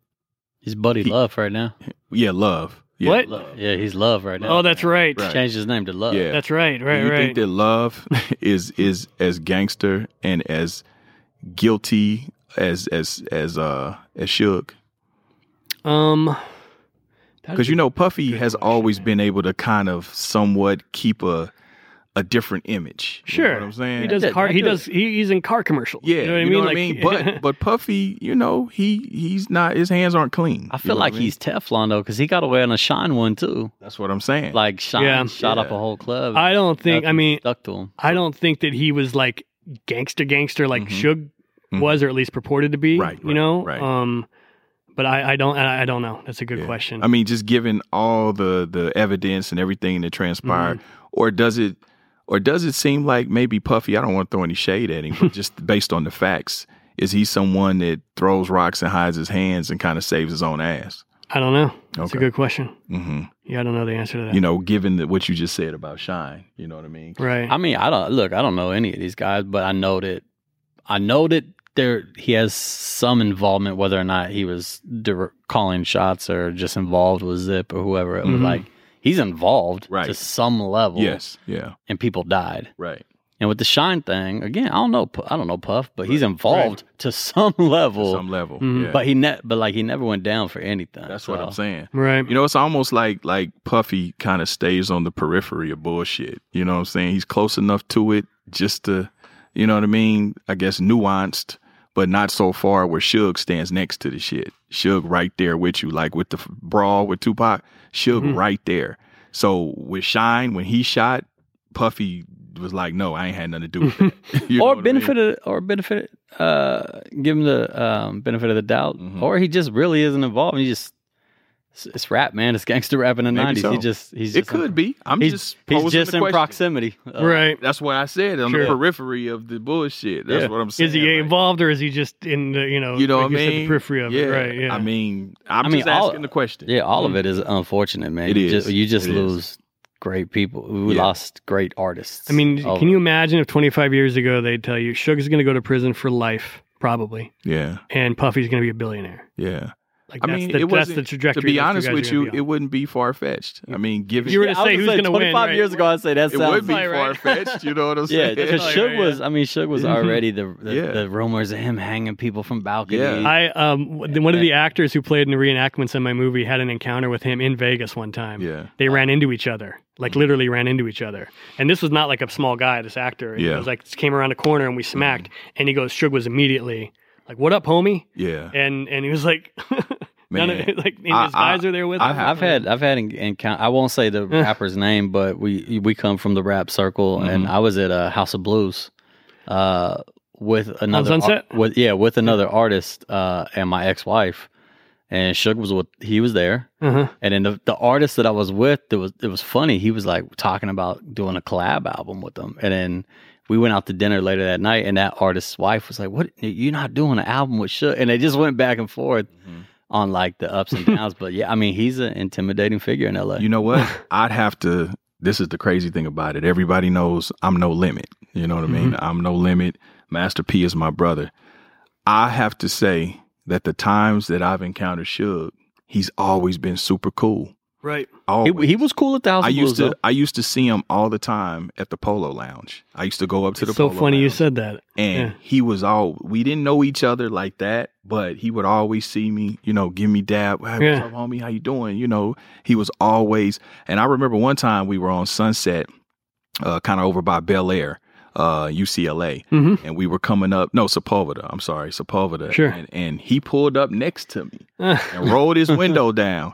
[SPEAKER 5] He's Buddy Love right now.
[SPEAKER 3] yeah, love, yeah,
[SPEAKER 4] What?
[SPEAKER 5] Love. Yeah, he's Love right now.
[SPEAKER 4] Oh, that's right.
[SPEAKER 3] Right.
[SPEAKER 5] Changed his name to Love.
[SPEAKER 3] yeah,
[SPEAKER 4] That's right. Right,
[SPEAKER 3] do you
[SPEAKER 4] right.
[SPEAKER 3] think that love is is as gangster and as guilty as as as uh as Suge?
[SPEAKER 4] um, that
[SPEAKER 3] because
[SPEAKER 4] is
[SPEAKER 3] you
[SPEAKER 4] a-
[SPEAKER 3] know Puffy
[SPEAKER 4] good
[SPEAKER 3] has
[SPEAKER 4] question,
[SPEAKER 3] always
[SPEAKER 4] man.
[SPEAKER 3] been able to kind of somewhat keep a a different image. You know
[SPEAKER 4] Sure.
[SPEAKER 3] what I'm saying.
[SPEAKER 4] he does
[SPEAKER 5] did-
[SPEAKER 4] car,
[SPEAKER 5] I
[SPEAKER 4] he
[SPEAKER 5] do
[SPEAKER 4] does, he, he's in car commercials.
[SPEAKER 3] Yeah,
[SPEAKER 4] You know what I mean? Like-
[SPEAKER 3] But but Puffy, you know, he he's not his hands aren't clean.
[SPEAKER 5] I
[SPEAKER 3] You
[SPEAKER 5] feel
[SPEAKER 3] know
[SPEAKER 5] like
[SPEAKER 3] what mean?
[SPEAKER 5] he's Teflon though, because he got away on a Shine one too.
[SPEAKER 3] that's what I'm saying.
[SPEAKER 5] Like Shine
[SPEAKER 4] Yeah.
[SPEAKER 5] shot up
[SPEAKER 3] Yeah.
[SPEAKER 5] a whole club.
[SPEAKER 4] I don't think, I
[SPEAKER 5] Nothing
[SPEAKER 4] mean,
[SPEAKER 5] stuck to him.
[SPEAKER 4] I don't think that he was like gangster gangster like
[SPEAKER 3] Mhm.
[SPEAKER 4] Suge
[SPEAKER 3] Mhm.
[SPEAKER 4] was or at least purported to be.
[SPEAKER 3] Right,
[SPEAKER 4] You
[SPEAKER 3] right,
[SPEAKER 4] know?
[SPEAKER 3] right.
[SPEAKER 4] Um but I, I don't I I don't know. That's a good
[SPEAKER 3] Yeah.
[SPEAKER 4] question.
[SPEAKER 3] I mean, just given all the the evidence and everything that transpired,
[SPEAKER 4] Mm-hmm.
[SPEAKER 3] or does it or does it seem like maybe Puffy? I don't want to throw any shade at him, but just based on the facts, is he someone that throws rocks and hides his hands and kind of saves his own ass?
[SPEAKER 4] I don't know. That's a
[SPEAKER 3] Okay.
[SPEAKER 4] good question.
[SPEAKER 3] hmm
[SPEAKER 4] Yeah, I don't know the answer to that.
[SPEAKER 3] You know, given that what you just said about Shine, you know what I mean?
[SPEAKER 4] right.
[SPEAKER 5] I mean, I don't look. I don't know any of these guys, but I know that I know that there he has some involvement, whether or not he was dir- calling shots or just involved with Zip or whoever. It was
[SPEAKER 3] Mhm.
[SPEAKER 5] like he's involved
[SPEAKER 3] Right.
[SPEAKER 5] to some level.
[SPEAKER 3] Yes. Yeah.
[SPEAKER 5] and people died.
[SPEAKER 3] Right.
[SPEAKER 5] And with the Shine thing, again, I don't know. Pu- I don't know Puff, but he's involved to some level.
[SPEAKER 3] Some level.
[SPEAKER 4] Mhm.
[SPEAKER 3] Yeah.
[SPEAKER 5] But he ne- but like he never went down for anything.
[SPEAKER 3] That's what I'm
[SPEAKER 4] uh,
[SPEAKER 5] so-
[SPEAKER 3] saying.
[SPEAKER 4] right.
[SPEAKER 3] You know, it's almost like like Puffy kind of stays on the periphery of bullshit. You know what I'm saying? He's close enough to it just to, you know what I mean? I guess nuanced, but not so far where Suge stands next to the shit. Suge right there with you, like with the f- brawl with Tupac. Suge
[SPEAKER 5] Mm-hmm.
[SPEAKER 3] right there. So with Shine, when he shot, Puffy was like, "No, I ain't had nothing to do with that." You know
[SPEAKER 5] or
[SPEAKER 3] what I mean?
[SPEAKER 5] benefited or benefited uh give him the um benefit of the doubt
[SPEAKER 3] Mm-hmm.
[SPEAKER 5] or he just really isn't involved he just it's, it's rap man it's gangster rap in the
[SPEAKER 3] Maybe
[SPEAKER 5] 90s
[SPEAKER 3] so.
[SPEAKER 5] he just he's
[SPEAKER 3] It
[SPEAKER 5] just
[SPEAKER 3] could be. I'm
[SPEAKER 5] he's,
[SPEAKER 3] just
[SPEAKER 5] he's
[SPEAKER 3] posing
[SPEAKER 5] just
[SPEAKER 3] the
[SPEAKER 5] in
[SPEAKER 3] question.
[SPEAKER 5] proximity Uh,
[SPEAKER 4] right.
[SPEAKER 3] That's what I said on the
[SPEAKER 4] Sure.
[SPEAKER 3] periphery of the bullshit. That's
[SPEAKER 5] Yeah.
[SPEAKER 3] what I'm saying.
[SPEAKER 4] Is he
[SPEAKER 3] like-
[SPEAKER 4] involved or is he just in the you know
[SPEAKER 3] You know
[SPEAKER 4] Oh, like
[SPEAKER 3] what I
[SPEAKER 4] said,
[SPEAKER 3] mean?
[SPEAKER 4] the periphery of
[SPEAKER 3] yeah.
[SPEAKER 4] it? Right. Yeah.
[SPEAKER 3] I mean, I'm
[SPEAKER 5] I mean,
[SPEAKER 3] just
[SPEAKER 5] all-
[SPEAKER 3] asking the question.
[SPEAKER 5] yeah all of it is unfortunate man
[SPEAKER 3] Mm-hmm. It
[SPEAKER 5] you just,
[SPEAKER 3] is.
[SPEAKER 5] you just
[SPEAKER 3] It is.
[SPEAKER 5] lose great people we
[SPEAKER 3] Yeah.
[SPEAKER 5] lost great artists
[SPEAKER 4] I mean,
[SPEAKER 5] over-
[SPEAKER 4] can you imagine if 25 years ago they'd tell you Suge's going to go to prison for life, probably,
[SPEAKER 3] Yeah.
[SPEAKER 4] and Puffy's going to be a billionaire?
[SPEAKER 3] Yeah.
[SPEAKER 4] Like,
[SPEAKER 3] I
[SPEAKER 4] that's
[SPEAKER 3] mean,
[SPEAKER 4] the,
[SPEAKER 3] it
[SPEAKER 4] that's
[SPEAKER 3] wasn't.
[SPEAKER 4] the trajectory.
[SPEAKER 3] to be
[SPEAKER 4] that
[SPEAKER 3] honest
[SPEAKER 4] guys are
[SPEAKER 3] with
[SPEAKER 4] gonna
[SPEAKER 3] you,
[SPEAKER 4] be on.
[SPEAKER 3] it wouldn't be far fetched. I mean, given
[SPEAKER 4] You were to
[SPEAKER 5] I was gonna
[SPEAKER 4] say who's gonna win,
[SPEAKER 5] 25
[SPEAKER 4] right?
[SPEAKER 5] years ago i'd say that
[SPEAKER 3] it
[SPEAKER 5] sounds
[SPEAKER 3] would be
[SPEAKER 4] Right,
[SPEAKER 3] far
[SPEAKER 4] right.
[SPEAKER 3] fetched. You know what I'm
[SPEAKER 5] yeah,
[SPEAKER 3] saying?
[SPEAKER 5] because
[SPEAKER 4] Like,
[SPEAKER 5] Suge
[SPEAKER 4] yeah.
[SPEAKER 5] was. I mean, Suge was
[SPEAKER 3] Mhm.
[SPEAKER 5] already the the,
[SPEAKER 3] Yeah.
[SPEAKER 5] the rumors of him hanging people from balconies.
[SPEAKER 4] I um w- one of the actors who played in the reenactments in my movie had an encounter with him in Vegas one time.
[SPEAKER 3] Yeah. Mm.
[SPEAKER 4] They ran into each other, like literally ran into each other. And this was not like a small guy, this actor. It
[SPEAKER 3] Yeah. Mm.
[SPEAKER 4] was like came around a corner and we smacked and he goes, Suge was immediately like, What up, homie?
[SPEAKER 3] Yeah.
[SPEAKER 4] And and he was like none of
[SPEAKER 3] Man.
[SPEAKER 4] like and his
[SPEAKER 3] I- I-
[SPEAKER 4] guys are there with
[SPEAKER 3] I
[SPEAKER 4] him.
[SPEAKER 3] have-
[SPEAKER 5] I've had I've had encounter. I won't say the rapper's name, but we we come from the rap circle,
[SPEAKER 4] Mm-hmm.
[SPEAKER 5] and I was at a House of Blues uh, with another ar-
[SPEAKER 4] Sunset?
[SPEAKER 5] with yeah with another artist uh, and my ex wife, and Suge was with he was there,
[SPEAKER 4] Uh-huh.
[SPEAKER 5] and then the, the artist that I was with it was it was funny. He was like talking about doing a collab album with them, and then. We went out to dinner later that night, and that artist's wife was like, "What? You're not doing an album with Suge?" And they just went back and forth
[SPEAKER 3] Mm-hmm.
[SPEAKER 5] on like the ups and downs. but yeah, I mean, he's an intimidating figure in LA.
[SPEAKER 3] You know what? I'd have to. This is the crazy thing about it. Everybody knows I'm no limit. You know what I mean?
[SPEAKER 4] Mm-hmm.
[SPEAKER 3] I'm no limit. Master P is my brother. I have to say that the times that I've encountered Suge, he's always been super cool.
[SPEAKER 4] Right.
[SPEAKER 3] Always.
[SPEAKER 5] he, he was cool at Thousand
[SPEAKER 3] I used
[SPEAKER 5] Blues,
[SPEAKER 3] to I used to see him all the time at the Polo Lounge. I used to go up to the
[SPEAKER 4] It's so
[SPEAKER 3] Polo
[SPEAKER 4] funny you
[SPEAKER 3] Lounge
[SPEAKER 4] said that.
[SPEAKER 3] and
[SPEAKER 4] Yeah.
[SPEAKER 3] he was all we didn't know each other like that but he would always see me you know give me dab hey,
[SPEAKER 4] Yeah.
[SPEAKER 3] what's up homie how you doing you know he was always and i remember one time we were on sunset uh, kind of over by bel air uh, ucla
[SPEAKER 4] Mhm.
[SPEAKER 3] and we were coming up no sepulveda i'm sorry sepulveda
[SPEAKER 4] Sure.
[SPEAKER 3] and, and he pulled up next to me
[SPEAKER 4] Uh,
[SPEAKER 3] and rolled his window down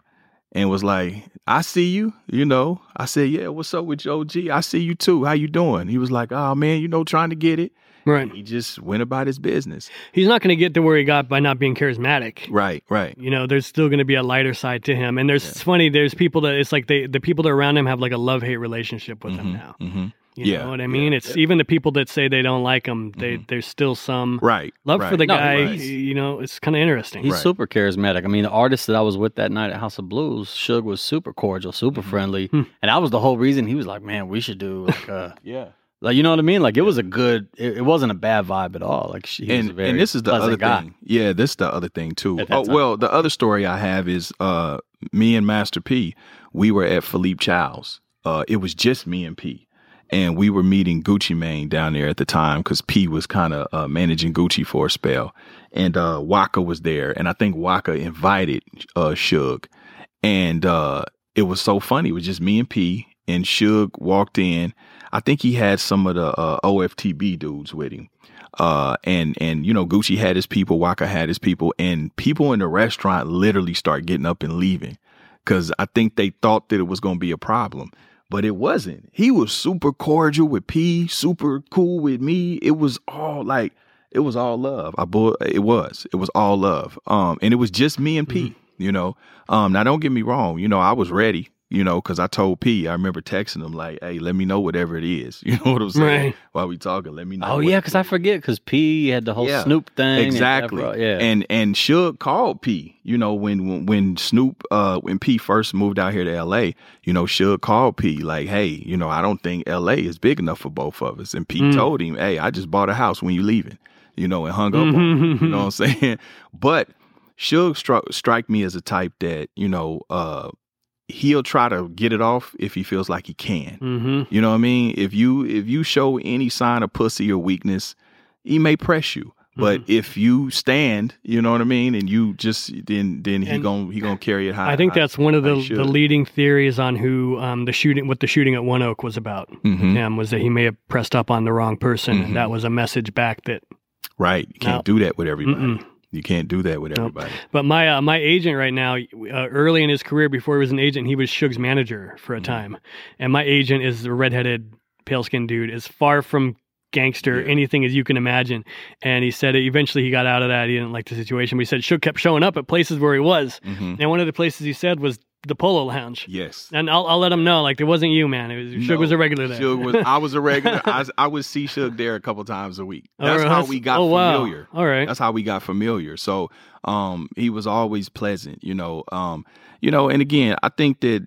[SPEAKER 3] and was like, I see you, you know. I said, Yeah, what's up with you, OG? I see you too. How you doing? He was like, Oh man, you know, trying to get it.
[SPEAKER 4] right.
[SPEAKER 3] He just went about his business.
[SPEAKER 4] He's not gonna get to where he got by not being charismatic.
[SPEAKER 3] Right, right.
[SPEAKER 4] you know there's still going to be a lighter side to him and there's it's funny there's people that it's like they the people that are around him have like a love hate relationship with him now
[SPEAKER 3] Mm-hmm.
[SPEAKER 4] you
[SPEAKER 3] Yeah,
[SPEAKER 4] know what i
[SPEAKER 3] yeah,
[SPEAKER 4] mean it's even the people that say they don't like him they there's still some
[SPEAKER 3] Right.
[SPEAKER 4] love
[SPEAKER 3] right.
[SPEAKER 4] for the
[SPEAKER 5] No,
[SPEAKER 4] guy
[SPEAKER 5] right.
[SPEAKER 4] you know it's kind of interesting
[SPEAKER 5] he's
[SPEAKER 3] Right.
[SPEAKER 5] super charismatic. I mean, the artist that I was with that night at House of Blues, Suge was super cordial, super
[SPEAKER 3] Mm-hmm.
[SPEAKER 5] friendly,
[SPEAKER 3] Hmm.
[SPEAKER 5] and that was the whole reason he was like, "Man, we should do like, uh,
[SPEAKER 3] Yeah.
[SPEAKER 5] like you know what I mean? Like it was a good, it, it wasn't a bad vibe at all. Like she, he was
[SPEAKER 3] And,
[SPEAKER 5] a very
[SPEAKER 3] and this is the
[SPEAKER 5] pleasant
[SPEAKER 3] other
[SPEAKER 5] guy.
[SPEAKER 3] thing. Yeah, this is the other thing too.
[SPEAKER 5] At that
[SPEAKER 3] Oh
[SPEAKER 5] time.
[SPEAKER 3] well, the other story I have is uh me and Master P, we were at Philippe Child's. Uh it was just me and P. And we were meeting Gucci Mane down there at the time because P was kind of uh, managing Gucci for a spell. And uh Waka was there. And I think Waka invited uh Suge. And uh it was so funny. It was just me and P. And Suge walked in. I think he had some of the uh, OFTB dudes with him uh and and you know gucci had his people waka had his people and people in the restaurant literally start getting up and leaving because i think they thought that it was going to be a problem but it wasn't he was super cordial with p super cool with me it was all like it was all love i bu- it was it was all
[SPEAKER 5] Mm-hmm.
[SPEAKER 3] love um and it was just me and p you know um now don't get me wrong you know i was ready you know, because I told P, I remember texting him like, "Hey, let me know whatever it is." You know what I'm saying?
[SPEAKER 4] Right.
[SPEAKER 3] While we talking, let me know.
[SPEAKER 5] Oh
[SPEAKER 3] what
[SPEAKER 5] yeah,
[SPEAKER 3] it
[SPEAKER 5] because I
[SPEAKER 3] is.
[SPEAKER 5] forget because P had the whole
[SPEAKER 3] Yeah.
[SPEAKER 5] Snoop thing. and
[SPEAKER 3] exactly.
[SPEAKER 5] Afro- yeah.
[SPEAKER 3] And and Suge called P. You know when when, when Snoop uh when P first moved out here to L.A. You know Suge called P like, hey, you know I don't think L.A. is big enough for both of us. And P
[SPEAKER 5] Mm.
[SPEAKER 3] told him, hey, I just bought a house when you leaving. You know and hung up.
[SPEAKER 4] Mm-hmm.
[SPEAKER 5] Mm-hmm.
[SPEAKER 3] on him, You know what I'm saying? But Suge struck strike me as a type that you know uh he'll try to get it off if he feels like he can.
[SPEAKER 5] Mm.
[SPEAKER 4] Mm-hmm.
[SPEAKER 3] You know what I mean? If you if you show any sign of pussy or weakness, he may press you. But
[SPEAKER 4] Mm-hmm.
[SPEAKER 3] if you stand, you know what I mean, and you just then then he
[SPEAKER 4] And
[SPEAKER 3] gon' he gonna carry it high.
[SPEAKER 4] I think that's one of the,
[SPEAKER 3] I should.
[SPEAKER 4] the leading theories on who um, the shooting, what the shooting at One Oak was about.
[SPEAKER 3] Mhm.
[SPEAKER 4] Him was that he may have pressed up on the wrong person, and that was a message back that.
[SPEAKER 3] right. You can't do that with everybody. You can't do that with everybody.
[SPEAKER 4] But my uh, my agent right now, uh, early in his career, before he was an agent, he was Suge's manager for a time, and my agent is the redheaded, pale skinned dude, as far from gangster anything as you can imagine. And he said eventually he got out of that. He didn't like the situation. But he said Suge kept showing up at places where he was, and one of the places he said was the Polo Lounge.
[SPEAKER 3] Mm-hmm. Yes.
[SPEAKER 4] And I'll, I'll let him know, like, it wasn't you, man. It was, Suge was a regular there.
[SPEAKER 3] Suge was, I was a regular. I, I would see Suge there a couple times a week.
[SPEAKER 4] Oh,
[SPEAKER 3] That's
[SPEAKER 4] really?
[SPEAKER 3] how we got
[SPEAKER 4] Oh, wow.
[SPEAKER 3] familiar.
[SPEAKER 4] All right.
[SPEAKER 3] That's how we got familiar. So um, he was always pleasant, you know. Um, you know, and again, I think that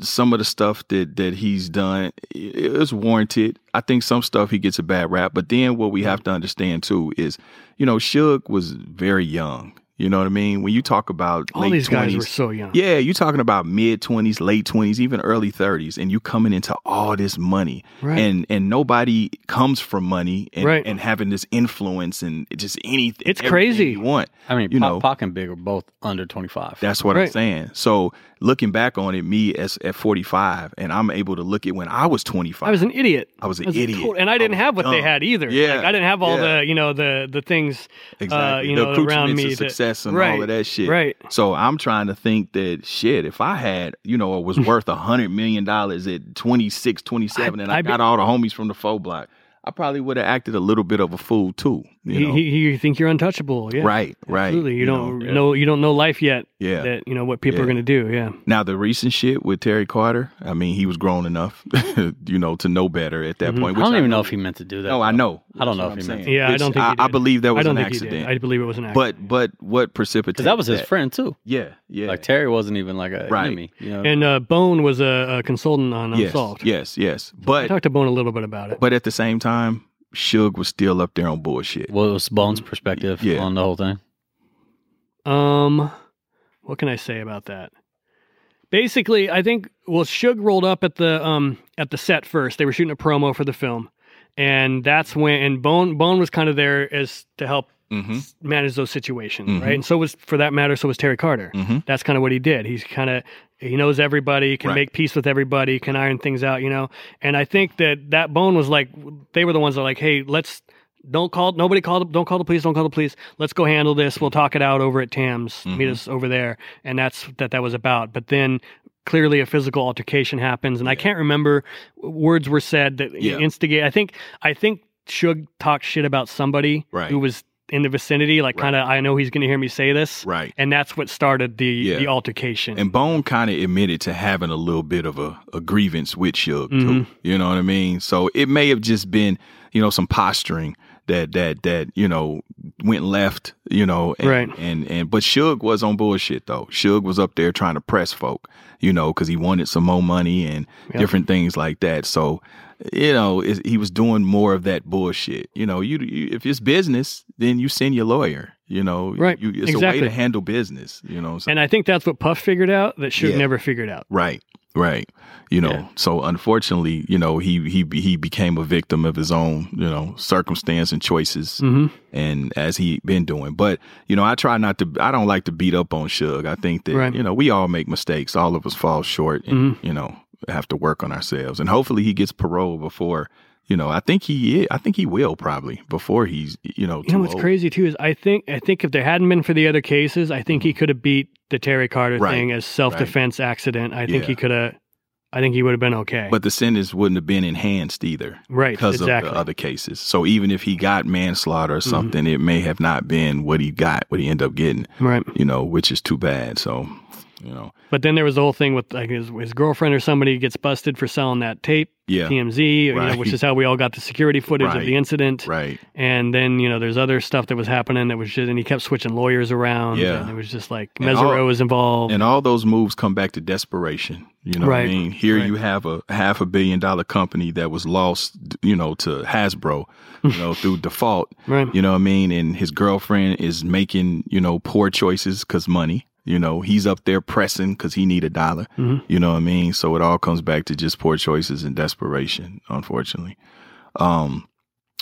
[SPEAKER 3] some of the stuff that that he's done i- is warranted. I think some stuff he gets a bad rap, but then what we have to understand too is, you know, Suge was very young. You know what I mean? When you talk about
[SPEAKER 4] All
[SPEAKER 3] late
[SPEAKER 4] these guys
[SPEAKER 3] 20s,
[SPEAKER 4] were so young.
[SPEAKER 3] yeah, you're talking about mid twenties, late twenties, even early thirties, and you coming into all this money,
[SPEAKER 4] Right.
[SPEAKER 3] and and nobody comes from money, and,
[SPEAKER 4] Right.
[SPEAKER 3] and having this influence and just anything.
[SPEAKER 4] It's
[SPEAKER 3] everything
[SPEAKER 4] crazy.
[SPEAKER 3] you want.
[SPEAKER 5] I mean,
[SPEAKER 3] you
[SPEAKER 5] you
[SPEAKER 3] know.
[SPEAKER 5] Pac and Big are both under twenty five.
[SPEAKER 3] That's what I'm
[SPEAKER 4] Right.
[SPEAKER 3] saying. So looking back on it, me as at 45, and I'm able to look at when I was 25.
[SPEAKER 4] I was an idiot.
[SPEAKER 3] I was an
[SPEAKER 4] I was a
[SPEAKER 3] idiot.
[SPEAKER 4] total- and I didn't
[SPEAKER 3] was
[SPEAKER 4] have what they
[SPEAKER 3] dumb.
[SPEAKER 4] had either.
[SPEAKER 3] Yeah,
[SPEAKER 4] Like, I didn't have all
[SPEAKER 3] yeah.
[SPEAKER 4] the, you know, the the things, uh,
[SPEAKER 3] Exactly.
[SPEAKER 4] you
[SPEAKER 3] the
[SPEAKER 4] know, around
[SPEAKER 3] accoutrements
[SPEAKER 4] me.
[SPEAKER 3] of
[SPEAKER 4] that-
[SPEAKER 3] success and
[SPEAKER 4] right,
[SPEAKER 3] all of that shit.
[SPEAKER 4] Right.
[SPEAKER 3] So I'm trying to think that shit, if I had, you know, it was worth a hundred million dollars at 26, 27, and I,
[SPEAKER 4] I be-
[SPEAKER 3] got all the homies from the four block, I probably would have acted a little bit of a fool too. You
[SPEAKER 4] You,
[SPEAKER 3] know?
[SPEAKER 4] you, you think you're untouchable. Yeah.
[SPEAKER 3] right, right.
[SPEAKER 4] Absolutely. You, don't
[SPEAKER 3] know,
[SPEAKER 4] know, you don't know life yet.
[SPEAKER 3] Yeah.
[SPEAKER 4] That you know what people
[SPEAKER 3] Yeah.
[SPEAKER 4] are gonna do. Yeah.
[SPEAKER 3] Now the recent shit with Terry Carter, I mean, he was grown enough, you know, to know better at that point.
[SPEAKER 5] Mm-hmm. I
[SPEAKER 3] which
[SPEAKER 5] don't even know if he meant to do that.
[SPEAKER 3] No, I
[SPEAKER 5] though.
[SPEAKER 3] know.
[SPEAKER 5] I don't
[SPEAKER 3] That's
[SPEAKER 5] know
[SPEAKER 3] what
[SPEAKER 5] if
[SPEAKER 3] I'm
[SPEAKER 5] he
[SPEAKER 3] saying.
[SPEAKER 5] meant to.
[SPEAKER 4] Yeah. I
[SPEAKER 3] It's-
[SPEAKER 4] don't think.
[SPEAKER 3] I-
[SPEAKER 4] he did.
[SPEAKER 3] I believe that was
[SPEAKER 4] I don't
[SPEAKER 3] an
[SPEAKER 4] think he did.
[SPEAKER 3] accident.
[SPEAKER 4] I believe it was an accident.
[SPEAKER 3] But but what precipitated
[SPEAKER 5] Because that was his
[SPEAKER 3] that?
[SPEAKER 5] friend too.
[SPEAKER 3] Yeah, yeah.
[SPEAKER 5] Like Terry wasn't even like a
[SPEAKER 3] Right.
[SPEAKER 5] enemy. You know?
[SPEAKER 4] and uh, Bone was a, a consultant on
[SPEAKER 3] yes,
[SPEAKER 4] Unsolved.
[SPEAKER 3] yes, yes.
[SPEAKER 4] I
[SPEAKER 3] But
[SPEAKER 4] talked to Bone a little bit about it.
[SPEAKER 3] But at the same time, Suge was still up there on bullshit.
[SPEAKER 5] what was Bones' perspective
[SPEAKER 3] Mm, Yeah.
[SPEAKER 5] on the whole thing?
[SPEAKER 4] Um, what can I say about that? Basically, I think well, Suge rolled up at the um at the set first. They were shooting a promo for the film, and that's when and Bone Bone was kind of there as to help
[SPEAKER 3] Mm-hmm.
[SPEAKER 4] s- manage those situations,
[SPEAKER 3] Mhm.
[SPEAKER 4] right? And so was for that matter, so was Terry Carter.
[SPEAKER 3] Mhm.
[SPEAKER 4] That's kind of what he did. He's kind of he knows everybody, can
[SPEAKER 3] Right.
[SPEAKER 4] make peace with everybody, can iron things out, you know. And I think that that Bone was like they were the ones that were like, hey, let's don't call nobody call the, don't call the police don't call the police let's go handle this we'll talk it out over at tams
[SPEAKER 3] Mm-hmm.
[SPEAKER 4] meet us over there and that's that that was about but then clearly a physical altercation happens and i can't remember words were said that
[SPEAKER 3] Yeah.
[SPEAKER 4] instigate i think i think Suge talked shit about somebody
[SPEAKER 3] Right.
[SPEAKER 4] who was in the vicinity like kind of i know he's going to hear me say this
[SPEAKER 3] Right.
[SPEAKER 4] and that's what started the
[SPEAKER 3] Yeah.
[SPEAKER 4] the altercation
[SPEAKER 3] And Bone kind of admitted to having a little bit of a, a grievance with Suge, too.
[SPEAKER 4] Mm-hmm.
[SPEAKER 3] You know what I mean? So it may have just been, you know, some posturing that that that you know went left, you know, and,
[SPEAKER 4] Right.
[SPEAKER 3] And and but Suge was on bullshit though. Suge was up there trying to press folk, you know, because he wanted some more money and different things like that. So you know, it, he was doing more of that bullshit. You know, you, you if it's business, then you send your lawyer. You know,
[SPEAKER 4] Right.
[SPEAKER 3] You, it's
[SPEAKER 4] Exactly.
[SPEAKER 3] a way to handle business. You know, what I'm saying?
[SPEAKER 4] and i think that's what puff figured out that Suge
[SPEAKER 3] Yeah.
[SPEAKER 4] never figured out
[SPEAKER 3] Right. Right. You know, so unfortunately, you know, he he he became a victim of his own, you know, circumstance and choices
[SPEAKER 4] Mm. Mm-hmm.
[SPEAKER 3] and as he been doing. But, you know, I try not to I don't like to beat up on Suge. I think that,
[SPEAKER 4] Right. Mm-hmm.
[SPEAKER 3] you know, we all make mistakes. All of us fall short and, you know, have to work on ourselves. And hopefully he gets parole before, you know, I think he I think he will probably before he's, you know,
[SPEAKER 4] You know
[SPEAKER 3] too
[SPEAKER 4] what's
[SPEAKER 3] old.
[SPEAKER 4] crazy too is I think I think if there hadn't been for the other cases, I think he could have beat the Terry Carter
[SPEAKER 3] Mm-hmm. Right,
[SPEAKER 4] thing as self defense accident. I think
[SPEAKER 3] Yeah.
[SPEAKER 4] he could have. I think he would have been okay.
[SPEAKER 3] But the sentence wouldn't have been enhanced either.
[SPEAKER 4] Right,
[SPEAKER 3] Because
[SPEAKER 4] exactly. Mm-hmm.
[SPEAKER 3] of the other cases. So even if he got manslaughter or something, it may have not been what he got, what he ended up getting,
[SPEAKER 4] right.
[SPEAKER 3] you know, which is too bad. So you know.
[SPEAKER 4] But then there was the whole thing with like his, his girlfriend or somebody gets busted for selling that tape,
[SPEAKER 3] Yeah.
[SPEAKER 4] TMZ, you know,
[SPEAKER 3] Right.
[SPEAKER 4] which is how we all got the security footage of
[SPEAKER 3] Right.
[SPEAKER 4] the incident.
[SPEAKER 3] Right.
[SPEAKER 4] And then you know, there's other stuff that was happening that was just, and he kept switching lawyers around.
[SPEAKER 3] Yeah.
[SPEAKER 4] and it was just like
[SPEAKER 3] And all-
[SPEAKER 4] Mesereau was involved.
[SPEAKER 3] And all those moves come back to desperation. You know what I
[SPEAKER 4] Right.
[SPEAKER 3] mean? Here
[SPEAKER 4] Right.
[SPEAKER 3] you have a half a billion dollar company that was lost, you know, to Hasbro, you know, through default.
[SPEAKER 4] Right.
[SPEAKER 3] You know what I mean? And his girlfriend is making, you know, poor choices because money. You know, he's up there pressing because he need a dollar.
[SPEAKER 4] Mm-hmm.
[SPEAKER 3] You know what I mean? So it all comes back to just poor choices and desperation, unfortunately. Um,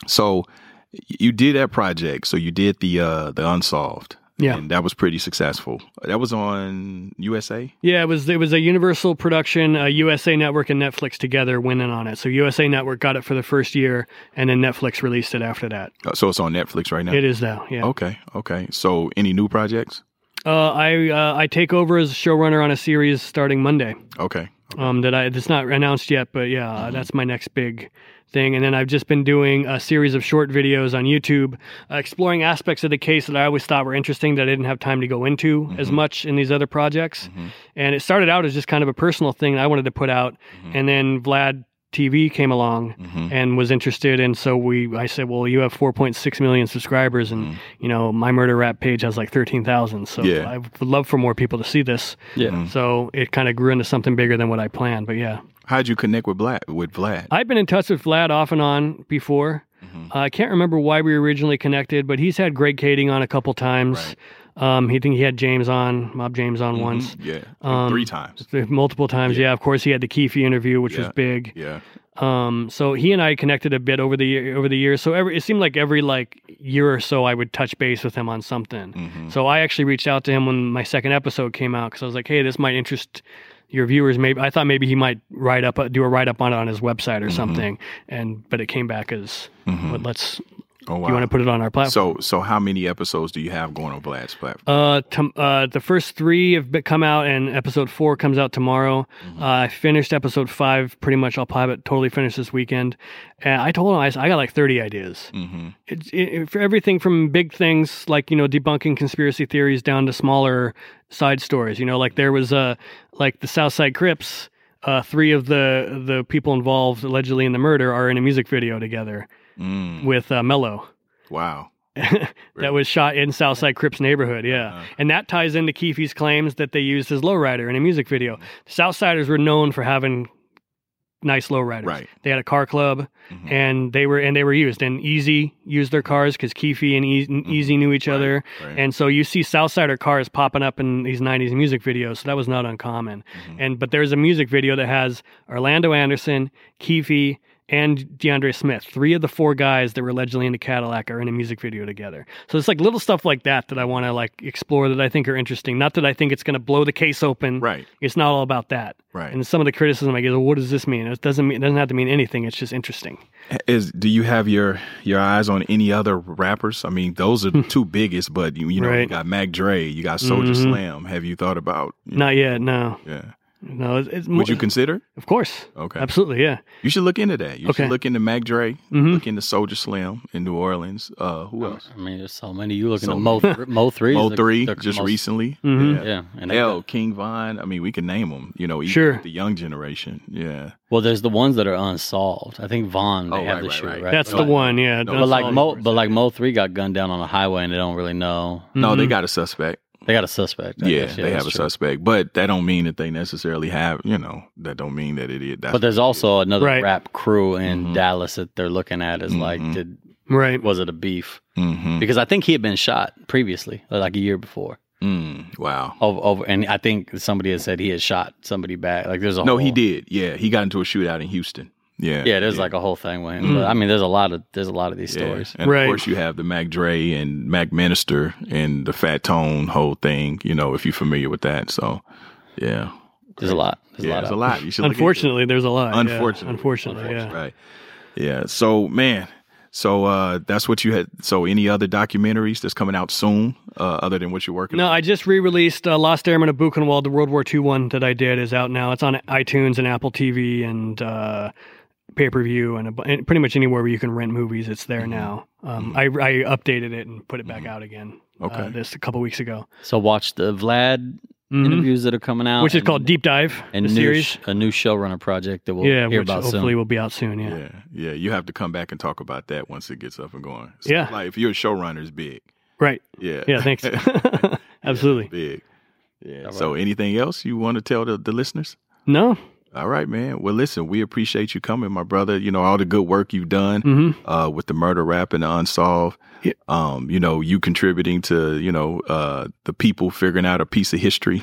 [SPEAKER 3] so y- you did that project. So you did the uh the unsolved.
[SPEAKER 4] Yeah.
[SPEAKER 3] And that was pretty successful. That was on USA.
[SPEAKER 4] Yeah, it was it was a Universal production. Uh, USA Network and Netflix together went in on it. So USA Network got it for the first year, and then Netflix released it after that.
[SPEAKER 3] Uh, So it's on Netflix right now.
[SPEAKER 4] It is now. Yeah.
[SPEAKER 3] Okay. Okay. So any new projects?
[SPEAKER 4] Uh, I uh, I take over as showrunner on a series starting Monday.
[SPEAKER 3] Okay.
[SPEAKER 4] Um, that I that's not announced yet, but yeah, uh, that's my next big thing. And then I've just been doing a series of short videos on YouTube, uh, exploring aspects of the case that I always thought were interesting that I didn't have time to go into as much in these other projects. And it started out as just kind of a personal thing that I wanted to put out, and then Vlad TV came along Mm-hmm. and was interested, and so we I said, well, you have 4.6 million subscribers, and you know my murder rap page has like 13,000, so
[SPEAKER 3] Mm-hmm. Yeah. Mm-hmm.
[SPEAKER 4] I would love for more people to see this.
[SPEAKER 5] Yeah.
[SPEAKER 4] So it kind of grew into something bigger than what I planned. But yeah,
[SPEAKER 3] How'd you connect with Vlad? With Vlad?
[SPEAKER 4] I've been in touch with Vlad off and on before. Uh, I can't remember why we originally connected, but he's had Greg Kading on a couple times. Um, he think he had James on, Mob James on
[SPEAKER 3] Mm-hmm.
[SPEAKER 4] once,
[SPEAKER 3] yeah.
[SPEAKER 4] um,
[SPEAKER 3] Three times.
[SPEAKER 4] multiple times. Yeah. of course he had the Keefe interview, which was
[SPEAKER 3] Yeah.
[SPEAKER 4] big.
[SPEAKER 3] Yeah.
[SPEAKER 4] Um, so he and I connected a bit over the year, over the years. So every it seemed like every like year or so I would touch base with him on something.
[SPEAKER 3] Mm-hmm.
[SPEAKER 4] So I actually reached out to him when my second episode came out because I was like, hey, this might interest your viewers. Maybe I thought maybe he might write up do a write up on it on his website or something. And but it came back as "Well, let's
[SPEAKER 3] Mm-hmm. Oh wow.
[SPEAKER 4] you want to put it on our platform.
[SPEAKER 3] so so how many episodes do you have going on Vlad's platform?
[SPEAKER 4] Uh, tom uh, the first three have been, come out, and episode four comes out tomorrow. Uh, I finished episode five pretty much. I'll probably totally finish this weekend. And I told him I, s- I got like thirty ideas. Mm-hmm. It, it, for everything from big things like you know debunking conspiracy theories down to smaller side stories. You know, like there was uh, like the Southside Crips. Uh, three of the the people involved allegedly in the murder are in a music video together
[SPEAKER 3] Mm,
[SPEAKER 4] with uh, Mello
[SPEAKER 3] wow.
[SPEAKER 4] that was shot in Southside Crips neighborhood.
[SPEAKER 3] Uh-huh.
[SPEAKER 4] Yeah,
[SPEAKER 3] Uh,
[SPEAKER 4] and that ties into Keefe's claims that they used his lowrider in a music video. Southsiders were known for having nice lowriders.
[SPEAKER 3] Right. Mm-hmm. Mm.
[SPEAKER 4] They had a car club, and they were and they were used. And Easy used their cars because Keefe and Easy, Easy knew each other,
[SPEAKER 3] Mm. right.
[SPEAKER 4] and so you see Southsider cars popping up in these '90s music videos. So that was not uncommon.
[SPEAKER 3] Mm-hmm.
[SPEAKER 4] And but there's a music video that has Orlando Anderson, Keefe, and DeAndre Smith. Three of the four guys that were allegedly in the Cadillac are in a music video together. So it's like little stuff like that that I want to like explore that I think are interesting. Not that I think it's going to blow the case open.
[SPEAKER 3] Right.
[SPEAKER 4] It's not all about that.
[SPEAKER 3] Right.
[SPEAKER 4] And some of the criticism I get, well, what does this mean? It doesn't mean it doesn't have to mean anything. It's just interesting.
[SPEAKER 3] Is do you have your your eyes on any other rappers? I mean, those are the two biggest, but you, you know, you
[SPEAKER 4] Right.
[SPEAKER 3] got Mac Dre, you got Soldier
[SPEAKER 4] Mhm.
[SPEAKER 3] Slam. Have you thought about
[SPEAKER 4] Not yet. No.
[SPEAKER 3] yeah.
[SPEAKER 4] No. It's, it's
[SPEAKER 3] Mm.
[SPEAKER 4] more,
[SPEAKER 3] Would you consider?
[SPEAKER 4] of course.
[SPEAKER 3] Okay.
[SPEAKER 4] Absolutely. Yeah.
[SPEAKER 3] You should look into that. You
[SPEAKER 4] Okay.
[SPEAKER 3] should look into Mac Dre,
[SPEAKER 4] Mhm.
[SPEAKER 3] look into Soldier Slim in New Orleans. Uh who else?
[SPEAKER 5] I mean, there's so many. You looking
[SPEAKER 3] So
[SPEAKER 5] at Mo, th- Mo three,
[SPEAKER 3] Mo three, just recently.
[SPEAKER 4] Mhm.
[SPEAKER 3] Yeah.
[SPEAKER 5] Mm-hmm. Yeah, and they
[SPEAKER 3] Hell,
[SPEAKER 5] got-
[SPEAKER 3] King Von. I mean, we can name them. You know, even
[SPEAKER 4] Sure.
[SPEAKER 3] the young generation. Yeah,
[SPEAKER 5] well, there's the ones that are unsolved. I think Vaughn they
[SPEAKER 3] Oh,
[SPEAKER 5] have
[SPEAKER 3] right,
[SPEAKER 5] the
[SPEAKER 3] right,
[SPEAKER 5] shoot
[SPEAKER 3] right.
[SPEAKER 5] right.
[SPEAKER 4] That's
[SPEAKER 5] But
[SPEAKER 4] the
[SPEAKER 5] like-
[SPEAKER 4] one. Yeah.
[SPEAKER 3] No,
[SPEAKER 5] But
[SPEAKER 4] that's
[SPEAKER 5] like
[SPEAKER 4] all-
[SPEAKER 5] Mo, but like Mo three got gunned down on a highway and they don't really know.
[SPEAKER 3] no, they
[SPEAKER 4] Mhm.
[SPEAKER 3] got a suspect.
[SPEAKER 5] They got a suspect. I
[SPEAKER 3] yeah,
[SPEAKER 5] guess.
[SPEAKER 3] they have
[SPEAKER 5] that's
[SPEAKER 3] a
[SPEAKER 5] true.
[SPEAKER 3] suspect, but that don't mean that they necessarily have. You know, that don't mean that it is. That's
[SPEAKER 5] But there's also another
[SPEAKER 4] Right.
[SPEAKER 5] rap crew in
[SPEAKER 3] Mhm.
[SPEAKER 5] Dallas that they're looking at as
[SPEAKER 3] Mhm.
[SPEAKER 5] like, did
[SPEAKER 4] Right.
[SPEAKER 5] was it a beef?
[SPEAKER 3] hmm
[SPEAKER 5] Because I think he had been shot previously, uh, like a year before.
[SPEAKER 3] mm, wow.
[SPEAKER 5] Over, over, and I think somebody had said he had shot somebody back. Like there's a
[SPEAKER 3] No,
[SPEAKER 5] whole,
[SPEAKER 3] he did. Yeah, he got into a shootout in Houston. Yeah,
[SPEAKER 5] Oh.
[SPEAKER 3] Mm-hmm.
[SPEAKER 5] Yeah, there's like a whole thing with him. But, I mean, there's a lot of there's a lot of these
[SPEAKER 3] Yeah.
[SPEAKER 5] stories.
[SPEAKER 3] And
[SPEAKER 4] Right.
[SPEAKER 3] of course, you have the Mac Dre and Mac Minister and the Fat Tone whole thing. You know, if you're familiar with that, so yeah,
[SPEAKER 5] There's a lot. There's
[SPEAKER 3] yeah,
[SPEAKER 5] a lot.
[SPEAKER 3] it's
[SPEAKER 5] out
[SPEAKER 3] a lot. You should look into it.
[SPEAKER 4] Unfortunately, there's a lot. yeah.
[SPEAKER 3] Unfortunately.
[SPEAKER 4] Unfortunately. Yeah.
[SPEAKER 3] Right. Yeah. So man, so uh that's what you had so any other documentaries that's coming out soon, uh, other than what you're working
[SPEAKER 4] No,
[SPEAKER 3] on?
[SPEAKER 4] I just re-released uh, Lost Airman of Buchenwald, the World War II one that I did is out now. It's on iTunes and Apple TV and uh, pay-per-view and, a, bu- and pretty much anywhere where you can rent movies. It's there now. Um, I, I updated it and put it back out again. uh,
[SPEAKER 3] Okay.
[SPEAKER 4] this a couple weeks ago.
[SPEAKER 5] So watch the Vlad
[SPEAKER 4] Mhm.
[SPEAKER 5] interviews that are coming out,
[SPEAKER 4] which is
[SPEAKER 5] Mm-hmm. and-
[SPEAKER 4] called Deep Dive,
[SPEAKER 5] and
[SPEAKER 4] the
[SPEAKER 5] new
[SPEAKER 4] series.
[SPEAKER 5] sh- a new showrunner project that we'll
[SPEAKER 4] yeah,
[SPEAKER 5] hear
[SPEAKER 4] which
[SPEAKER 5] about
[SPEAKER 4] hopefully
[SPEAKER 5] soon.
[SPEAKER 4] will be out soon. Yeah.
[SPEAKER 3] Yeah, yeah. You have to come back and talk about that once it gets up and going. So,
[SPEAKER 4] Yeah.
[SPEAKER 3] like if you're a showrunner, it's big.
[SPEAKER 4] Right.
[SPEAKER 3] Yeah,
[SPEAKER 4] Yeah. Thanks. Absolutely.
[SPEAKER 3] big. Yeah. So, anything else you want to tell the, the listeners?
[SPEAKER 4] No.
[SPEAKER 3] All right, man. Well, listen, we appreciate you coming, my brother. You know all the good work you've done
[SPEAKER 4] hmm
[SPEAKER 3] uh, with the murder rap and the unsolved.
[SPEAKER 4] Yeah.
[SPEAKER 3] Um, you know, you contributing to you know uh, the people figuring out a piece of history.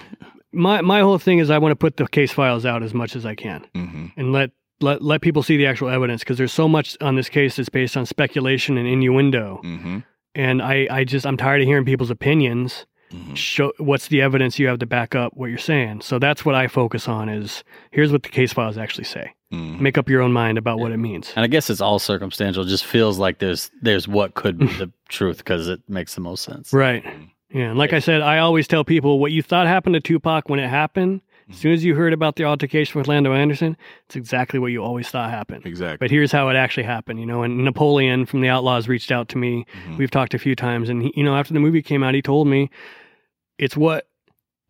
[SPEAKER 4] My my whole thing is I want to put the case files out as much as I can
[SPEAKER 3] hmm
[SPEAKER 4] and let let let people see the actual evidence because there's so much on this case that's based on speculation and innuendo.
[SPEAKER 3] hmm
[SPEAKER 4] And I I just I'm tired of hearing people's opinions.
[SPEAKER 3] hmm
[SPEAKER 4] Show what's the evidence you have to back up what you're saying. So that's what I focus on is here's what the case files actually say.
[SPEAKER 3] hmm
[SPEAKER 4] Make up your own mind about what it means.
[SPEAKER 5] And I guess it's all circumstantial. It just feels like there's there's what could be the truth because it makes the most sense.
[SPEAKER 4] Right. Yeah. And like I said, I always tell people what you thought happened to Tupac when it happened, as soon as you heard about the altercation with Lando Anderson, it's exactly what you always thought happened.
[SPEAKER 3] Exactly.
[SPEAKER 4] But here's how it actually happened, you know. And Napoleon from the Outlaws reached out to me.
[SPEAKER 3] Mhm.
[SPEAKER 4] We've talked a few times. And, he, you know, after the movie came out, he told me it's what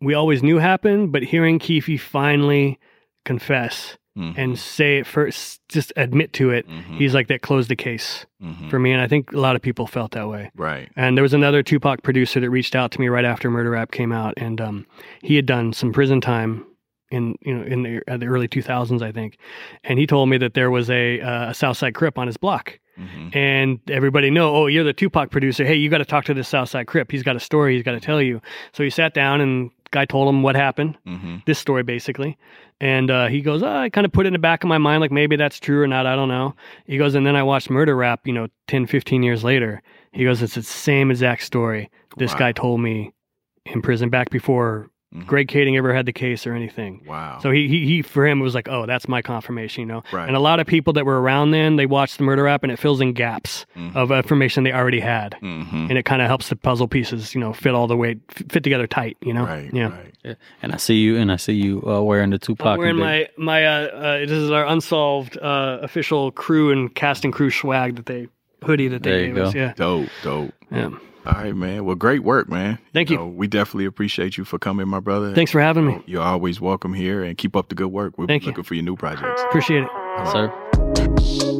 [SPEAKER 4] we always knew happened, but hearing Keefe finally confess
[SPEAKER 3] Mhm.
[SPEAKER 4] and say it first, just admit to it,
[SPEAKER 3] Mhm.
[SPEAKER 4] he's like, that closed the case
[SPEAKER 3] Mhm.
[SPEAKER 4] for me. And I think a lot of people felt that way.
[SPEAKER 3] Right.
[SPEAKER 4] And there was another Tupac producer that reached out to me right after Murder Rap came out, and um, he had done some prison time in you know in the, uh, the early 2000s, I think. And he told me that there was a, uh, a Southside Crip on his block,
[SPEAKER 3] hmm
[SPEAKER 4] and everybody know, oh, you're the Tupac producer. Hey, you got to talk to this Southside Crip. He's got a story. He's got to tell you. So he sat down and guy told him what happened
[SPEAKER 3] hmm
[SPEAKER 4] this story basically. And uh, he goes, oh, I kind of put it in the back of my mind, like maybe that's true or not. I don't know. He goes, and then I watched Murder Rap, you know, 10, 15 years later. He goes, it's the same exact story this
[SPEAKER 3] Wow.
[SPEAKER 4] guy told me in prison back before
[SPEAKER 3] Mhm.
[SPEAKER 4] Greg Kading ever had the case or anything.
[SPEAKER 3] Wow.
[SPEAKER 4] So he, he, he, for him, it was like, oh, that's my confirmation, you know?
[SPEAKER 3] Right.
[SPEAKER 4] And a lot of people that were around then, they watched the murder rap and it fills in gaps
[SPEAKER 3] Mhm.
[SPEAKER 4] of information they already had.
[SPEAKER 3] hmm
[SPEAKER 4] And it kind of helps the puzzle pieces, you know, fit all the way, f- fit together tight, you know?
[SPEAKER 3] Right.
[SPEAKER 4] Yeah.
[SPEAKER 3] Right.
[SPEAKER 5] And I see you, and I see you uh, wearing the Tupac.
[SPEAKER 4] I'm wearing
[SPEAKER 5] and Big-
[SPEAKER 4] my my uh, uh, this is our unsolved uh, official crew and cast and crew swag that they hoodie that they
[SPEAKER 5] There you
[SPEAKER 4] gave
[SPEAKER 5] go.
[SPEAKER 4] us. Yeah,
[SPEAKER 3] Dope. Dope.
[SPEAKER 4] yeah.
[SPEAKER 3] All right, man. Well, great work, man.
[SPEAKER 4] Thank you.
[SPEAKER 3] know, we definitely appreciate you for coming, my brother.
[SPEAKER 4] Thanks for having me.
[SPEAKER 3] You're always welcome here, and keep up the good work. We're
[SPEAKER 4] Thank you.
[SPEAKER 3] looking for your new projects.
[SPEAKER 4] Appreciate it.
[SPEAKER 5] sir.